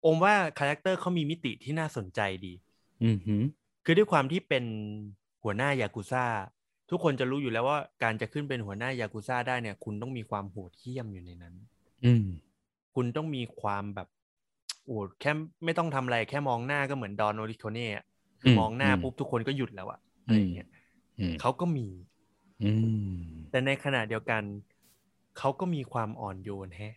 Speaker 3: โอมว่าคาแรคเตอร์เขามีมิติที่น่าสนใจดี
Speaker 2: อืมหืม
Speaker 3: คือด้วยความที่เป็นหัวหน้ายากุซ่า ทุกคนจะรู้อยู่แล้วว่าการจะขึ้นเป็นหัวหน้ายากุซ่าได้เนี่ย คุณต้องมีความโหดเหี้ยมอยู่ในนั้น
Speaker 2: อืม
Speaker 3: คุณต้องมีความแบบโอ้แค่ไม่ต้องทำอะไรแค่มองหน้าก็เหมือนดอนโอริโคเน่อะคืออ
Speaker 2: ม
Speaker 3: มองหน้า
Speaker 2: อืม
Speaker 3: ปุ๊บทุกคนก็หยุดแล้วอะอะไรอย่างเงี้ย
Speaker 2: อืม
Speaker 3: เขาก็มี
Speaker 2: อืม
Speaker 3: แต่ในขณะเดียวกันเขาก็มีความอ่อนโยนแฮะ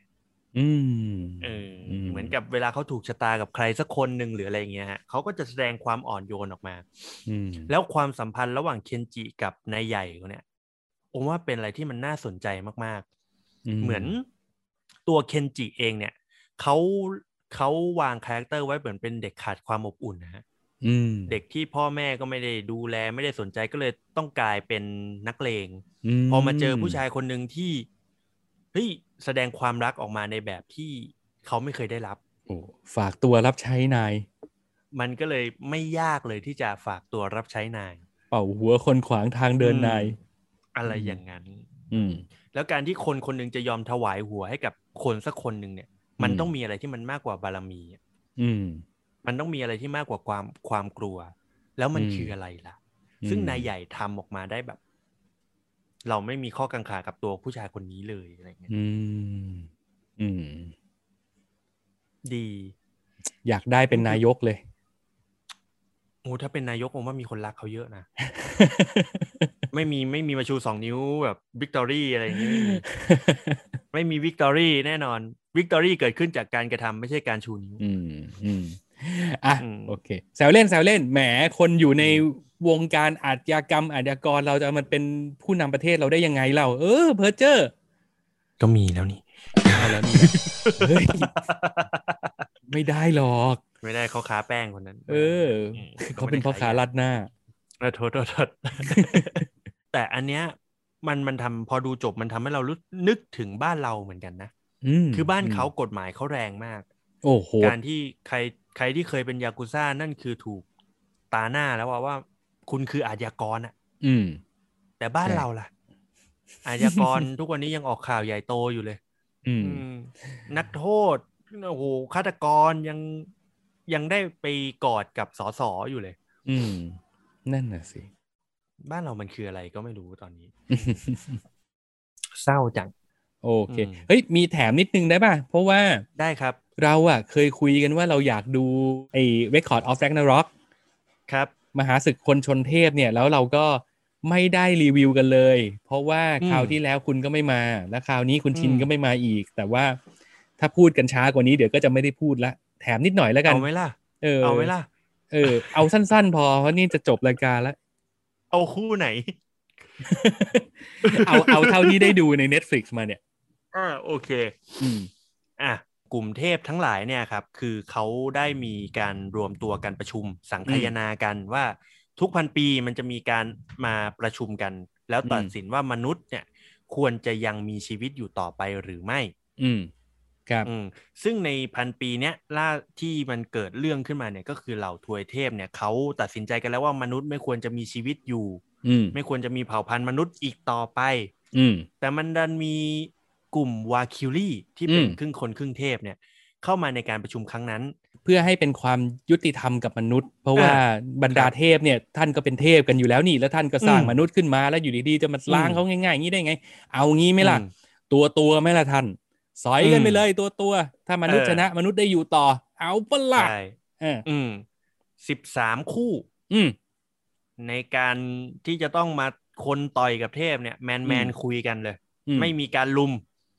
Speaker 2: อืม
Speaker 3: เอออ
Speaker 2: ม
Speaker 3: เหมือนกับเวลาเขาถูกชะตากับใครสักคนหนึ่งหรืออะไรอย่างเงี้ยฮะเขาก็จะแสดงความอ่อนโยนออกมา
Speaker 2: อืม
Speaker 3: แล้วความสัมพันธ์ระหว่างเคนจิกับนายใหญ่เขาเนี่ยผมว่าเป็นอะไรที่มันน่าสนใจมากๆ เหมือนตัวเคนจิเองเนี่ยเขาเขาวางคาแรคเตอร์ไว้เหมือนเป็นเด็กขาดความอบอุ่นนะฮะ
Speaker 2: อืม
Speaker 3: เด็กที่พ่อแม่ก็ไม่ได้ดูแลไม่ได้สนใจก็เลยต้องกลายเป็นนักเลง พอมาเจอผู้ชายคนหนึ่งที่เฮ้ยแสดงความรักออกมาในแบบที่เขาไม่เคยได้รับ
Speaker 2: โอ้ฝากตัวรับใช้นาย
Speaker 3: มันก็เลยไม่ยากเลยที่จะฝากตัวรับใช้นาย
Speaker 2: เป่าหัวคนขวางทางเดินนาย
Speaker 3: อะไร
Speaker 2: อืม
Speaker 3: อย่างนั้น
Speaker 2: อืม
Speaker 3: แล้วการที่คนคนหนึ่งจะยอมถวายหัวให้กับคนสักคนหนึ่งเนี่ย มัน
Speaker 2: อืม
Speaker 3: ต้องมีอะไรที่มันมากกว่าบารมีอะ
Speaker 2: อืม
Speaker 3: มันต้องมีอะไรที่มากกว่าความความกลัว แล้วมัน
Speaker 2: อืม
Speaker 3: คืออะไรล่ะ ซึ่งนายใหญ่ทำออกมาได้แบบ เราไม่มีข้อกังขากับตัวผู้ชายคนนี้เลยอะไรเงี้ย
Speaker 2: อืม อืม
Speaker 3: ดี
Speaker 2: อยากได้เป็นนายกเลย
Speaker 3: โอ้ถ้าเป็นนายกผมว่ามีคนรักเขาเยอะ นะ ไม่มีไม่มีมาชูสองนิ้วแบบวิกตอรี่อะไรอย่างงี้ไม่มีไม่มีวิกตอรี่แน่นอนวิกตอรี่เกิดขึ้นจากการกระทำไม่ใช่การชูนิ้ว
Speaker 2: อืม อืม อ่ะ
Speaker 3: อืม
Speaker 2: โอเค แซวเล่นแซวเล่น แหม คนอยู่ในวงการอาชญากรรม อาชญากรเราจะเอามันเป็นผู้นำประเทศเราได้ยังไงเรา เออ เพอเจอร์
Speaker 3: ก็มีแล้วนี่
Speaker 2: เอาแล้วนี่เฮ้ย ไม่ได้หรอก
Speaker 3: ไม่ได้เขาค้าแป้งคนนั้น
Speaker 2: เออ
Speaker 3: ม
Speaker 2: เขาเป็นพ่อค้ารัด หน้า
Speaker 3: เออโทษโทษโทษ แต่อันเนี้ยมันมันทำพอดูจบมันทำให้เรารู้นึกถึงบ้านเราเหมือนกันนะ
Speaker 2: ม
Speaker 3: คือบ้านเขา
Speaker 2: ม
Speaker 3: กฎหมายเขาแรงมาก
Speaker 2: โอ้โห
Speaker 3: การที่ใครใครที่เคยเป็นยากุซ่านั่นคือถูกตาหน้าแล้วว่าว่า คุณคืออาชญากรอะ
Speaker 2: อืม
Speaker 3: แต่บ้าน
Speaker 2: ใช่
Speaker 3: เราล่ะ อาชญาก ร ทุกวันนี้ยังออกข่าวใหญ่โตอยู่เลย
Speaker 2: อืม
Speaker 3: อืมนักโทษโอ้โหฆาตกรยังยังได้ไปกอดกับสอสออยู่เลย
Speaker 2: อืม นั่นน่ะสิ
Speaker 3: บ้านเรามันคืออะไรก็ไม่รู้ตอนนี้ เศร้าจัง
Speaker 2: โอเค
Speaker 3: อืม
Speaker 2: เฮ้ย มีแถมนิดนึงได้ป่ะ เพราะว่า
Speaker 3: ได้ครับ
Speaker 2: เราอะเคยคุยกันว่าเราอยากดูไอ้ Record of Ragnarok
Speaker 3: ครับ
Speaker 2: มหาศึกคนชนเทพเนี่ย แล้วเราก็ไม่ได้รีวิวกันเลย เพราะว่า
Speaker 3: อืม
Speaker 2: คราวที่แล้วคุณก็ไม่มา และคราวนี้คุณชิน
Speaker 3: อืม
Speaker 2: ก็ไม่มาอีก แต่ว่าถ้าพูดกันช้ากว่านี้เดี๋ยวก็จะไม่ได้พูดละ แถมนิดหน่อยแล้วกัน
Speaker 3: เอาไหมล่ะ
Speaker 2: เออ
Speaker 3: เอาไหมล่ะ
Speaker 2: เออ เอาสั้น ๆ พอ เพราะนี่จะจบรายการละ
Speaker 3: เอาคู่ไหน
Speaker 2: เอาเอาเท่าที่ได้ดูใน Netflix มาเนี่ย
Speaker 3: อ่าโอเค
Speaker 2: อืม
Speaker 3: อ่ะกลุ่มเทพทั้งหลายเนี่ยครับ คือเขาได้มีการรวมตัวกันประชุม สังคายนากันว่าทุกพันปีมันจะมีการมาประชุมกัน แล้วตัด
Speaker 2: อืม
Speaker 3: สินว่ามนุษย์เนี่ยควรจะยังมีชีวิตอยู่ต่อไปหรือไม่
Speaker 2: อืม ครับ
Speaker 3: อืมซึ่งในพันปีเนี้ยล่าที่มันเกิดเรื่องขึ้นมาเนี่ยก็คือเหล่าทวยเทพเนี่ยเขาตัดสินใจกันแล้วว่ามนุษย์ไม่ควรจะมีชีวิตอยู่
Speaker 2: อืม
Speaker 3: ไม่ควรจะมีเผ่าพันธุ์มนุษย์อีกต่อไป
Speaker 2: อืม
Speaker 3: แต่มันดันมีกลุ่มวาคิวลี่ที่เป็น
Speaker 2: อืม
Speaker 3: ครึ่งคนครึ่งเทพเนี่ยเข้ามาในการประชุมครั้งนั้น
Speaker 2: เพื่อให้เป็นความยุติธรรมกับมนุษย์ เพราะ
Speaker 3: อ่า
Speaker 2: ว่าบรรดาเทพเนี่ยท่านก็เป็นเทพกันอยู่แล้วนี่แล้วท่านก็สร้าง
Speaker 3: อืม
Speaker 2: มนุษย์ขึ้นมาแล้วอยู่ดีๆจะมาล้าง
Speaker 3: อืม
Speaker 2: เขาง่ายๆอย่างนี้ได้ไง เอางี้ไหมล่ะ
Speaker 3: อืม
Speaker 2: ตัวตัวๆไหม่ละท่านสอยกัน
Speaker 3: อืม
Speaker 2: ไปเลยตัวตัวๆถ้ามนุษย์
Speaker 3: เออ
Speaker 2: ชนะมนุษย์ได้อยู่ต่อ เอาปะล่ะ
Speaker 3: ใช่
Speaker 2: เออ
Speaker 3: อืมสิบสามคู่
Speaker 2: อืม
Speaker 3: ในการที่จะต้องมาคนต่อยกับเทพเนี่ยแมนแมน
Speaker 2: อืม
Speaker 3: คุยกันเลย
Speaker 2: อื
Speaker 3: ไม่มีการลุม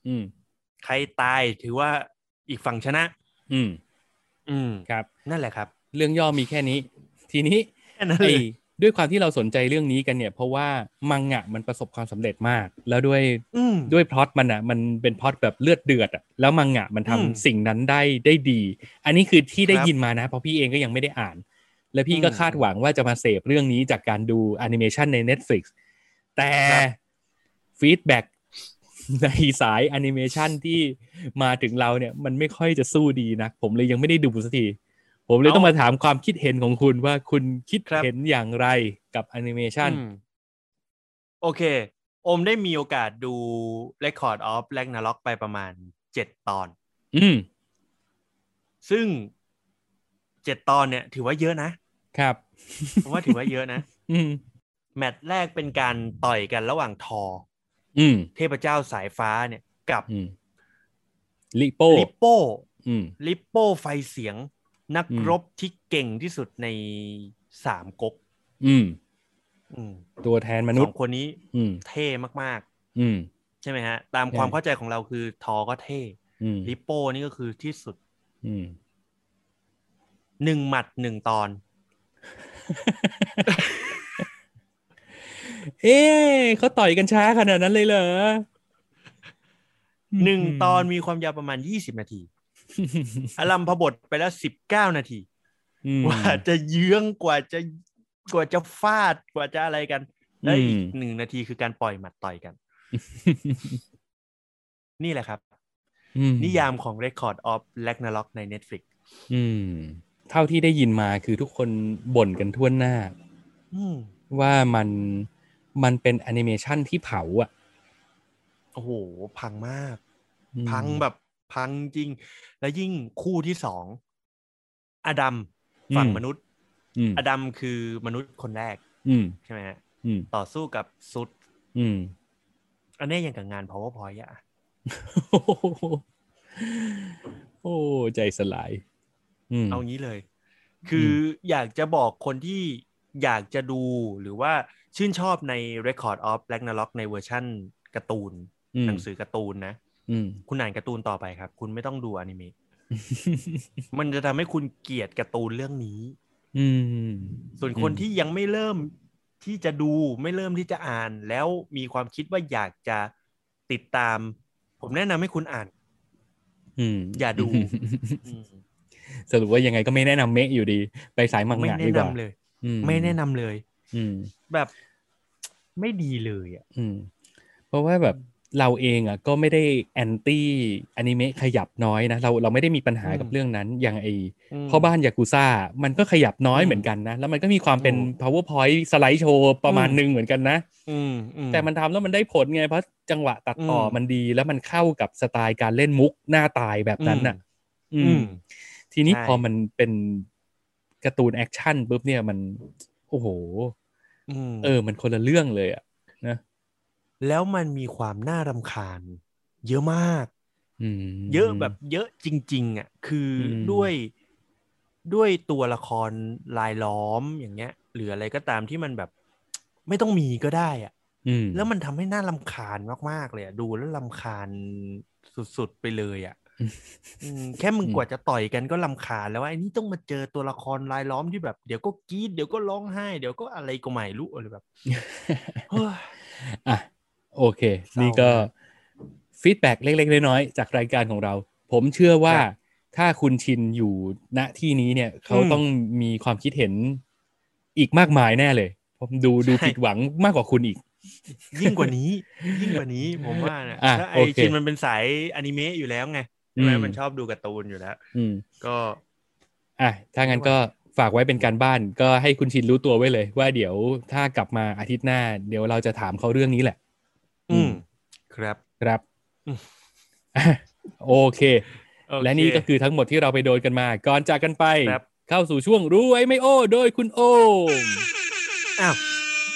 Speaker 2: อืม
Speaker 3: ใครตายถือว่าอีกฝั่งชนะ
Speaker 2: อืม
Speaker 3: อืม
Speaker 2: ครับ
Speaker 3: นั่นแหละครับ
Speaker 2: เรื่องย่อมีแค่นี้ ทีนี้
Speaker 3: แค่นั้น
Speaker 2: ไอ้
Speaker 3: เลย
Speaker 2: ด้วยความที่เราสนใจเรื่องนี้กันเนี่ย เพราะว่ามังงะมันประสบความสำเร็จมาก แล้วด้วย
Speaker 3: อืม
Speaker 2: ด้วยพล็อตมันอ่ะมันเป็นพล็อตแบบเลือดเดือดอ่ะแล้วมังงะมันทำ
Speaker 3: อืม
Speaker 2: สิ่งนั้นได้ได้ดี อันนี้คือที่ได้
Speaker 3: ครับ
Speaker 2: ยินมานะ เพราะพี่เองก็ยังไม่ได้อ่าน และพี่ก็
Speaker 3: อืม
Speaker 2: คาดหวังว่าจะมาเสพเรื่องนี้จากการดูแอนิเมชันใน Netflix แต่
Speaker 3: ครับ
Speaker 2: ฟีดแบ็ก ในสายแอนิเมชันที่มาถึงเราเนี่ย มันไม่ค่อยจะสู้ดีนะผมเลยยังไม่ได้ดูสักที ผมเลย
Speaker 3: เอ้า
Speaker 2: ต้องมาถามความคิดเห็นของคุณว่าคุณคิด
Speaker 3: ครับ
Speaker 2: เห็นอย่างไรกับแอนิเมชัน
Speaker 3: อืมโอเค อมได้มีโอกาสดู Record of Ragnarok ไปประมาณเจ็ดตอน
Speaker 2: อืม
Speaker 3: ซึ่งเจ็ดตอนเนี่ย ถือว่าเยอะนะครับ ผมว่าถือว่าเยอะนะ
Speaker 2: อืม
Speaker 3: แมตช์แรกเป็นการต่อยกันระหว่างทอร์
Speaker 2: อืม
Speaker 3: เทพเจ้าสายฟ้าเนี่ย กับ
Speaker 2: อืมลิโป้
Speaker 3: ลิปโป้
Speaker 2: อืม
Speaker 3: ลิปโป้ไฟเสียง นัก
Speaker 2: อืม
Speaker 3: รบที่เก่งที่สุดในสามก๊ก
Speaker 2: อืม
Speaker 3: อืม
Speaker 2: ตัวแทนม
Speaker 3: ส
Speaker 2: นุษ
Speaker 3: อง
Speaker 2: ย์
Speaker 3: คนนี้
Speaker 2: อืม
Speaker 3: เท่มาก
Speaker 2: อืม
Speaker 3: ๆ ใช่ไหมฮะ ตาม
Speaker 2: ใช่
Speaker 3: ความเข้าใจของเราคือทอก็เท่
Speaker 2: อืม
Speaker 3: ลิปโป้นี่ก็คือที่สุด
Speaker 2: อืม
Speaker 3: หนึ่งหมัดหนึ่งตอน
Speaker 2: เอ๊ะเขาต่อยกันช้าขนาดนั้นเลยเหรอ
Speaker 3: หนึ่งตอนมีความยาวประมาณยี่สิบนา ทีอลัมพบทไปแล้วสิบเก้านาที
Speaker 2: อืม
Speaker 3: กว่าจะเยื้องกว่าจะกว่าจะฟาดกว่าจะอะไรกัน แล้วอีก
Speaker 2: อืม
Speaker 3: หนึ่งนาทีคือการปล่อยหมัดต่อย กัน นี่แหละครับ
Speaker 2: อืม
Speaker 3: นิยามของ Record of Ragnarok ใน Netflix
Speaker 2: อืม เท่าที่ได้ยินมาคือทุกคนบ่นกันทั่วหน้า
Speaker 3: อืม
Speaker 2: ว่ามันมันเป็นแอนิเมชันที่เผาอ่ะ
Speaker 3: โอ้โห พังมาก
Speaker 2: อืม
Speaker 3: พังแบบพังจริง แล้วยิ่งคู่ที่สอง อดัมฝั่งมนุษย์
Speaker 2: อืม
Speaker 3: อดัมคือมนุษย์คนแรก
Speaker 2: อืม
Speaker 3: ใช่ไหมฮะ
Speaker 2: อืม
Speaker 3: ต่อสู้กับซุด
Speaker 2: อืม
Speaker 3: อันนี้ยังกับงาน powerpoint อะ
Speaker 2: โอ้โหโอ้ใจสลายอืม
Speaker 3: เอางี้เลย คือออยากจะบอกคนที่อยากจะดูหรือว่าชื่นชอบใน Record of Ragnarok ในเวอร์ชั่นการ์ตูน
Speaker 2: อืม
Speaker 3: หนังสือการ์ตูนนะ
Speaker 2: อืม
Speaker 3: คุณอ่านการ์ตูนต่อไปครับ คุณไม่ต้องดูอนิเมะมันจะทำให้คุณเกลียดการ์ตูนเรื่องนี้
Speaker 2: อืม
Speaker 3: ส่วนคน
Speaker 2: อืม
Speaker 3: ที่ยังไม่เริ่มที่จะดูไม่เริ่มที่จะอ่าน แล้วมีความคิดว่าอยากจะติดตาม ผมแนะนำให้คุณอ่าน
Speaker 2: อืม
Speaker 3: อย่า ดู อืม
Speaker 2: สรุปว่ายังไงก็ไม่แนะนำเมะอยู่ดี ไปสายมัง
Speaker 3: ไม่
Speaker 2: งะดี
Speaker 3: แนะ
Speaker 2: กว่าน
Speaker 3: ำเลย
Speaker 2: อื
Speaker 3: ไม่แนะนำเลย
Speaker 2: อืม
Speaker 3: แบบ ไม่ดีเลยอ่ะ
Speaker 2: อืม เพราะว่าแบบเราเองอ่ะก็ไม่ได้แอนตี้อนิเมะขยับน้อยนะ เราเราไม่ได้มีปัญหากับ
Speaker 3: อืม
Speaker 2: เรื่องนั้นอย่างไอ
Speaker 3: ม
Speaker 2: พ่อบ้านยากูซ่า มันก็ขยับน้อย
Speaker 3: อืม
Speaker 2: เหมือนกันนะ แล้วมันก็มีความเป็น
Speaker 3: ถูก
Speaker 2: powerpoint สไลด์โชว์ประมาณหนึ่งเหมือนกันนะ
Speaker 3: อืมอื
Speaker 2: แต่มันทำแล้วมันได้ผลไง เพราะจังหวะตัดต่ออ
Speaker 3: ม
Speaker 2: มันดี แล้วมันเข้ากับสไตล์การเล่นมุกหน้าตายแบบนั้นน่ะ อื
Speaker 3: อื
Speaker 2: ม
Speaker 3: ม
Speaker 2: ทีนี้
Speaker 3: ใช่
Speaker 2: พอมันเป็นการ์ตูนแอคชั่นปุ๊บเนี่ยมัน โอ้โห
Speaker 3: อืม
Speaker 2: เออ มันคนละเรื่องเลยอ่ะ
Speaker 3: แล้วมันมีความน่ารำคาญ เยอะมาก
Speaker 2: อืม
Speaker 3: เยอะแบบเยอะจริง ๆ อ่ะ คืออ
Speaker 2: ม
Speaker 3: ด้วยด้วยตัวละครลายล้อมอย่างเงี้ย หรืออะไรก็ตามที่มันแบบ ไม่ต้องมีก็ได้อ่ะ
Speaker 2: อืม
Speaker 3: แล้วมันทำให้น่ารำคาญมากๆเลยอ่ะ ดูแล้วรำคาญสุดๆไปเลย อ่ะ อืมแค่มึงกว่าจะต่อยกันก็ลำคาญแล้วว่าไอ้นี่ต้องมาเจอตัวละครรายล้อมที่แบบเดี๋ยวก็กรีดเดี๋ยวก็ร้องไห้ เดี๋ยวก็อะไรก็ไม่รู้อะไร แบบเฮ้ย
Speaker 2: อ่ะ โอเค
Speaker 3: เศร้า
Speaker 2: นี่ก็
Speaker 3: มาก
Speaker 2: ฟีดแบ็กเล็ก ๆ น้อยๆจากรายการของเรา ผมเชื่อว่า
Speaker 3: ครับ
Speaker 2: ถ้าคุณชินอยู่ณที่นี้เนี่ย เขา
Speaker 3: อืม
Speaker 2: ต้องมีความคิดเห็นอีกมากมายแน่เลย ผมดูดู
Speaker 3: ใช่
Speaker 2: ผิดหวังมากกว่าคุณอีก
Speaker 3: ยิ่งกว่านี้ ยิ่งกว่านี้ผมว่านะ
Speaker 2: อ่ะ
Speaker 3: แล้วไอ
Speaker 2: โอเค
Speaker 3: ชินมันเป็นสายอนิเมะอยู่แล้วไงใช่ไหม
Speaker 2: อืม
Speaker 3: มันชอบดูการ์ตูนอยู่แล้ว
Speaker 2: อืม
Speaker 3: ก็
Speaker 2: อ่ะ ถ้างั้นก็ฝากไว้เป็นการบ้าน ก็ให้คุณชินรู้ตัวไว้เลย ว่าเดี๋ยวถ้ากลับมาอาทิตย์หน้า เดี๋ยวเราจะถามเขาเรื่องนี้แหละ
Speaker 3: อืม ครับ
Speaker 2: ครับ
Speaker 3: อืม
Speaker 2: อ่ะโอเค
Speaker 3: โอเค
Speaker 2: และนี่ก็คือทั้งหมดที่เราไปโดนกันมา ก่อนจากกันไป
Speaker 3: ครับ
Speaker 2: เข้าสู่ช่วงรู้ไว้ไม่โอ้ โดยคุณโอม
Speaker 3: อ้าว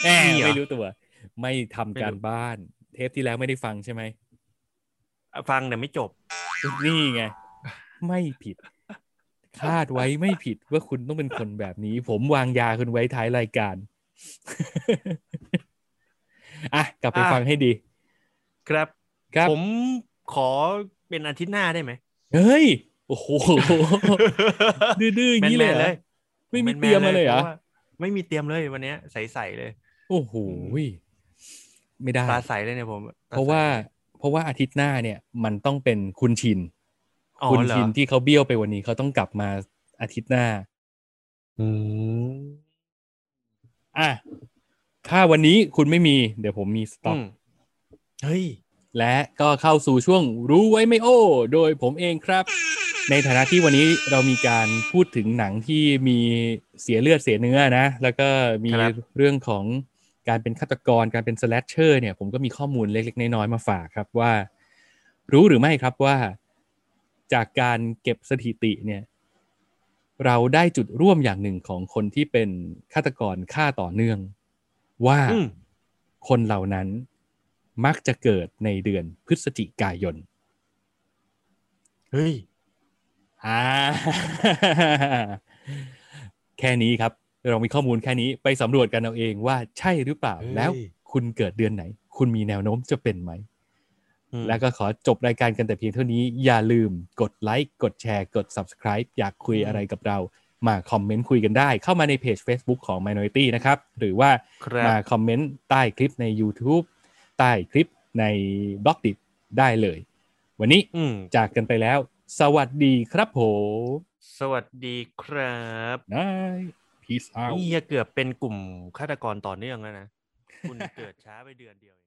Speaker 2: แหม
Speaker 3: มีเหรอ
Speaker 2: ไม่รู้ตัว ไม่ทำการ
Speaker 3: ไม่รู้
Speaker 2: บ้าน เทปที่แล้วไม่ได้ฟังใช่ไหม
Speaker 3: ฟังแต่ไม่จบ
Speaker 2: นี่ไง ไม่ผิด คาดไว้ไม่ผิดว่าคุณต้องเป็นคนแบบนี้ ผมวางยาคุณไว้ท้ายรายการ อ่ะ กลับไป
Speaker 3: อ่ะ
Speaker 2: ฟังให้ดี
Speaker 3: ครับ
Speaker 2: ครับ
Speaker 3: ผมขอเป็นอาทิตย์หน้าได้ ไหม
Speaker 2: เฮ้ย โอ้โห ดื้อๆอย่างนี้เลยเหร
Speaker 3: แมนๆเล
Speaker 2: อย ไม่มี
Speaker 3: แนๆ
Speaker 2: เตรียมมาเลยเหรอ
Speaker 3: พาะว่าไม่มีเตรียมเลยวันเนี้ยใสๆเลย
Speaker 2: โอ้โหยไม่ได้
Speaker 3: ตาใสเลยเนี่ยผม
Speaker 2: เพราะว่าเพราะว่าอาทิตย์หน้าเนี่ย มันต้องเป็นคุณชิน
Speaker 3: อ๋อ
Speaker 2: คุณ
Speaker 3: เหรอ
Speaker 2: ชินที่เขาเบี้ยวไปวันนี้เขาต้องกลับมาอาทิตย์หน้า
Speaker 3: อืม
Speaker 2: อ่ะถ้าวันนี้คุณไม่มีเดี๋ยวผมมีสต็อก
Speaker 3: อืมเฮ้ย
Speaker 2: และก็เข้าสู่ช่วงรู้ไว้ไม่โอ้ โดยผมเองครับ ในฐานะที่วันนี้เรามีการพูดถึงหนังที่มีเสียเลือดเสียเนื้อนะ แล้วก็มี
Speaker 3: ครับ
Speaker 2: เรื่องของการเป็นฆาตกรการเป็นสแลชเชอร์เนี่ย ผมก็มีข้อมูลเล็ก ๆ น้อย ๆ มาฝากครับว่า รู้หรือไม่ครับว่า จากการเก็บสถิติเนี่ย เราได้จุดร่วมอย่างหนึ่งของคนที่เป็นฆาตกรฆ่าต่อเนื่อง ว่า
Speaker 3: อืม
Speaker 2: คนเหล่านั้นมักจะเกิดในเดือนพฤศจิกายน
Speaker 3: เฮ้ย
Speaker 2: อ่า แค่นี้ครับ เรามีข้อมูลแค่นี้ไปสำรวจกันเอาเองว่าใช่หรือเปล่า
Speaker 3: เฮ้ย
Speaker 2: แล้วคุณเกิดเดือนไหน คุณมีแนวโน้มจะเป็นไหม
Speaker 3: อืม
Speaker 2: แล้วก็ขอจบรายการกันแต่เพียงเท่านี้ อย่าลืมกดไลค์กดแชร์กด subscribe อยากคุย
Speaker 3: อืม
Speaker 2: อะไรกับเรา มาคอมเมนต์คุยกันได้ เข้ามาในเพจ Facebook ของ Minority นะครับ หรือว่า
Speaker 3: ครั
Speaker 2: มา
Speaker 3: บ
Speaker 2: คอมเมนต์ใต้คลิปใน YouTube ใต้คลิปในบล็อกดิได้เลย วันนี้
Speaker 3: อืม
Speaker 2: จากกันไปแล้ว สวัสดีครับผม
Speaker 3: สวัสดีครับ
Speaker 2: นาย peace out
Speaker 3: นี่เกือบเป็นกลุ่มฆาตกรต่อเนื่องแล้วนะ คุณเกิดช้าไปเดือนเดียว